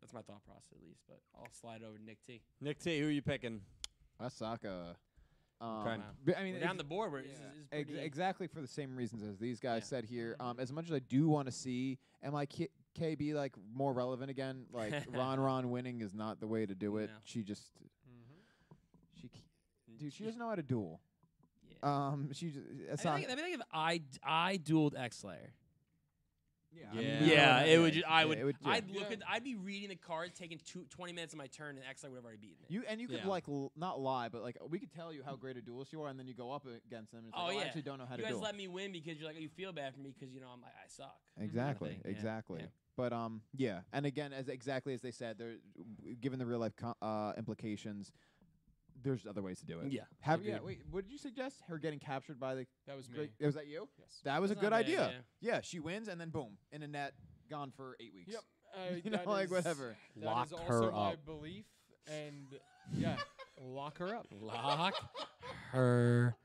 Speaker 2: that's my thought process at least. But I'll slide over to Nick T.
Speaker 1: Nick T, who you picking?
Speaker 4: Osaka. Um,
Speaker 1: Okay.
Speaker 2: Wow.
Speaker 4: but, I mean,
Speaker 2: We're
Speaker 4: it's-
Speaker 2: down the board. We're,
Speaker 4: Yeah.
Speaker 2: it's, it's
Speaker 4: Ex-
Speaker 2: pretty-
Speaker 4: exactly for the same reasons as these guys
Speaker 2: Yeah. Mm-hmm.
Speaker 4: said here. Um, as much as I do want to see MIK be like more relevant again, like
Speaker 2: [LAUGHS]
Speaker 4: Ron Ron winning is not the way to do it.
Speaker 2: No.
Speaker 4: She just
Speaker 5: Mm-hmm.
Speaker 4: she c- dude she
Speaker 2: Yeah.
Speaker 4: doesn't know how to duel.
Speaker 2: Yeah.
Speaker 4: Um, she just,
Speaker 2: I mean, I mean, I think if I I dueled X Layer.
Speaker 4: yeah,
Speaker 1: I mean, Yeah.
Speaker 2: Yeah,
Speaker 4: that-
Speaker 2: it would.
Speaker 4: yeah,
Speaker 2: Just, I
Speaker 4: yeah,
Speaker 2: would.
Speaker 4: it would- yeah.
Speaker 2: I'd look
Speaker 5: Yeah.
Speaker 2: at. I'd be reading the cards, taking two, 20 minutes of my turn, and X I would have already beaten it.
Speaker 4: You and you could
Speaker 1: Yeah.
Speaker 4: like l- not lie, but like we could tell you how great a duelist you are, and then you go up against them. And it's
Speaker 2: Oh,
Speaker 4: like, I
Speaker 2: yeah.
Speaker 4: actually don't know how to
Speaker 2: You guys
Speaker 4: duel.
Speaker 2: let me win because you're like, oh, you feel bad for me because you know I'm like I suck.
Speaker 4: Exactly,
Speaker 2: thing, yeah,
Speaker 4: exactly.
Speaker 2: yeah.
Speaker 4: But um, yeah, and again, as exactly as they said, there, w- given the real life co- uh, implications, there's other ways to do it.
Speaker 2: Yeah,
Speaker 4: Have, yeah. Wait, what did you suggest? Her getting captured by the
Speaker 5: That was me.
Speaker 4: great? Was that you?
Speaker 5: Yes.
Speaker 4: That was a
Speaker 2: That's not
Speaker 4: good
Speaker 2: a bad
Speaker 4: idea.
Speaker 2: idea.
Speaker 4: Yeah, she wins, and then boom, in a net, gone for eight weeks. [LAUGHS]
Speaker 5: Yep. Uh,
Speaker 4: [LAUGHS] You know,
Speaker 5: that
Speaker 4: like
Speaker 5: is-
Speaker 4: whatever.
Speaker 5: that is
Speaker 6: Lock
Speaker 5: also
Speaker 6: her
Speaker 5: my
Speaker 6: up.
Speaker 5: belief, and
Speaker 4: [LAUGHS]
Speaker 5: yeah, lock her up.
Speaker 2: Lock her.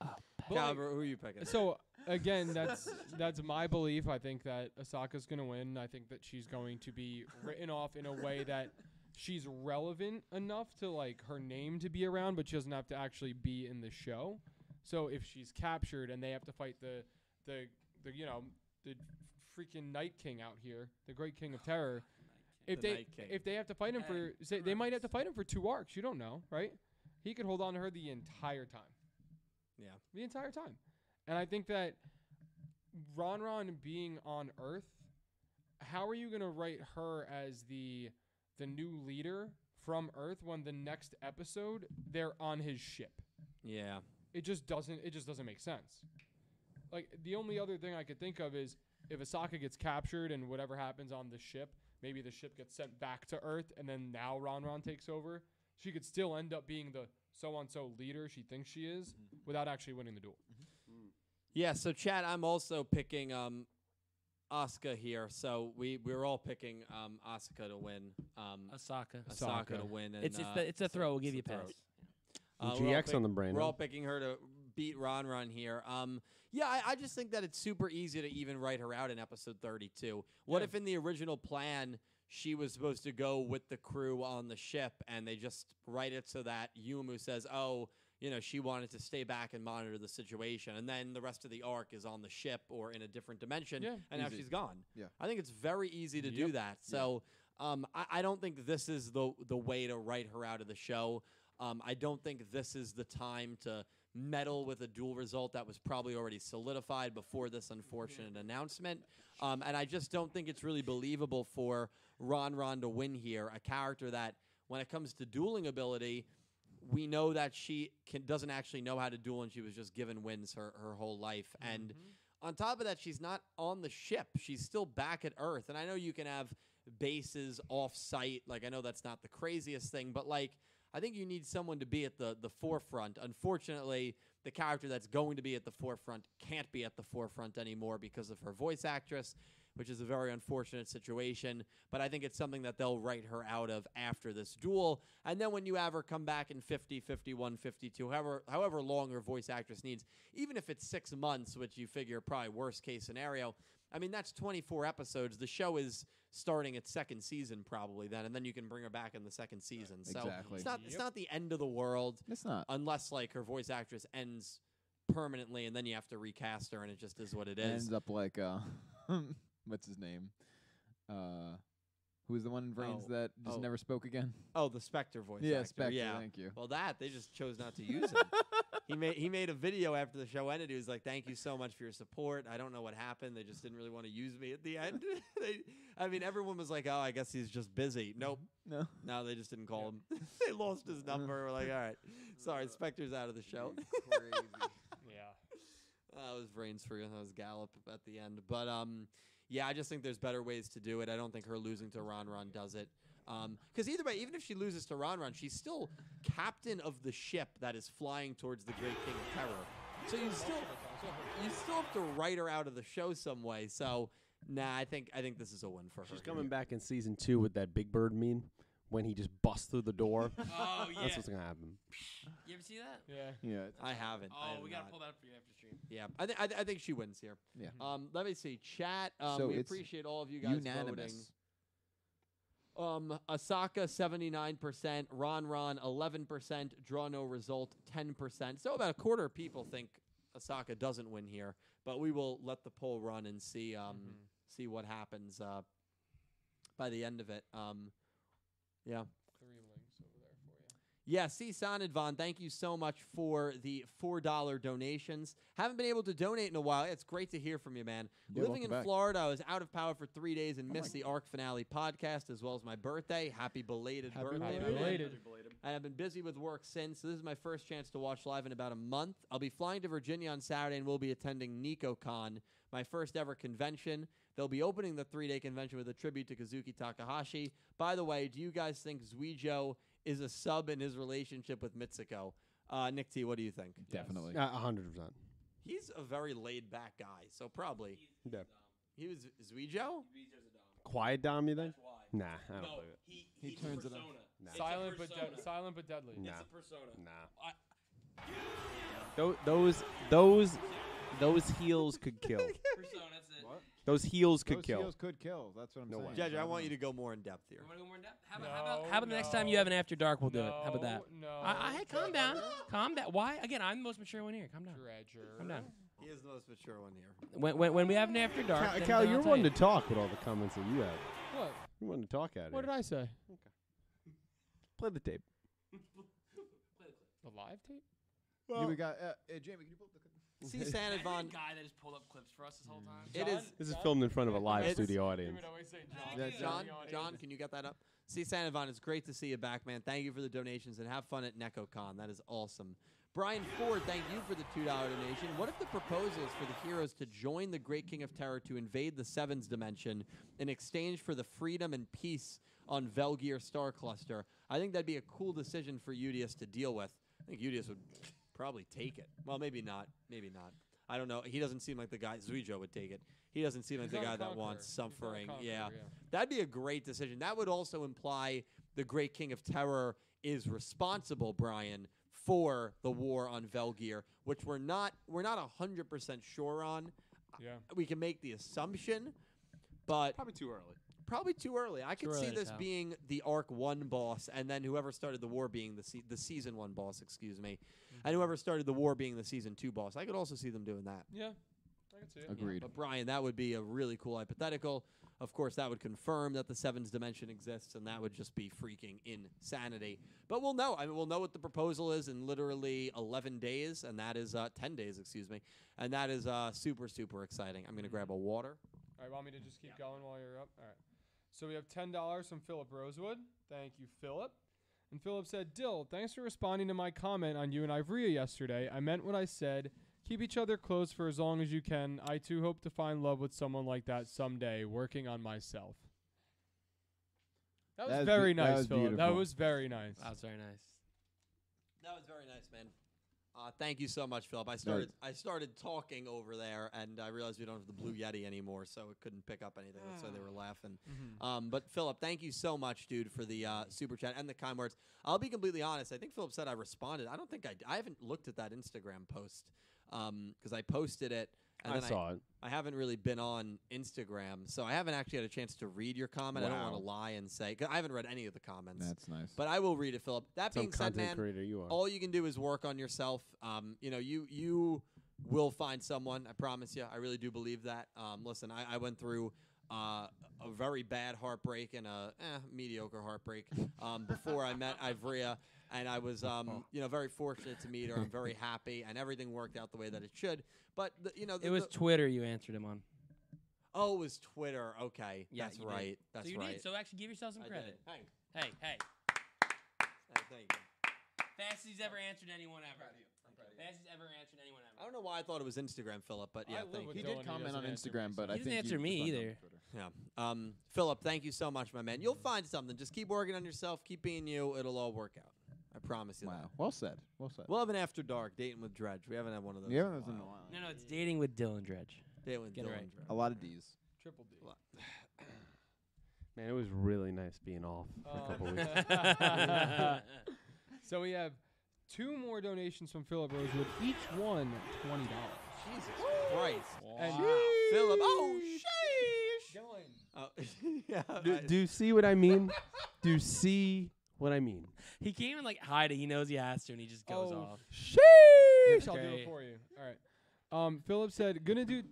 Speaker 5: But, like,
Speaker 1: Calver, who you picking?
Speaker 5: so again, that's that's my belief. I think that Osaka's gonna win. I think that she's going to be written off in a way that she's relevant enough to like her name to be around, but she doesn't have to actually be in the show. So if she's captured and they have to fight the the the you know the freaking Night King out here, the Great King of Terror, If
Speaker 1: The
Speaker 5: they
Speaker 1: Night King.
Speaker 5: if they have to fight him for
Speaker 2: And
Speaker 5: say, they might have to
Speaker 2: Cruise.
Speaker 5: fight him for two arcs. You don't know, right? He could hold on to her the entire time.
Speaker 1: Yeah.
Speaker 5: the entire time, and I think that Ron Ron being on Earth, how are you going to write her as the the new leader from Earth when the next episode they're on his ship?
Speaker 1: yeah.
Speaker 5: it just doesn't it just doesn't make sense. Like the only other thing I could think of is if Asaka gets captured and whatever happens on the ship, maybe the ship gets sent back to Earth and then now Ron Ron takes over. She could still end up being the so on so leader she thinks she is without actually winning the duel.
Speaker 1: Yeah, so Chad, I'm also picking um Asuka here. So we we're all picking um Asuka to win. Um
Speaker 2: Osaka.
Speaker 5: [LAUGHS]
Speaker 1: Asuka,
Speaker 5: Asuka.
Speaker 1: to win. And,
Speaker 2: It's it's
Speaker 1: uh,
Speaker 2: the, it's a throw. We'll
Speaker 1: it's
Speaker 2: give
Speaker 1: the
Speaker 2: you a
Speaker 1: throw.
Speaker 2: pass.
Speaker 1: Uh, we're all
Speaker 6: GX on the brain.
Speaker 1: We're
Speaker 6: huh?
Speaker 1: all picking her to beat Ron Ron here. Um, yeah, I, I just think that it's super easy to even write her out in episode 32. What
Speaker 5: Yeah.
Speaker 1: if in the original plan she was supposed to go with the crew on the ship and they just write it so that Yumu says, oh, you know, she wanted to stay back and monitor the situation. And then the rest of the arc is on the ship or in a different dimension.
Speaker 5: Yeah.
Speaker 1: And now
Speaker 4: Easy.
Speaker 1: she's gone.
Speaker 4: Yeah.
Speaker 1: I think it's very easy to do
Speaker 5: Yep.
Speaker 1: that. So um, I, I don't think this is the, the way to write her out of the show. Um, I don't think this is the time to meddle with a dual result that was probably already solidified before this unfortunate announcement. Um, and I just don't think it's really believable for Ron Ron to win here, a character that, when it comes to dueling ability, we know that she can, doesn't actually know how to duel and she was just given wins her, her whole life. And on top of that, she's not on the ship. She's still back at Earth. And I know you can have bases off site. Like, I know that's not the craziest thing, but like, I think you need someone to be at the, the forefront. Unfortunately, the character that's going to be at the forefront can't be at the forefront anymore because of her voice actress, which is a very unfortunate situation. But I think it's something that they'll write her out of after this duel. And then when you have her come back in 50, 51, 52, however, however long her voice actress needs, even if it's six months, which you figure probably worst case scenario, I mean, that's 24 episodes. The show is starting its second season probably then, and then you can bring her back in the second season. So
Speaker 4: Exactly.
Speaker 1: it's not it's
Speaker 5: Yep.
Speaker 1: not the end of the world
Speaker 4: It's not.
Speaker 1: unless like her voice actress ends permanently and then you have to recast her and it just is what it
Speaker 4: It
Speaker 1: is.
Speaker 4: ends up like uh, [LAUGHS] what's his name? Uh, who was the one in Vrains
Speaker 1: Oh,
Speaker 4: that just
Speaker 1: oh.
Speaker 4: never spoke again?
Speaker 1: Oh, the Spectre voice
Speaker 4: yeah,
Speaker 1: actor.
Speaker 4: Spectre.
Speaker 1: yeah.
Speaker 4: Thank you.
Speaker 1: Well, that they just chose not to use him. he made he made a video after the show ended. He was like, "Thank you so much for your support. I don't know what happened. They just didn't really want to use me at the end." [LAUGHS] they, I mean, everyone was like, "Oh, I guess he's just busy." Nope.
Speaker 4: No.
Speaker 1: No, they just didn't call him. [LAUGHS] they lost his number. We're like, "All right, sorry, Spectre's out of the show."
Speaker 5: Yeah.
Speaker 1: That was brains for you. That was Gallup at the end. But um, yeah, I just think there's better ways to do it. I don't think her losing to Ron Ron does it. Because either way, even if she loses to Ron Ron, she's still captain of the ship that is flying towards the Great King of Terror. So you still you still have to write her out of the show some way. So nah, I think I think this is a win for her.
Speaker 6: She's coming back in season two with that Big Bird meme when he just busts through the [LAUGHS] door.
Speaker 2: [LAUGHS] Oh yeah.
Speaker 6: That's what's gonna happen.
Speaker 2: You ever see that?
Speaker 5: Yeah.
Speaker 4: Yeah. it's-
Speaker 1: I haven't. I
Speaker 2: Oh,
Speaker 1: have
Speaker 2: we gotta
Speaker 1: not.
Speaker 2: pull that up for you after stream.
Speaker 1: Yeah, I, th- I, th- I think she wins here.
Speaker 4: Yeah.
Speaker 1: Um, let me see. Chat. Um,
Speaker 4: So
Speaker 1: we
Speaker 4: it's
Speaker 1: appreciate all of you guys voting.
Speaker 4: Unanimous.
Speaker 1: Um, Asaka seventy nine percent, Ron Ron eleven percent, Draw No Result ten percent. So about a quarter of people think Asaka doesn't win here, but we will let the poll run and see um
Speaker 4: Mm-hmm.
Speaker 1: see what happens uh, by the end of it. Um, yeah.
Speaker 5: Three links over there for you.
Speaker 1: Yeah, see, Sonadvan, thank you so much for the $4 donations. Haven't been able to donate in a while. It's great to hear from you, man.
Speaker 4: Yeah,
Speaker 1: Living
Speaker 4: welcome
Speaker 1: in
Speaker 4: back. Oh
Speaker 1: Florida, I was out of power for three days and missed the ARC finale podcast as well as my birthday. Happy belated
Speaker 5: Happy
Speaker 1: birthday.
Speaker 5: belated.
Speaker 1: man.
Speaker 5: Belated.
Speaker 1: And I've been busy with work since. So this is my first chance to watch live in about a month. I'll be flying to Virginia on Saturday and will be attending NicoCon, my first ever convention. They'll be opening the three day convention with a tribute to Kazuki Takahashi. By the way, do you guys think Zuijo is a sub in his relationship with Mitsuko? Uh, Nick T, what do you think?
Speaker 4: Definitely.
Speaker 6: Uh, A hundred percent.
Speaker 1: He's a very laid back guy, so probably
Speaker 6: Yeah.
Speaker 1: he was Zuijo.
Speaker 6: Quiet Dom, you think?
Speaker 2: why.
Speaker 6: Nah, I don't
Speaker 2: no,
Speaker 6: believe it.
Speaker 2: he,
Speaker 4: He
Speaker 2: he's a
Speaker 4: turns it
Speaker 2: persona.
Speaker 4: on.
Speaker 6: Nah.
Speaker 2: It's a
Speaker 5: Silent but
Speaker 2: persona.
Speaker 5: de- silent but deadly.
Speaker 6: Nah.
Speaker 2: It's a persona.
Speaker 6: Nah.
Speaker 2: I-
Speaker 6: Tho- those those those heels could kill. [LAUGHS]
Speaker 2: persona. That's it.
Speaker 4: What?
Speaker 6: Those heels could
Speaker 4: Those
Speaker 6: kill.
Speaker 4: heels could kill. That's what I'm
Speaker 6: No way.
Speaker 4: saying.
Speaker 1: Judge, I
Speaker 4: don't
Speaker 1: want you
Speaker 4: know.
Speaker 1: to go more in depth here.
Speaker 2: You wanna go more in depth? How about, how about,
Speaker 5: No,
Speaker 2: how about the next time
Speaker 5: no.
Speaker 2: you have an after dark, we'll do it.
Speaker 5: no,
Speaker 2: How about that?
Speaker 5: No.
Speaker 2: I, I
Speaker 5: [LAUGHS]
Speaker 2: calm down. Calm down. Why? Again, I'm the most mature one here. Calm down.
Speaker 5: Dredger.
Speaker 2: Calm down.
Speaker 1: He is the most mature one here.
Speaker 2: When, when, when we have an after dark,
Speaker 6: Cal,
Speaker 2: then-
Speaker 6: Cal
Speaker 2: then I'll
Speaker 6: you're
Speaker 2: tell
Speaker 6: one
Speaker 2: you.
Speaker 6: to talk with all the comments that you have.
Speaker 5: What?
Speaker 6: You wanted to talk at
Speaker 5: What
Speaker 6: it.
Speaker 5: did I say?
Speaker 6: Play the tape.
Speaker 5: The live tape?
Speaker 4: You we got uh, uh, Jamie. Can you pull up the?
Speaker 1: [LAUGHS] See Santa
Speaker 2: I've been
Speaker 1: Von.
Speaker 2: the guy that has pulled up clips for us this whole time.
Speaker 1: It is-
Speaker 6: This is filmed in front of a live
Speaker 1: It's-
Speaker 6: studio audience.
Speaker 4: Yeah,
Speaker 5: John.
Speaker 4: John.
Speaker 1: John, John, can you get that up? See Sanavon, it's great to see you back, man. Thank you for the donations and have fun at NecoCon. That is awesome. Brian Ford, thank you for the $2 donation. What if the proposal is for the heroes to join the Great King of Terror to invade the Sevens dimension in exchange for the freedom and peace on Velgear Star Cluster? I think that'd be a cool decision for Udius to deal with. I think Udius would probably take it. Well, maybe not. Maybe not. I don't know. He doesn't seem like the guy. Zuijo would take it. He doesn't seem like
Speaker 5: He's
Speaker 1: the
Speaker 5: not
Speaker 1: guy
Speaker 5: a
Speaker 1: that
Speaker 5: conqueror.
Speaker 1: wants
Speaker 5: He's not a
Speaker 1: suffering.
Speaker 5: conqueror,
Speaker 1: yeah.
Speaker 5: yeah.
Speaker 1: That'd be a great decision. That would also imply the great king of terror is responsible, Brian, for the war on Velgear, which we're not we're not 100% sure on.
Speaker 5: Yeah.
Speaker 1: We can make the assumption, but
Speaker 7: Probably too early.
Speaker 1: probably too early. I could
Speaker 2: Too
Speaker 1: see
Speaker 2: early to
Speaker 1: this
Speaker 2: tell.
Speaker 1: being the arc 1 boss and then whoever started the war being the se- the season 1 boss, excuse me.
Speaker 2: Mm-hmm.
Speaker 1: And whoever started the war being the season 2 boss. I could also see them doing that.
Speaker 5: Yeah. I can see it.
Speaker 1: Yeah, but Brian, that would be a really cool hypothetical. Of course, that would confirm that the sevens dimension exists, and that would just be freaking insanity. But we'll know. I mean, we'll know what the proposal is in literally 11 days, and that is uh, 10 days, excuse me, and that is uh, super, super exciting. I'm gonna grab a water.
Speaker 5: All right, want me to just keep going while you're up? All right. So we have ten dollars from Philip Rosewood. Thank you, Philip. And Philip said, "Dill, thanks for responding to my comment on you and Ivrea yesterday. I meant what I said. Keep each other close for as long as you can. I too hope to find love with someone like that someday. Working on myself." That was
Speaker 4: That was
Speaker 5: very
Speaker 4: beau- that
Speaker 5: nice,
Speaker 4: was
Speaker 5: Philip. That
Speaker 4: beautiful.
Speaker 5: was very nice.
Speaker 2: That was very nice.
Speaker 1: That was very nice, man. Uh, thank you so much, Philip. I started I started talking over there, and I realized we don't have the Blue Yeti anymore, so it couldn't pick up anything. That's why they were laughing.
Speaker 4: Mm-hmm.
Speaker 1: Um, but Philip, thank you so much, dude, for the uh, super chat and the kind words. I'll be completely honest. I think Philip said I responded. I don't think I. d- I haven't looked at that Instagram post because I posted it. And
Speaker 6: I
Speaker 1: then
Speaker 6: saw it.
Speaker 1: I haven't really been on Instagram, so I haven't actually had a chance to read your comment. I don't want to lie and say 'cause I haven't read any of the comments,
Speaker 4: That's nice.
Speaker 1: but I will read it, Philip. That
Speaker 6: Some
Speaker 1: being said,
Speaker 6: content
Speaker 1: man,
Speaker 6: creator you are.
Speaker 1: all you can do is work on yourself. Um, you know, you you will find someone. I promise you. I really do believe that. Um, listen, I, I went through uh, a very bad heartbreak and a eh, mediocre heartbreak um, before I
Speaker 2: [LAUGHS]
Speaker 1: met Ivrea. And I was,
Speaker 2: Oh.
Speaker 1: um, you know, very fortunate to meet her. I'm very happy, and everything worked out the way that it should. But the, you know, the,
Speaker 2: It was
Speaker 1: the-
Speaker 2: Twitter you answered him on.
Speaker 1: oh, it was Twitter. Okay,
Speaker 2: Yeah,
Speaker 1: that's
Speaker 2: you did.
Speaker 1: right. That's
Speaker 2: so you
Speaker 1: right.
Speaker 2: did. So actually, give yourself some
Speaker 1: I did.
Speaker 2: credit.
Speaker 1: Hey,
Speaker 2: Hey, hey,
Speaker 1: hey, thank you.
Speaker 2: fastest he's ever answered anyone ever. Fastest he's ever answered anyone
Speaker 1: I
Speaker 2: ever.
Speaker 1: don't know why I thought it was Instagram, Philip, but
Speaker 5: I
Speaker 1: yeah,
Speaker 5: live
Speaker 1: thank
Speaker 5: with
Speaker 4: he
Speaker 1: you.
Speaker 5: Dylan,
Speaker 4: did
Speaker 5: he
Speaker 4: comment on
Speaker 5: doesn't answer
Speaker 4: Instagram,
Speaker 5: me,
Speaker 4: but
Speaker 5: so-
Speaker 4: I
Speaker 2: He
Speaker 4: think
Speaker 2: doesn't answer
Speaker 4: you
Speaker 2: me
Speaker 4: responded on
Speaker 2: either.
Speaker 4: Twitter.
Speaker 1: Yeah. Um, Philip, thank you so much, my man. You'll find something. Just keep working on yourself. Keep being you. It'll all work out. I promise you that.
Speaker 4: Wow. Well said. Well said.
Speaker 1: We'll have an after dark dating with Dredge. We haven't had one of those.
Speaker 4: yeah,
Speaker 1: in a
Speaker 4: that was in a
Speaker 1: while.
Speaker 4: while.
Speaker 2: No, no, it's dating with Dylan [LAUGHS] Dredge.
Speaker 1: Dating with
Speaker 2: Get it
Speaker 1: Dylan
Speaker 2: right.
Speaker 1: Dredge.
Speaker 4: A lot of D's.
Speaker 5: Triple D.
Speaker 6: Man, it was really nice being off for a [LAUGHS] couple
Speaker 2: [LAUGHS]
Speaker 5: Um,
Speaker 6: weeks.
Speaker 5: so we have two more donations from Philip Rosewood. Each one twenty dollars.
Speaker 1: Jesus Christ.
Speaker 5: And
Speaker 1: Philip. Oh, sheesh.
Speaker 5: Dylan.
Speaker 1: Oh, [LAUGHS] yeah.
Speaker 6: do,
Speaker 1: I-
Speaker 6: do you see what I mean? do you see what I mean?
Speaker 2: he came in like hide it. He knows he has to, and he just goes
Speaker 5: Oh,
Speaker 2: off.
Speaker 5: Sheesh!
Speaker 2: That's
Speaker 5: I'll do
Speaker 2: great.
Speaker 5: it for you. All right. Um, Philip said, "Gonna do,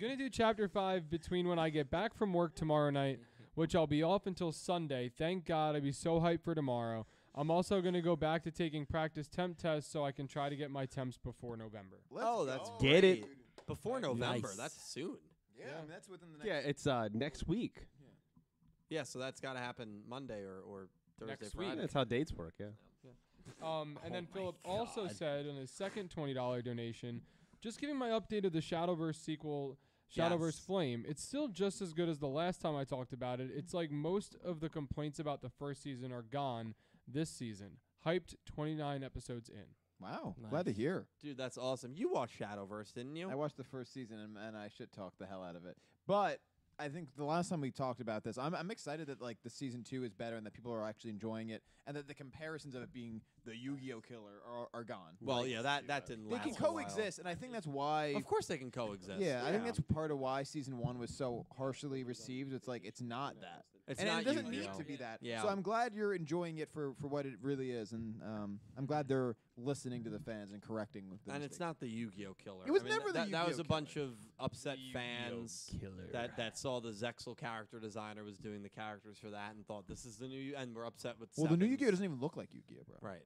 Speaker 5: gonna do chapter five between when I get back from work tomorrow night, which I'll be off until Sunday. Thank God, I'd be so hyped for tomorrow. I'm also gonna go back to taking practice temp tests so I can try to get my temps before November.
Speaker 1: oh, that's
Speaker 4: go.
Speaker 6: Get it.
Speaker 4: Dude.
Speaker 1: before November.
Speaker 2: Nice.
Speaker 1: That's soon.
Speaker 4: Yeah, I mean, that's within the next.
Speaker 6: Yeah, it's uh, next week.
Speaker 1: Yeah, so that's got to happen Monday or, or Thursday,
Speaker 5: Next week.
Speaker 1: Friday.
Speaker 6: That's how dates work. Yeah.
Speaker 5: Um, and then
Speaker 2: my
Speaker 5: Philip also
Speaker 2: God.
Speaker 5: said in his second twenty dollar donation, just giving my update of the Shadowverse sequel, Shadowverse
Speaker 1: Yes.
Speaker 5: Flame. It's still just as good as the last time I talked about it. It's like most of the complaints about the first season are gone this season. Hyped twenty nine episodes in.
Speaker 4: Wow. Glad to
Speaker 2: Nice.
Speaker 4: hear.
Speaker 1: Dude, that's awesome. You watched Shadowverse, didn't you?
Speaker 4: I watched the first season and, and I should talk the hell out of it. But I think the last time we talked about this, I'm, I'm excited that like the season two is better and that people are actually enjoying it and that the comparisons of it being the Yu-Gi-Oh killer are, are gone.
Speaker 1: well,
Speaker 4: Like,
Speaker 1: yeah, that, that didn't
Speaker 4: they
Speaker 1: last.
Speaker 4: can
Speaker 1: a while.
Speaker 4: coexist, and I think that's why.
Speaker 1: Of course they can coexist.
Speaker 4: yeah, I think that's part of why season one was so harshly received. It's like it's not that,
Speaker 1: It's
Speaker 4: and
Speaker 1: not
Speaker 4: it doesn't
Speaker 1: you,
Speaker 4: need
Speaker 1: though.
Speaker 4: to be that.
Speaker 1: Yeah.
Speaker 4: So I'm glad you're enjoying it for, for what it really is, and um, I'm glad they're listening to the fans and correcting. The
Speaker 1: and
Speaker 4: mistakes.
Speaker 1: it's not the Yu-Gi-Oh killer.
Speaker 4: It was
Speaker 1: I mean,
Speaker 4: never the
Speaker 1: that, that was
Speaker 4: Yu-Gi-Oh
Speaker 1: a bunch of upset fans
Speaker 2: Killer.
Speaker 1: that that saw the Zexel character designer was doing the characters for that and thought this is the new Yu- and we're upset with.
Speaker 4: Well, the new
Speaker 1: Sevens."
Speaker 4: Yu-Gi-Oh doesn't even look like Yu-Gi-Oh, bro.
Speaker 1: Right,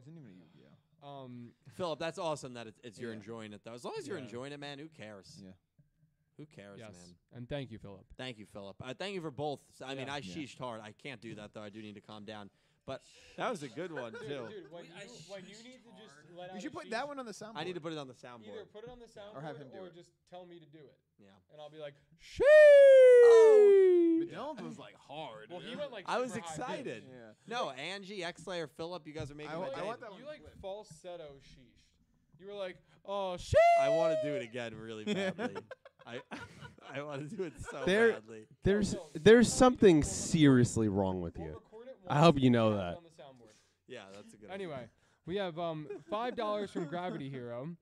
Speaker 4: Isn't even a Yu-Gi-Oh.
Speaker 5: Um,
Speaker 1: Philip. That's awesome that it's, it's you're
Speaker 4: Yeah.
Speaker 1: enjoying it though. As long as you're
Speaker 5: Yeah.
Speaker 1: enjoying it, man. Who cares?
Speaker 4: Yeah.
Speaker 1: Who cares,
Speaker 5: yes,
Speaker 1: man?
Speaker 5: and thank you, Philip.
Speaker 1: Thank you, Philip. Uh, thank you for both. S- I mean,
Speaker 5: Yeah.
Speaker 1: I
Speaker 4: Yeah.
Speaker 1: sheeshed hard. I can't do that though. I do need to calm down. But that was a good one too.
Speaker 2: when you- when you need to just
Speaker 5: let
Speaker 4: You should put that one on the soundboard.
Speaker 1: [LAUGHS] I need to put it on the soundboard.
Speaker 5: Either put it on the soundboard
Speaker 4: Or have him do
Speaker 5: or
Speaker 4: it.
Speaker 5: just tell me to do it.
Speaker 1: Yeah.
Speaker 5: And I'll be like, sheesh.
Speaker 1: Oh.
Speaker 4: But Dylan was
Speaker 2: [LAUGHS]
Speaker 4: like hard.
Speaker 5: Well, he went like.
Speaker 1: I was
Speaker 5: super high pitch.
Speaker 1: excited.
Speaker 4: Yeah.
Speaker 1: No, Angie, X Layer, Philip, you guys are making.
Speaker 4: I
Speaker 1: my
Speaker 4: wa- I
Speaker 1: day.
Speaker 4: want that
Speaker 5: You
Speaker 4: one
Speaker 5: like
Speaker 4: clipped.
Speaker 5: falsetto sheesh. You were like, oh sheesh.
Speaker 1: I want to do it again
Speaker 6: [LAUGHS]
Speaker 1: really badly. I [LAUGHS] I want to do it so
Speaker 6: There-
Speaker 1: badly.
Speaker 6: There's there's something seriously wrong with
Speaker 5: We'll
Speaker 6: you.
Speaker 5: record it
Speaker 6: I hope
Speaker 5: once
Speaker 6: you
Speaker 5: and
Speaker 6: know
Speaker 5: have it
Speaker 6: that.
Speaker 5: On the soundboard.
Speaker 1: Yeah, that's a good. idea.
Speaker 5: Anyway, we have um five dollars from Gravity Hero,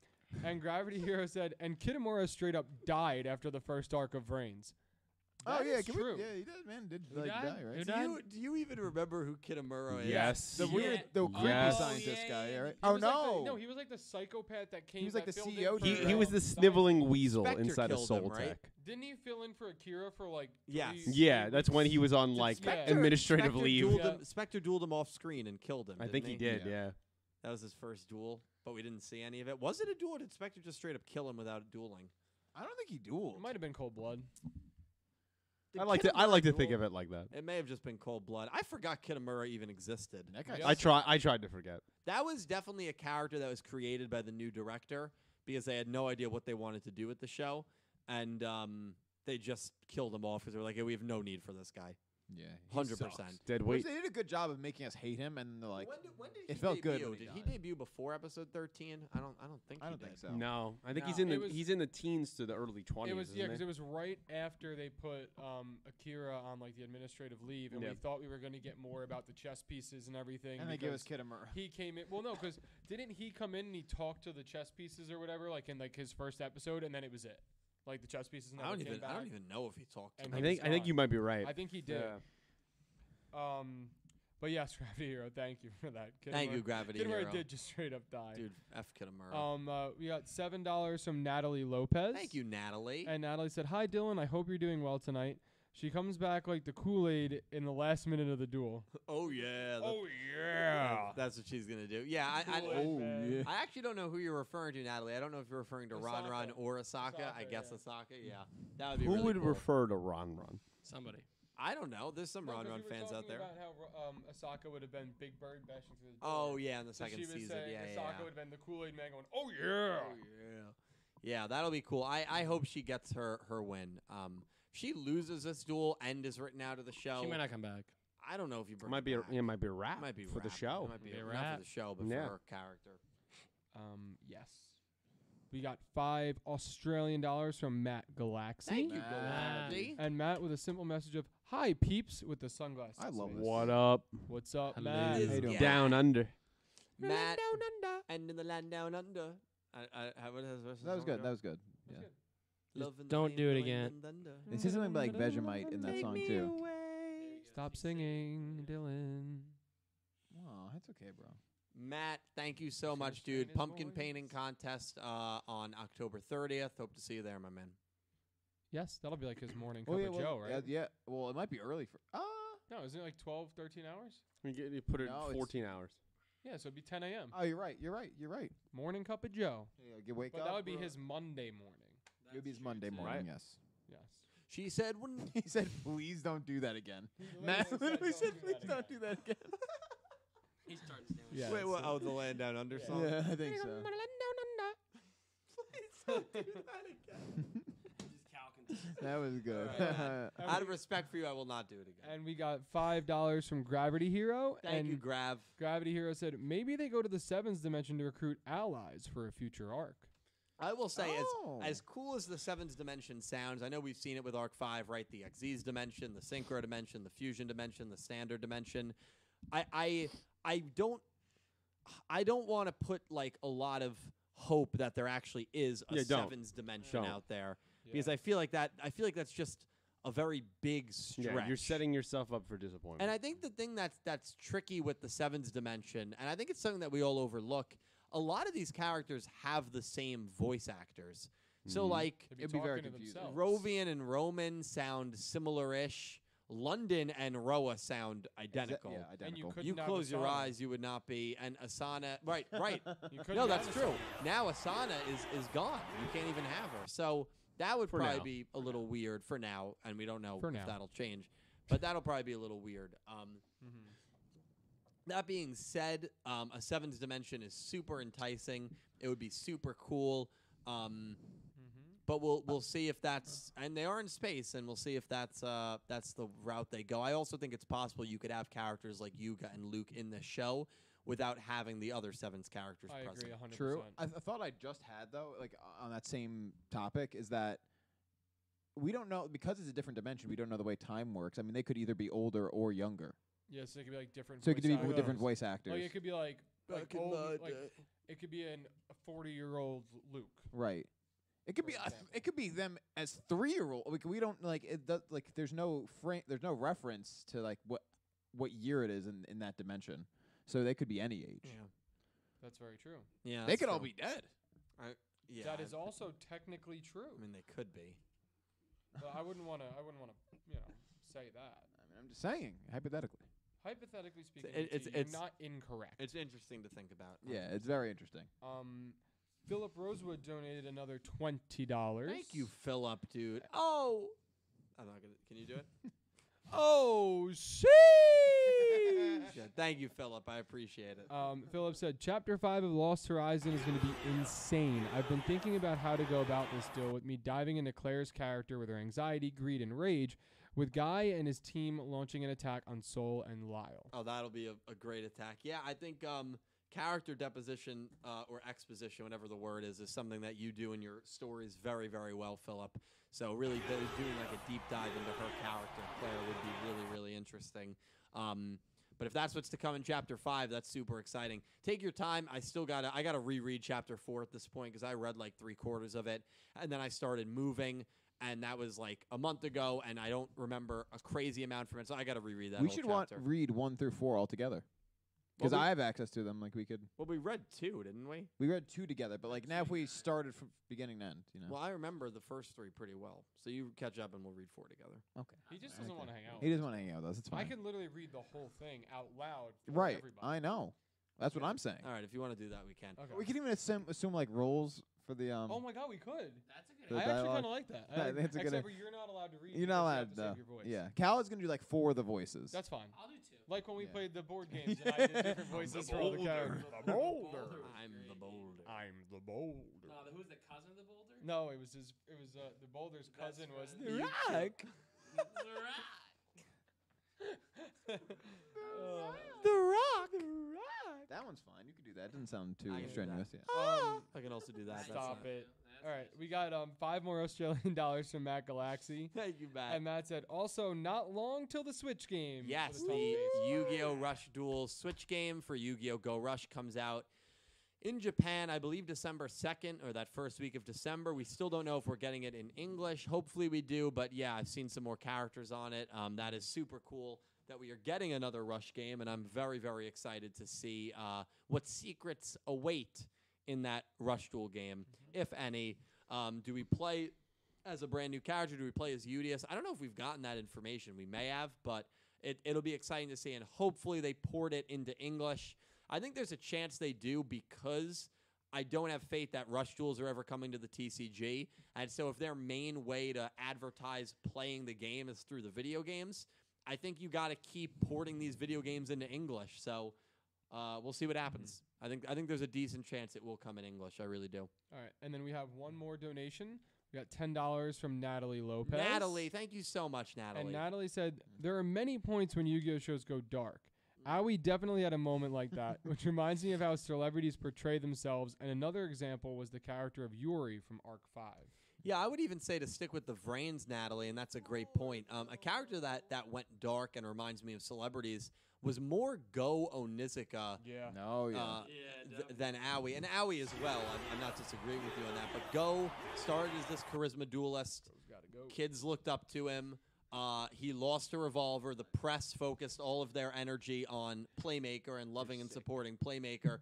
Speaker 5: and Gravity Hero said, and Kitamura straight up died after the first arc of Reigns.
Speaker 4: Oh
Speaker 5: That
Speaker 4: yeah,
Speaker 5: is
Speaker 4: can
Speaker 5: true.
Speaker 4: we? Yeah, he did. Man, did
Speaker 5: Who
Speaker 4: like
Speaker 5: died?
Speaker 4: die right?
Speaker 5: Who
Speaker 1: do you do you even remember who Kitamura is?
Speaker 6: Yes.
Speaker 4: The
Speaker 2: Yeah.
Speaker 4: weird, the creepy
Speaker 6: Yes.
Speaker 4: scientist
Speaker 2: Oh, yeah,
Speaker 4: guy,
Speaker 2: yeah,
Speaker 4: right?
Speaker 5: He
Speaker 4: oh
Speaker 5: was like the-
Speaker 4: no,
Speaker 5: no, he was like the psychopath that came.
Speaker 4: was like
Speaker 5: that
Speaker 4: the E
Speaker 5: filled in
Speaker 4: CEO
Speaker 5: for,
Speaker 6: He,
Speaker 4: dude.
Speaker 6: he was
Speaker 5: um,
Speaker 6: the
Speaker 5: Zion.
Speaker 6: sniveling weasel
Speaker 1: Spectre
Speaker 6: inside of
Speaker 1: killed him,
Speaker 6: Soul
Speaker 1: right?
Speaker 6: Tech.
Speaker 5: Didn't he fill in for Akira for like?
Speaker 1: Yes.
Speaker 5: three-
Speaker 6: Yeah,
Speaker 5: three
Speaker 6: that's when
Speaker 5: weeks?
Speaker 6: he was on
Speaker 5: Did
Speaker 6: like
Speaker 5: Spectre-
Speaker 6: administrative
Speaker 1: Spectre
Speaker 6: leave.
Speaker 1: Dueled
Speaker 5: Yeah.
Speaker 1: him, Spectre dueled him off screen and killed him.
Speaker 6: I
Speaker 1: didn't
Speaker 6: think he did.
Speaker 4: Yeah.
Speaker 6: Yeah.
Speaker 1: That was his first duel, but we didn't see any of it. Was it a duel? Or did Spectre just straight up kill him without dueling?
Speaker 4: I don't think he
Speaker 5: It
Speaker 4: dueled.
Speaker 5: might have been cold blood.
Speaker 1: Did
Speaker 6: I like to I
Speaker 1: Kitamura
Speaker 6: like to think
Speaker 1: duel?
Speaker 6: of it like that.
Speaker 1: It may have just been cold blood. I forgot Kitamura even existed.
Speaker 4: That guy.
Speaker 5: Yeah.
Speaker 6: I
Speaker 5: Yes.
Speaker 4: sucked.
Speaker 6: try I tried to forget.
Speaker 1: That was definitely a character that was created by the new director because they had no idea what they wanted to do with the show, and um, they just killed him off because they were like, "Hey, we have no need for this guy."
Speaker 4: Yeah, he
Speaker 1: Hundred
Speaker 4: sucks.
Speaker 1: percent.
Speaker 6: Dead
Speaker 4: Which
Speaker 6: weight.
Speaker 4: they did a good job of making us hate him, and they're like,
Speaker 1: when did, when did
Speaker 4: it
Speaker 1: he
Speaker 4: felt good
Speaker 1: debut?
Speaker 4: when he
Speaker 1: did he
Speaker 4: died.
Speaker 1: debut before episode thirteen? I don't. I don't think.
Speaker 4: I
Speaker 1: he
Speaker 4: don't
Speaker 1: did.
Speaker 4: think so.
Speaker 6: No, I think he's
Speaker 2: No.
Speaker 6: in the
Speaker 5: It was-
Speaker 6: he's in the teens to the early twenties.
Speaker 5: It was yeah, because it was right after they put um, Akira on like the administrative leave, and we
Speaker 6: Yep.
Speaker 5: thought we were going to get more about the chess pieces and everything.
Speaker 4: and they gave us
Speaker 5: because
Speaker 4: [LAUGHS] Kitamura.
Speaker 5: he came in. Well, no, because didn't he come in and he talked to the chess pieces or whatever, like in like his first episode, and then it was it, like the chess pieces. Never
Speaker 1: I don't
Speaker 5: came
Speaker 1: even.
Speaker 5: Back.
Speaker 1: I don't even know if he talked. To
Speaker 5: And
Speaker 1: me.
Speaker 6: I
Speaker 5: he
Speaker 6: think
Speaker 5: was
Speaker 6: I think
Speaker 5: gone.
Speaker 6: you might be right.
Speaker 5: I think he did.
Speaker 6: Yeah.
Speaker 5: Um, but [LAUGHS] yes, Gravity Hero, thank you for that.
Speaker 1: Thank
Speaker 5: Kitamura-
Speaker 1: you, Gravity
Speaker 5: Kitamura
Speaker 1: Hero.
Speaker 5: did just straight up die.
Speaker 1: Dude, F Kitamura.
Speaker 5: Um, uh, we got seven dollars from Natalie Lopez.
Speaker 1: Thank you, Natalie.
Speaker 5: And Natalie said, "Hi, Dylan. I hope you're doing well tonight." She comes back like the Kool Aid in the last minute of
Speaker 1: [LAUGHS]
Speaker 5: the duel.
Speaker 1: oh yeah. that- That's what she's gonna do. Yeah, I, oh, I,
Speaker 5: Kool-Aid man.
Speaker 4: yeah.
Speaker 1: I actually don't know who you're referring to, Natalie. I don't know if you're referring to Ron Ron
Speaker 5: Osaka.
Speaker 1: or Asaka. I
Speaker 5: Osaka,
Speaker 1: guess
Speaker 5: yeah.
Speaker 1: Asaka. Yeah, that would be.
Speaker 6: Who
Speaker 1: really
Speaker 6: would
Speaker 1: cool.
Speaker 6: refer to Ron Ron?
Speaker 2: Somebody.
Speaker 1: I don't know. There's some
Speaker 5: No,
Speaker 1: Ron
Speaker 5: 'cause
Speaker 1: Ron
Speaker 5: we were
Speaker 1: fans out
Speaker 5: talking
Speaker 1: there.
Speaker 5: About how Ro- um, Asaka would have been Big Bird bashing through the door.
Speaker 1: Oh yeah, in the
Speaker 5: so
Speaker 1: second
Speaker 5: she was
Speaker 1: season.
Speaker 5: saying
Speaker 1: Yeah,
Speaker 5: Asaka
Speaker 1: yeah, yeah.
Speaker 6: [LAUGHS]
Speaker 5: would have been the Kool Aid man going, "Oh yeah."
Speaker 1: Oh, yeah. Yeah, that'll be cool. I, I hope she gets her her win. Um, if she loses this duel and is written out of the show.
Speaker 2: She might not come back.
Speaker 1: I don't know if you bring
Speaker 6: Might
Speaker 1: it
Speaker 6: be a,
Speaker 1: back.
Speaker 6: yeah, might be a wrap
Speaker 1: might be
Speaker 6: for the
Speaker 1: wrap. It
Speaker 6: show.
Speaker 1: might be,
Speaker 2: Be a
Speaker 1: not
Speaker 2: wrap.
Speaker 1: for the show, but
Speaker 6: Yeah.
Speaker 1: for her character.
Speaker 5: Um, yes. We got five Australian dollars from Matt Galaxy.
Speaker 1: Thank you,
Speaker 4: Matt.
Speaker 1: Galadi.
Speaker 5: And Matt with a simple message of "Hi peeps" with the sunglasses.
Speaker 4: I love
Speaker 5: face.
Speaker 4: this.
Speaker 1: uh,
Speaker 6: What up?
Speaker 5: What's up,
Speaker 2: Hello.
Speaker 5: Matt?
Speaker 1: This
Speaker 4: How you doing?
Speaker 1: guy.
Speaker 6: Down under.
Speaker 1: Matt
Speaker 5: Down under.
Speaker 1: and in the land down under. I, I, I, what has the rest of the
Speaker 4: That was
Speaker 1: song
Speaker 4: good.
Speaker 1: go?
Speaker 4: That was good. Yeah.
Speaker 2: Just
Speaker 1: Love in the
Speaker 2: don't
Speaker 1: rain,
Speaker 2: do it
Speaker 1: land
Speaker 2: again.
Speaker 1: and thunder.
Speaker 4: They say something about like Vegemite in that song too.
Speaker 5: Stop singing, Dylan.
Speaker 4: Wow, that's okay, bro. Oh,
Speaker 1: Matt, thank you so
Speaker 5: Should I
Speaker 1: much,
Speaker 5: stain
Speaker 1: dude.
Speaker 5: his
Speaker 1: Pumpkin
Speaker 5: voice?
Speaker 1: painting contest uh, on October 30th. Hope to see you there, my man.
Speaker 5: Yes, that'll be like his morning cup
Speaker 4: Oh, yeah,
Speaker 5: of
Speaker 4: well,
Speaker 5: Joe,
Speaker 4: yeah,
Speaker 5: right?
Speaker 4: yeah. Well, it might be early for. Ah,
Speaker 5: No, isn't it like 12, 13 hours?
Speaker 6: You, get, you put it
Speaker 4: No,
Speaker 6: in
Speaker 4: it's-
Speaker 6: 14 hours.
Speaker 5: Yeah, so it'd be 10 a.m.
Speaker 4: oh, you're right. You're right. You're right.
Speaker 5: Morning cup of Joe.
Speaker 4: Yeah, you wake
Speaker 5: But
Speaker 4: up.
Speaker 5: that would be
Speaker 4: bro.
Speaker 5: his Monday morning.
Speaker 4: It would be his Monday morning.
Speaker 6: Right.
Speaker 4: Yes.
Speaker 5: Yes.
Speaker 1: She said, when
Speaker 4: [LAUGHS] He said, "Please don't do that again." [LAUGHS]
Speaker 1: [LAUGHS]
Speaker 4: Matt literally said, "Please don't do that again."
Speaker 2: He's starting to
Speaker 5: Yeah.
Speaker 1: Wait,
Speaker 5: it's,
Speaker 1: what?
Speaker 5: uh,
Speaker 1: Oh, the land down under
Speaker 5: Yeah.
Speaker 1: song.
Speaker 4: I think so. uh,
Speaker 2: [LAUGHS]
Speaker 4: That [LAUGHS] was good. [LAUGHS]
Speaker 1: All right, man.
Speaker 5: and
Speaker 1: Out
Speaker 5: we-
Speaker 1: of respect for you, I will not do it again.
Speaker 5: and we got five dollars from Gravity Hero.
Speaker 1: Thank
Speaker 5: and
Speaker 1: you, Grav.
Speaker 5: Gravity Hero said maybe they go to the Sevens Dimension to recruit allies for a future arc.
Speaker 1: I will say,
Speaker 4: Oh.
Speaker 1: as as cool as the Seven's Dimension sounds, I know we've seen it with Arc Five, right? The XZ's dimension, the Synchro dimension, the Fusion dimension, the Standard dimension. I I I don't I don't want to put like a lot of hope that there actually is a
Speaker 6: Yeah, don't.
Speaker 1: Seven's dimension
Speaker 6: Don't.
Speaker 1: out there because I feel like that I feel like that's just a very big stretch.
Speaker 6: Yeah, you're setting yourself up for disappointment.
Speaker 1: And I think the thing that's that's tricky with the sevens dimension, and I think it's something that we all overlook. A lot of these characters have the same voice actors, So
Speaker 6: Mhm.
Speaker 1: like
Speaker 5: They'd
Speaker 4: It'd be very
Speaker 5: talking to
Speaker 4: confusing.
Speaker 5: themselves.
Speaker 1: Rovian and Roman sound similar-ish. London and Roa sound
Speaker 4: Exa-
Speaker 1: identical.
Speaker 4: Yeah,
Speaker 5: And you
Speaker 4: identical.
Speaker 5: could
Speaker 1: You close your eyes, you would not be. And Asana, right, right. no, that's true. Now Asana is is gone. You can't even have her. So that would
Speaker 6: For
Speaker 1: probably
Speaker 6: now.
Speaker 1: be a little weird for now, and we don't know
Speaker 5: For
Speaker 1: if
Speaker 5: now.
Speaker 1: that'll change. But that'll probably be a little weird. Um,
Speaker 5: Mm-hmm.
Speaker 1: that being said, um, a seventh dimension is super enticing. It would be super cool. Um,
Speaker 5: Mm-hmm.
Speaker 1: but we'll we'll see if that's and they are in space, and we'll see if that's uh that's the route they go. I also think it's possible you could have characters like Yuga and Luke in the show without having the other seven's characters
Speaker 5: I
Speaker 1: present.
Speaker 5: agree 100%.
Speaker 4: True. I, th- I thought I just had though, like o- on that same topic, is that we don't know because it's a different dimension. We don't know the way time works. I mean, they could either be older or younger,
Speaker 5: Yeah, so it could be like different.
Speaker 4: so it could
Speaker 5: voice
Speaker 4: be
Speaker 5: actors.
Speaker 4: different voice actors.
Speaker 5: Like it could be like, like,
Speaker 1: Back in
Speaker 5: old,
Speaker 1: my
Speaker 5: like
Speaker 1: day.
Speaker 5: it could be an, a forty-year-old Luke.
Speaker 4: right. It could
Speaker 5: For
Speaker 4: be us,
Speaker 5: example.
Speaker 4: it could be them as three year old. Like we don't like it. Does, like there's no frame. There's no reference to like what what year it is in in that dimension. So they could be any age.
Speaker 5: That's very true.
Speaker 1: Yeah,
Speaker 4: they
Speaker 1: that's
Speaker 4: could all
Speaker 1: true.
Speaker 4: be dead.
Speaker 1: Yeah,
Speaker 5: that is also technically true.
Speaker 1: I mean, they could be.
Speaker 5: but I wouldn't want to. I wouldn't want to. You know, say that.
Speaker 4: I mean, I'm just saying hypothetically.
Speaker 5: Hypothetically speaking,
Speaker 1: it-
Speaker 5: it's,
Speaker 1: it's-
Speaker 5: you're
Speaker 1: it's-
Speaker 5: not incorrect.
Speaker 1: It's interesting to think about.
Speaker 4: Yeah, it's very interesting.
Speaker 5: um, Philip Rosewood donated another twenty dollars.
Speaker 1: Thank you, Philip, dude. Oh, I'm not gonna. Can you do it? [LAUGHS]
Speaker 5: Oh, sheesh.
Speaker 1: yeah, thank you, Philip. I appreciate it.
Speaker 5: Um, Philip said, Chapter 5 of Lost Horizon is going to be insane. I've been thinking about how to go about this deal with me diving into Claire's character with her anxiety, greed, and rage, with Guy and his team launching an attack on Sol and Lyle.
Speaker 1: Oh, that'll be a, a great attack. Yeah, I think um, character deposition uh, or exposition, whatever the word is, is something that you do in your stories very, very well, Philip. So really, do- doing like a deep dive into her character, Claire, would be really, really interesting. Um, but if that's what's to come in chapter five, that's super exciting. Take your time. I still gotta, I gotta reread chapter four at this point because I read like three quarters of it, and then I started moving. And that was like a month ago, and I don't remember a crazy amount from it. So I got to reread that.
Speaker 4: we
Speaker 1: whole
Speaker 4: should want
Speaker 1: chapter.
Speaker 4: read one through four altogether
Speaker 1: Well,
Speaker 4: because
Speaker 1: we-
Speaker 4: I have access to them. Like we could,
Speaker 1: Well, we read two, didn't we?
Speaker 4: we read two together, but like now if we started from beginning to end, you know.
Speaker 1: Well, I remember the first three pretty well. So you catch up and we'll read four together.
Speaker 4: okay.
Speaker 5: He just doesn't
Speaker 4: Okay.
Speaker 5: want to hang out.
Speaker 4: He doesn't want to hang out with us. It's fine.
Speaker 5: I can literally read the whole thing out loud. For
Speaker 4: right.
Speaker 5: Everybody.
Speaker 4: I know. That's what I'm saying.
Speaker 1: All right, if you want to do that, we can.
Speaker 5: Okay.
Speaker 4: We can even assume, assume like roles for the um.
Speaker 5: oh my God, we could.
Speaker 2: That's a
Speaker 4: The
Speaker 2: idea.
Speaker 5: I actually
Speaker 4: dialogue.
Speaker 5: kind of
Speaker 4: [LAUGHS]
Speaker 5: like that.
Speaker 4: No,
Speaker 5: I,
Speaker 4: I think it's a good
Speaker 5: except
Speaker 4: idea.
Speaker 5: for you're not allowed to read.
Speaker 4: you're not
Speaker 5: because
Speaker 4: allowed
Speaker 5: you have
Speaker 4: to.
Speaker 5: to save your voice.
Speaker 4: Yeah, Cal is gonna do like four of the voices.
Speaker 5: That's fine.
Speaker 2: I'll do two.
Speaker 5: Like when we
Speaker 4: Yeah.
Speaker 5: played the
Speaker 4: [LAUGHS]
Speaker 5: board games and I did different voices for all the characters.
Speaker 2: The boulder. was
Speaker 1: I'm the
Speaker 2: great.
Speaker 1: boulder.
Speaker 5: I'm the bold.
Speaker 2: No, the- who's the cousin of the boulder?
Speaker 5: No, it was his. It was uh, the Boulder's
Speaker 2: That's
Speaker 5: cousin was
Speaker 2: right.
Speaker 5: the
Speaker 1: Rock,
Speaker 5: Uh,
Speaker 1: the rock.
Speaker 4: That one's fine. You could do that. It doesn't sound too
Speaker 1: I can do that.
Speaker 4: strenuous. Yeah.
Speaker 5: um,
Speaker 1: I can also do that. that's
Speaker 5: Stop
Speaker 1: fine.
Speaker 5: it. all right, we got um five more Australian [LAUGHS] dollars from Matt Galaxy,
Speaker 1: [LAUGHS] Thank you, Matt.
Speaker 5: and Matt said also not long till the Switch game. for
Speaker 1: Yes,
Speaker 5: the 12
Speaker 1: the
Speaker 5: days."
Speaker 1: Yu-Gi-Oh! Rush Duel Switch game for Yu-Gi-Oh! Go Rush comes out in Japan, I believe December 2nd or that first week of December. We still don't know if we're getting it in English. Hopefully we do, but yeah, I've seen some more characters on it. Um, that is super cool that we are getting another Rush game, and I'm very, very excited to see uh, what secrets await in that Rush Duel game,
Speaker 5: Mm-hmm.
Speaker 1: if any. Um, do we play as a brand new character? Do we play as UDS? I don't know if we've gotten that information. We may have, but it, it'll be exciting to see. And hopefully they poured it into English. I think there's a chance they do because I don't have faith that Rush Duels are ever coming to the TCG. And so if their main way to advertise playing the game is through the video games, I think you got to keep porting these video games into English. So uh, we'll see what happens. I think I think there's a decent chance it will come in English. I really do.
Speaker 5: All right, and then we have one more donation. We got ten dollars from Natalie Lopez.
Speaker 1: Natalie, thank you so much, Natalie.
Speaker 5: And Natalie said, There are many points when Yu Gi Oh shows go dark. Aoi definitely had a moment like
Speaker 1: [LAUGHS]
Speaker 5: that, which reminds me of how celebrities portray themselves. And another example was the character of Yuri from Arc 5.
Speaker 1: Yeah, I would even say to stick with the Vrains, Natalie, and that's a great point. Um, a character that that went dark and reminds me of celebrities was more Go Onizuka
Speaker 5: Yeah.
Speaker 4: No, yeah.
Speaker 1: uh,
Speaker 2: Yeah,
Speaker 1: th- than Owie, and Owie as well. I'm, I'm not disagreeing with you on that, but Go started as this charisma duelist.
Speaker 5: Gotta go.
Speaker 1: Kids looked up to him. Uh, he lost a revolver. The press focused all of their energy on Playmaker and loving and supporting Playmaker.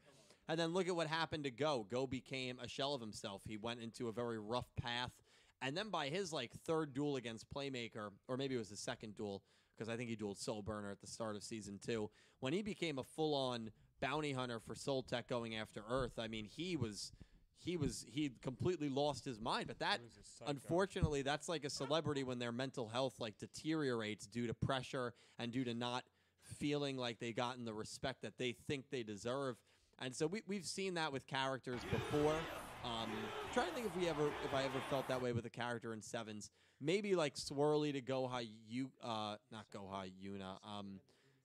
Speaker 1: And then look at what happened to Go. Go became a shell of himself. He went into a very rough path. And then by his like third duel against Playmaker, or maybe it was his second duel, because I think he dueled Soul Burner at the start of season two, when he became a full on bounty hunter for Soul Tech going after Earth, I mean he was he was he completely lost his mind. But that unfortunately that's like a celebrity when their mental health like deteriorates due to pressure and due to not feeling like they gotten the respect that they think they deserve and so we, we've seen that with characters before um, trying to think if we ever if i ever felt that way with a character in sevens maybe like swirly to goha you uh not goha yuna um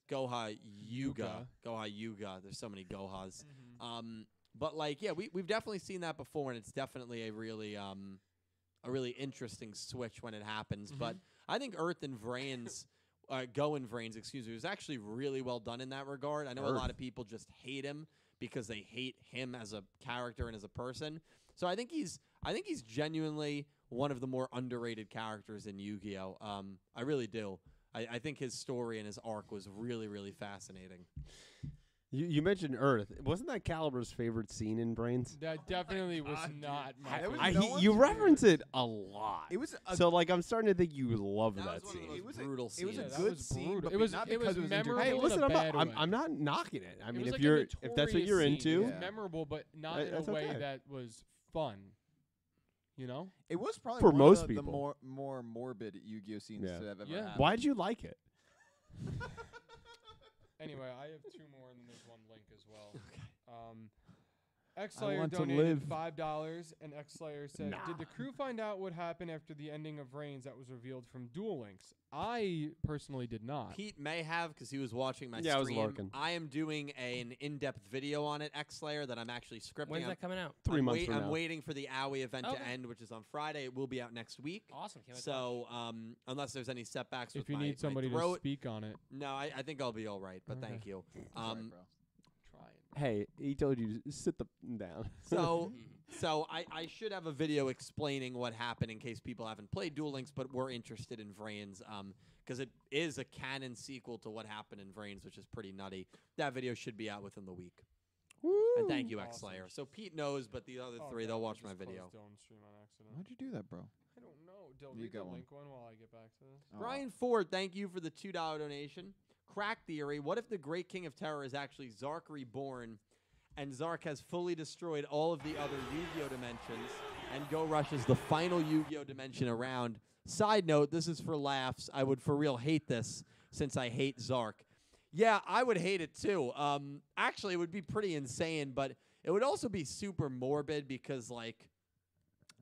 Speaker 1: goha yuga goha yuga there's so many gohas um but like yeah we, we've definitely seen that before and it's definitely a really um a really interesting switch when it happens. But I think Earth and Vrains, [LAUGHS] uh, Go and Vrains, excuse me, was actually really well done in that regard. I know a lot of people just hate him because they hate him as a character and as a person. So I think he's I think he's genuinely one of the more underrated characters in Yu-Gi-Oh. Um, I really do. I, I think his story and his arc was really really fascinating.
Speaker 6: You, you mentioned Earth. Wasn't that Caliber's favorite scene in Brains?
Speaker 5: That definitely was not my.
Speaker 4: That was
Speaker 5: favorite.
Speaker 6: I,
Speaker 4: no
Speaker 6: he-
Speaker 4: one's
Speaker 6: you
Speaker 4: favorite.
Speaker 6: reference it a lot.
Speaker 4: It was a
Speaker 6: so like I'm starting to think you love that,
Speaker 1: That was one of
Speaker 6: scene.
Speaker 1: those
Speaker 4: It was a-
Speaker 1: brutal
Speaker 4: it was
Speaker 1: scenes.
Speaker 4: a
Speaker 5: Yeah, that
Speaker 4: good
Speaker 5: was
Speaker 4: scene,
Speaker 5: brutal.
Speaker 4: but
Speaker 5: It was-
Speaker 4: not
Speaker 5: it was
Speaker 4: because it was entertaining.
Speaker 5: memorable
Speaker 6: Hey,
Speaker 5: in
Speaker 6: listen,
Speaker 5: a
Speaker 6: I'm not,
Speaker 5: bad
Speaker 6: I'm,
Speaker 5: way.
Speaker 6: I'm not knocking it. I
Speaker 5: It
Speaker 6: mean,
Speaker 5: was
Speaker 6: if
Speaker 5: like a
Speaker 6: you're if that's what
Speaker 5: notorious
Speaker 6: you're
Speaker 5: scene. It
Speaker 6: into,
Speaker 5: was
Speaker 4: Yeah.
Speaker 5: memorable, but not
Speaker 6: That-
Speaker 5: in a
Speaker 6: that's
Speaker 5: way
Speaker 6: okay.
Speaker 5: that was fun. You know,
Speaker 4: It was probably
Speaker 6: For
Speaker 4: one
Speaker 6: most
Speaker 4: of the,
Speaker 6: people.
Speaker 4: the more more morbid Yu-Gi-Oh scenes
Speaker 6: Yeah.
Speaker 4: to have ever [LAUGHS]
Speaker 5: Yeah.
Speaker 4: happened.
Speaker 6: why'd you like it?
Speaker 5: Anyway, I have two more, and then there's one link as [LAUGHS] well.
Speaker 1: Okay.
Speaker 5: Um, X
Speaker 4: I
Speaker 5: Slayer
Speaker 4: want to
Speaker 5: donated
Speaker 4: live.
Speaker 5: five dollars, and X Slayer said, "Did the crew find out what happened after the ending of Reigns that was revealed from Duel Links?" I personally did not.
Speaker 1: Pete may have because he was watching my
Speaker 6: Yeah, I was
Speaker 1: stream.
Speaker 6: lurking.
Speaker 1: I am doing an in-depth video on it, X Slayer, that I'm actually scripting.
Speaker 2: When's
Speaker 1: I'm
Speaker 2: that coming out?
Speaker 6: Three
Speaker 1: I'm
Speaker 6: months
Speaker 1: wait-
Speaker 6: from
Speaker 1: I'm
Speaker 6: now.
Speaker 1: waiting for the Owie event to
Speaker 2: Okay.
Speaker 1: end, which is on Friday. It will be out next week.
Speaker 2: Awesome. Can't wait to watch.
Speaker 1: So um, unless there's any setbacks
Speaker 5: If
Speaker 1: with
Speaker 5: you
Speaker 1: my,
Speaker 5: need somebody
Speaker 1: my
Speaker 5: to
Speaker 1: throat,
Speaker 5: speak on it,
Speaker 1: no, I, I think I'll be all right. But
Speaker 5: Okay.
Speaker 1: thank you.
Speaker 4: Sorry,
Speaker 1: Um,
Speaker 4: bro.
Speaker 5: try it.
Speaker 6: Hey, he told you to sit the down. oh,
Speaker 1: so
Speaker 2: Mhm.
Speaker 1: so I, I should have a video explaining what happened in case people haven't played Duel Links but were interested in Vrains because it is a canon sequel to what happened in Vrains, which is pretty nutty. That video should be out within the week. And thank you, X
Speaker 5: Awesome.
Speaker 1: Slayer. So Pete knows, but the other
Speaker 5: Oh,
Speaker 1: 3
Speaker 5: damn,
Speaker 1: they'll
Speaker 5: I
Speaker 1: watch my
Speaker 5: just closed
Speaker 1: video.
Speaker 5: Dylan's stream on accident.
Speaker 4: Why'd you do that, bro?
Speaker 5: I don't know. Dylan,
Speaker 4: You
Speaker 5: read the
Speaker 4: got one.
Speaker 5: link one while I get back to this.
Speaker 4: Oh, [LAUGHS]
Speaker 1: Ryan Ford, thank you for the two dollar donation. Crack theory: What if the Great King of Terror is actually Zark reborn, and Zark has fully destroyed all of the other Yu-Gi-Oh dimensions, and Go Rush is the final Yu-Gi-Oh dimension around? Side note: This is for laughs. I would for real hate this since I hate Zark. Yeah, I would hate it too. Um, actually, it would be pretty insane, but it would also be super morbid because like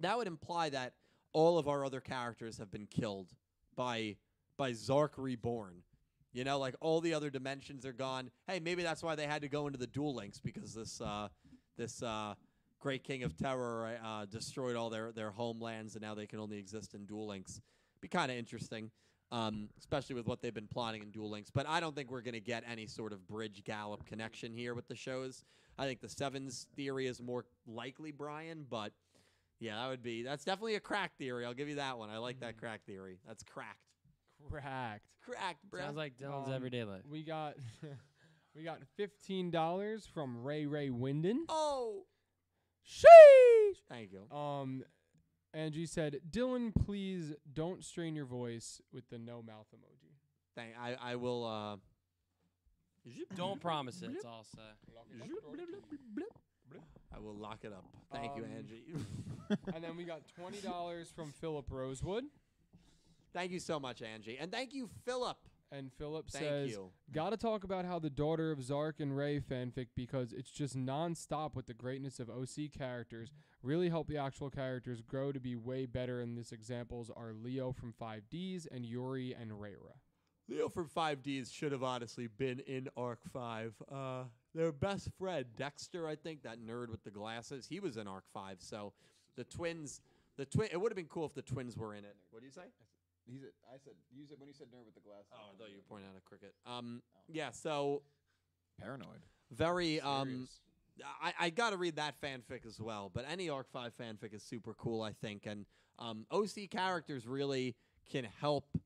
Speaker 1: that would imply that all of our other characters have been killed by by Zark Reborn. You know, like all the other dimensions are gone. Hey, maybe that's why they had to go into the dual links because this uh, this uh, great king of terror uh, destroyed all their their homelands and now they can only exist in dual links. Be kind of interesting, um, especially with what they've been plotting in dual links. But I don't think we're going to get any sort of bridge gallop connection here with the shows. I think the sevens theory is more likely, Brian. But yeah, that would be that's definitely a crack theory. I'll give you that one. I like that crack theory. That's cracked
Speaker 5: Cracked.
Speaker 1: cracked, bro.
Speaker 2: Sounds like Dylan's
Speaker 5: Um,
Speaker 2: everyday life.
Speaker 5: We got [LAUGHS] we got fifteen dollars from Ray Ray Winden.
Speaker 1: oh,
Speaker 5: Sheesh.
Speaker 1: thank you.
Speaker 5: Um, Angie said, "Dylan, please don't strain your voice with the no mouth emoji."
Speaker 1: Thank. I I will. Uh,
Speaker 2: Don't promise it. It's all set.
Speaker 1: I will lock it up. Thank you,
Speaker 5: Um,
Speaker 1: Angie. [LAUGHS]
Speaker 5: and then we got twenty dollars from Philip Rosewood,
Speaker 1: thank you so much, Angie, and thank you, Philip.
Speaker 5: and Philip
Speaker 1: Thank
Speaker 5: says,
Speaker 1: you.
Speaker 5: "Gotta talk about how the daughter of Zark and Ray fanfic because it's just nonstop with the greatness of OC characters. Really help the actual characters grow to be way better. And this examples are Leo from Five Ds and Yuri and Rayra."
Speaker 1: Leo from Five Ds should have honestly been in Arc Five. Uh, their best friend Dexter, I think that nerd with the glasses, he was in Arc Five. So the twins, the twin. It would have been cool if the twins were in it. What do you say?
Speaker 4: He's a, I said use it when you said nerd with the glasses.
Speaker 1: Oh, I thought you were pointing out a cricket. Um, yeah. So
Speaker 4: paranoid.
Speaker 1: very um, I, I got to read that fanfic as well. But any Arc 5 fanfic is super cool, I think. And um, OC characters really can help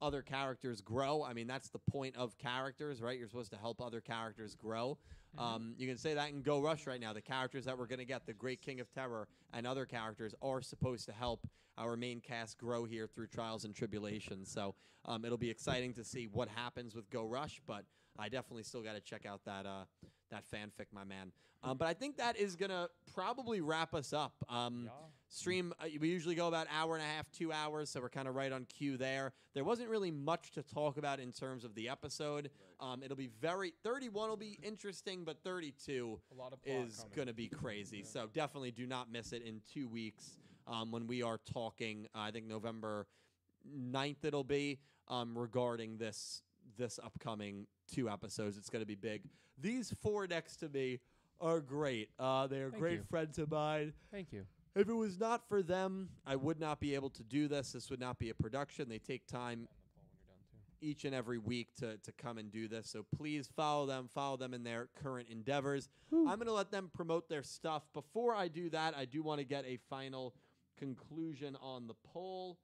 Speaker 1: other characters grow. I mean, that's the point of characters, right? You're supposed to help other characters grow. Um, you can say that in Go Rush right now. The characters that we're going to get, the Great King of Terror and other characters, are supposed to help our main cast grow here through trials and tribulations. So um, it'll be exciting to see what happens with Go Rush, but I definitely still got to check out that uh, that fanfic, my man. Um, but I think that is going to probably wrap us up. Um, Stream, uh, we usually go about hour and a half, two hours, so we're kind of right on cue there. There wasn't really much to talk about in terms of the episode. Um, it'll be very, 31 will be interesting, but 32
Speaker 5: A lot of plot
Speaker 1: is
Speaker 5: coming.
Speaker 1: going to be crazy. So definitely do not miss it in two weeks um, when we are talking. Uh, I think November 9th it'll be um, regarding this this upcoming two episodes. It's going to be big. These four next to me are great. Uh, they are
Speaker 5: Thank
Speaker 1: great
Speaker 5: you.
Speaker 1: friends of mine.
Speaker 5: Thank you.
Speaker 1: If it was not for them, I would not be able to do this. This would not be a production. They take time each and every week to, to come and do this. So please follow them, follow them in their current endeavors. I'm going to let them promote their stuff. Before I do that, I do want to get a final conclusion on the poll.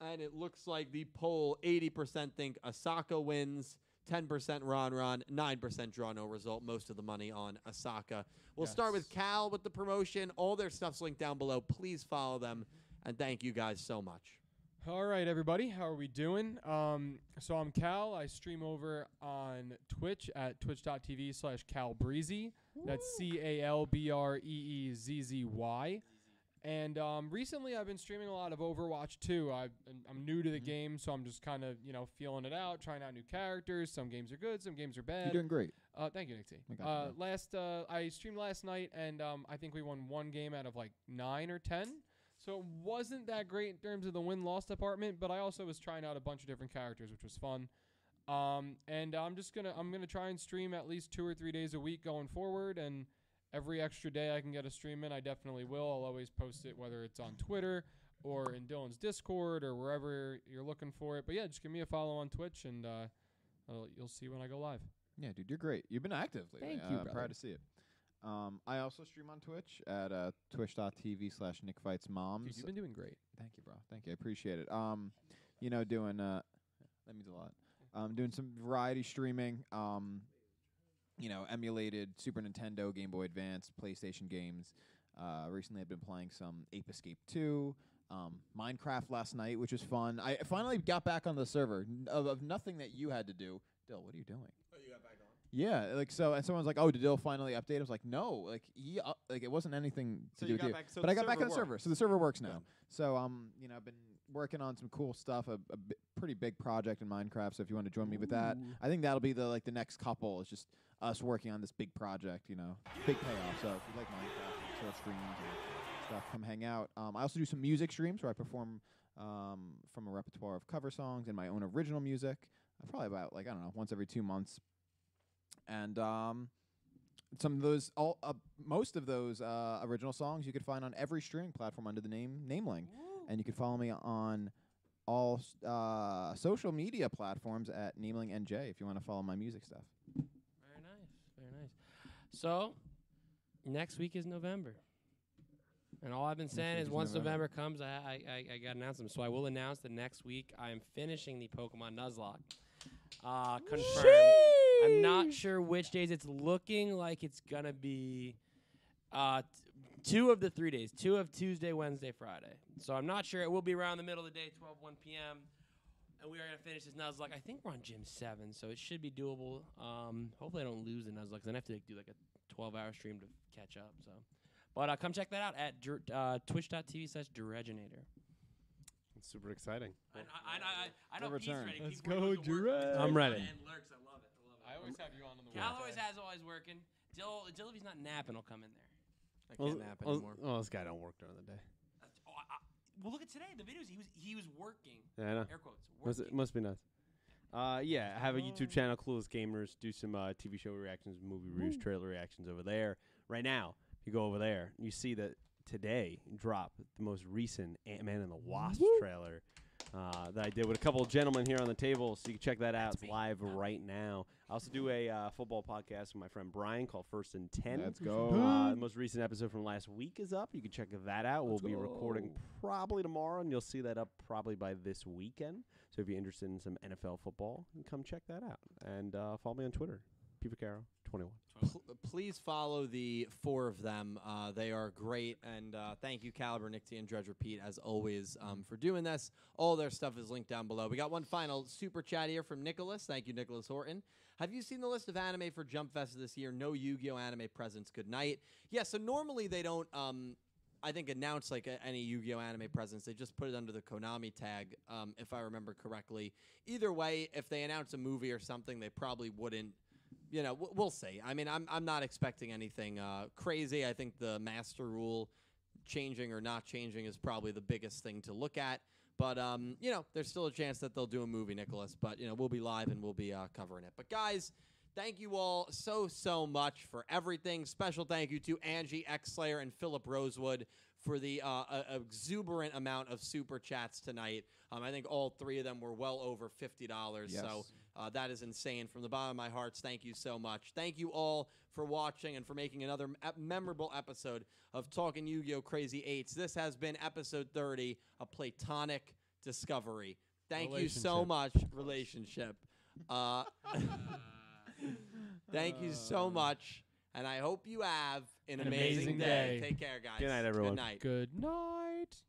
Speaker 1: And it looks like the poll 80% think Asaka wins, 10% Ron Ron, 9% draw no result. Most of the money on Asaka. We'll start with
Speaker 5: Yes.
Speaker 1: Cal with the promotion. All their stuff's linked down below. Please follow them. And thank you guys so much.
Speaker 5: All right, everybody, how are we doing? Um, so I'm Cal. I stream over on Twitch at twitch.tv slash calbreezy. That's C A L B R E E Z Z Y. And um, recently, I've been streaming a lot of Overwatch too. I've, and I'm new to
Speaker 4: Mm-hmm.
Speaker 5: the game, so I'm just kind of you know feeling it out, trying out new characters. Some games are good, some games are bad.
Speaker 4: You're doing great.
Speaker 5: Uh, thank you, Nick T.
Speaker 4: I got you,
Speaker 5: Uh, last uh, I streamed last night, and um, I think we won one game out of like nine or ten. So it wasn't that great in terms of the win loss department, but I also was trying out a bunch of different characters, which was fun. Um, and I'm just gonna I'm gonna try and stream at least two or three days a week going forward, and every extra day I can get a stream in, I definitely will. I'll always post it, whether it's on Twitter or in Dylan's Discord or wherever you're looking for it. But yeah, just give me a follow on Twitch, and uh, I'll- you'll see when I go live.
Speaker 4: Yeah, dude, you're great. You've been active lately.
Speaker 5: Thank you,
Speaker 4: Uh, I'm
Speaker 5: brother.
Speaker 4: proud to see it. Um, I also stream on Twitch at uh, twitch.tv slash nickfightsmoms.
Speaker 5: Dude, you've been doing great.
Speaker 4: Thank you, bro. Thank you. I appreciate it. Um, you know, doing uh, that means a lot. Um, doing some variety streaming. Um, you know, emulated Super Nintendo, Game Boy Advance, PlayStation games. Uh, recently, I've been playing some Ape Escape 2, um, Minecraft last night, which was fun. I finally got back on the server n- of, of nothing that you had to do. Dill, what are you doing?
Speaker 1: Oh,
Speaker 4: Yeah, like so, and someone's like, "Oh, did Dill finally update?" I was like, "No, like, he, up like it wasn't anything to do
Speaker 1: So you
Speaker 4: with
Speaker 1: got
Speaker 4: you."
Speaker 1: back. So
Speaker 4: but
Speaker 1: the
Speaker 4: I got back on
Speaker 1: server
Speaker 4: the server, so the server works now. So um, you know, I've been working on some cool stuff, a, a bi- pretty big project in Minecraft. So if you want to join me with that, I think that'll be the like the next couple. It's just us working on this big project, you know, big payoff. So if you like Minecraft, short streams and stuff, come hang out. Um, I also do some music streams where I perform um from a repertoire of cover songs and my own original music. Uh, Probably about like I don't know, once every two months. And um, some of those all uh, most of those uh, original songs you could find on every streaming platform under the name Nameling, and you can follow me on all s- uh, social media platforms at Nameling NJ if you want to follow my music stuff.
Speaker 2: Very nice. Very nice. So, next week is November. And all I've been saying
Speaker 4: week
Speaker 2: is
Speaker 4: is
Speaker 2: once November,
Speaker 4: November.
Speaker 2: comes, I, I, I, I got to announce them. So I will announce that next week I am finishing the Pokemon Nuzlocke. Uh, confirmed. I'm not sure which days. It's looking like it's going to be uh, t- two of the three days. Two of Tuesday, Wednesday, Friday. So I'm not sure. It will be around the middle of the day, 12, 1 p.m. And we are going to finish this Nuzlocke. I think we're on gym seven, so it should be doable. Um, hopefully, I don't lose the Nuzlocke. 'cause Then I have to like, do like a 12 hour stream to catch up. So, But uh, come check that out at dir- uh, twitch.tv slash Dureginator.
Speaker 6: It's super exciting.
Speaker 2: I, I, I, I, I know
Speaker 4: The
Speaker 2: Pete's
Speaker 4: return.
Speaker 2: ready.
Speaker 5: Let's
Speaker 2: People are
Speaker 5: go
Speaker 2: going to work.
Speaker 5: Dureg.
Speaker 6: I'm ready.
Speaker 2: And lurks. I love it. I love it.
Speaker 5: I always have you on on the
Speaker 2: Cal always has always working. Dill, Dill, if he's not napping, he'll come in there.
Speaker 1: I can't nap anymore.
Speaker 6: Oh, this guy don't work during the day.
Speaker 2: That's, oh, I, I, well, look at today. The videos he was he was working.
Speaker 6: Yeah, I know.
Speaker 2: Air quotes.
Speaker 6: Must, it
Speaker 2: Working.
Speaker 6: must be nice. Uh, yeah, I have a YouTube channel, Clueless Gamers. Do some uh, TV show reactions, movie reviews, trailer reactions over there. Right now, if you go over there, you see that today drop the most recent Ant Man and the Wasp trailer. uh, that I did with a couple of gentlemen here on the table. So you can check that out. It's live right now. I also do a uh, football podcast with my friend Brian called First and 10
Speaker 4: Let's go.
Speaker 6: Uh, the most recent episode from last week is up. You can check that out. we'll be recording probably tomorrow, and you'll see that up probably by this weekend. So if you're interested in some NFL football, come check that out. And uh, follow me on Twitter, Pivacaro21.
Speaker 1: Pl- please follow the four of them. Uh, they are great, and uh, thank you, Caliber, Nick T, and Dredge Repeat, as always, um, for doing this. All their stuff is linked down below. We got one final super chat here from Nicholas. Thank you, Nicholas Horton. Have you seen the list of anime for Jump Fest this year? No Yu-Gi-Oh anime presence. Good night. Yeah, so normally they don't. Um, I think announce like a, any Yu-Gi-Oh anime presence. They just put it under the Konami tag, um, if I remember correctly. Either way, if they announce a movie or something, they probably wouldn't you know, w- we'll see. I mean, I'm I'm not expecting anything uh, crazy. I think the master rule changing or not changing is probably the biggest thing to look at. But um, you know, there's still a chance that they'll do a movie, Nicholas. But you know, we'll be live and we'll be uh, covering it. But guys, thank you all so so much for everything. Special thank you to Angie X Slayer and Philip Rosewood for the uh, uh, exuberant amount of super chats tonight. Um, I think all three of them were well over fifty dollars. So.
Speaker 4: Yes.
Speaker 1: Uh, that is insane. From the bottom of my hearts, thank you so much. Thank you all for watching and for making another m- ep- memorable episode of Talking Yu Gi Oh! Crazy Eights. This has been episode 30, a platonic discovery. Thank you so
Speaker 5: Relationship.
Speaker 1: much, relationship. Uh,
Speaker 2: [LAUGHS]
Speaker 1: thank you so much, and I hope you have an,
Speaker 5: Uh. An
Speaker 1: amazing,
Speaker 5: amazing
Speaker 1: day.
Speaker 5: day.
Speaker 1: Take care, guys.
Speaker 6: Good night,
Speaker 1: Good
Speaker 6: everyone.
Speaker 1: night.
Speaker 5: Good night.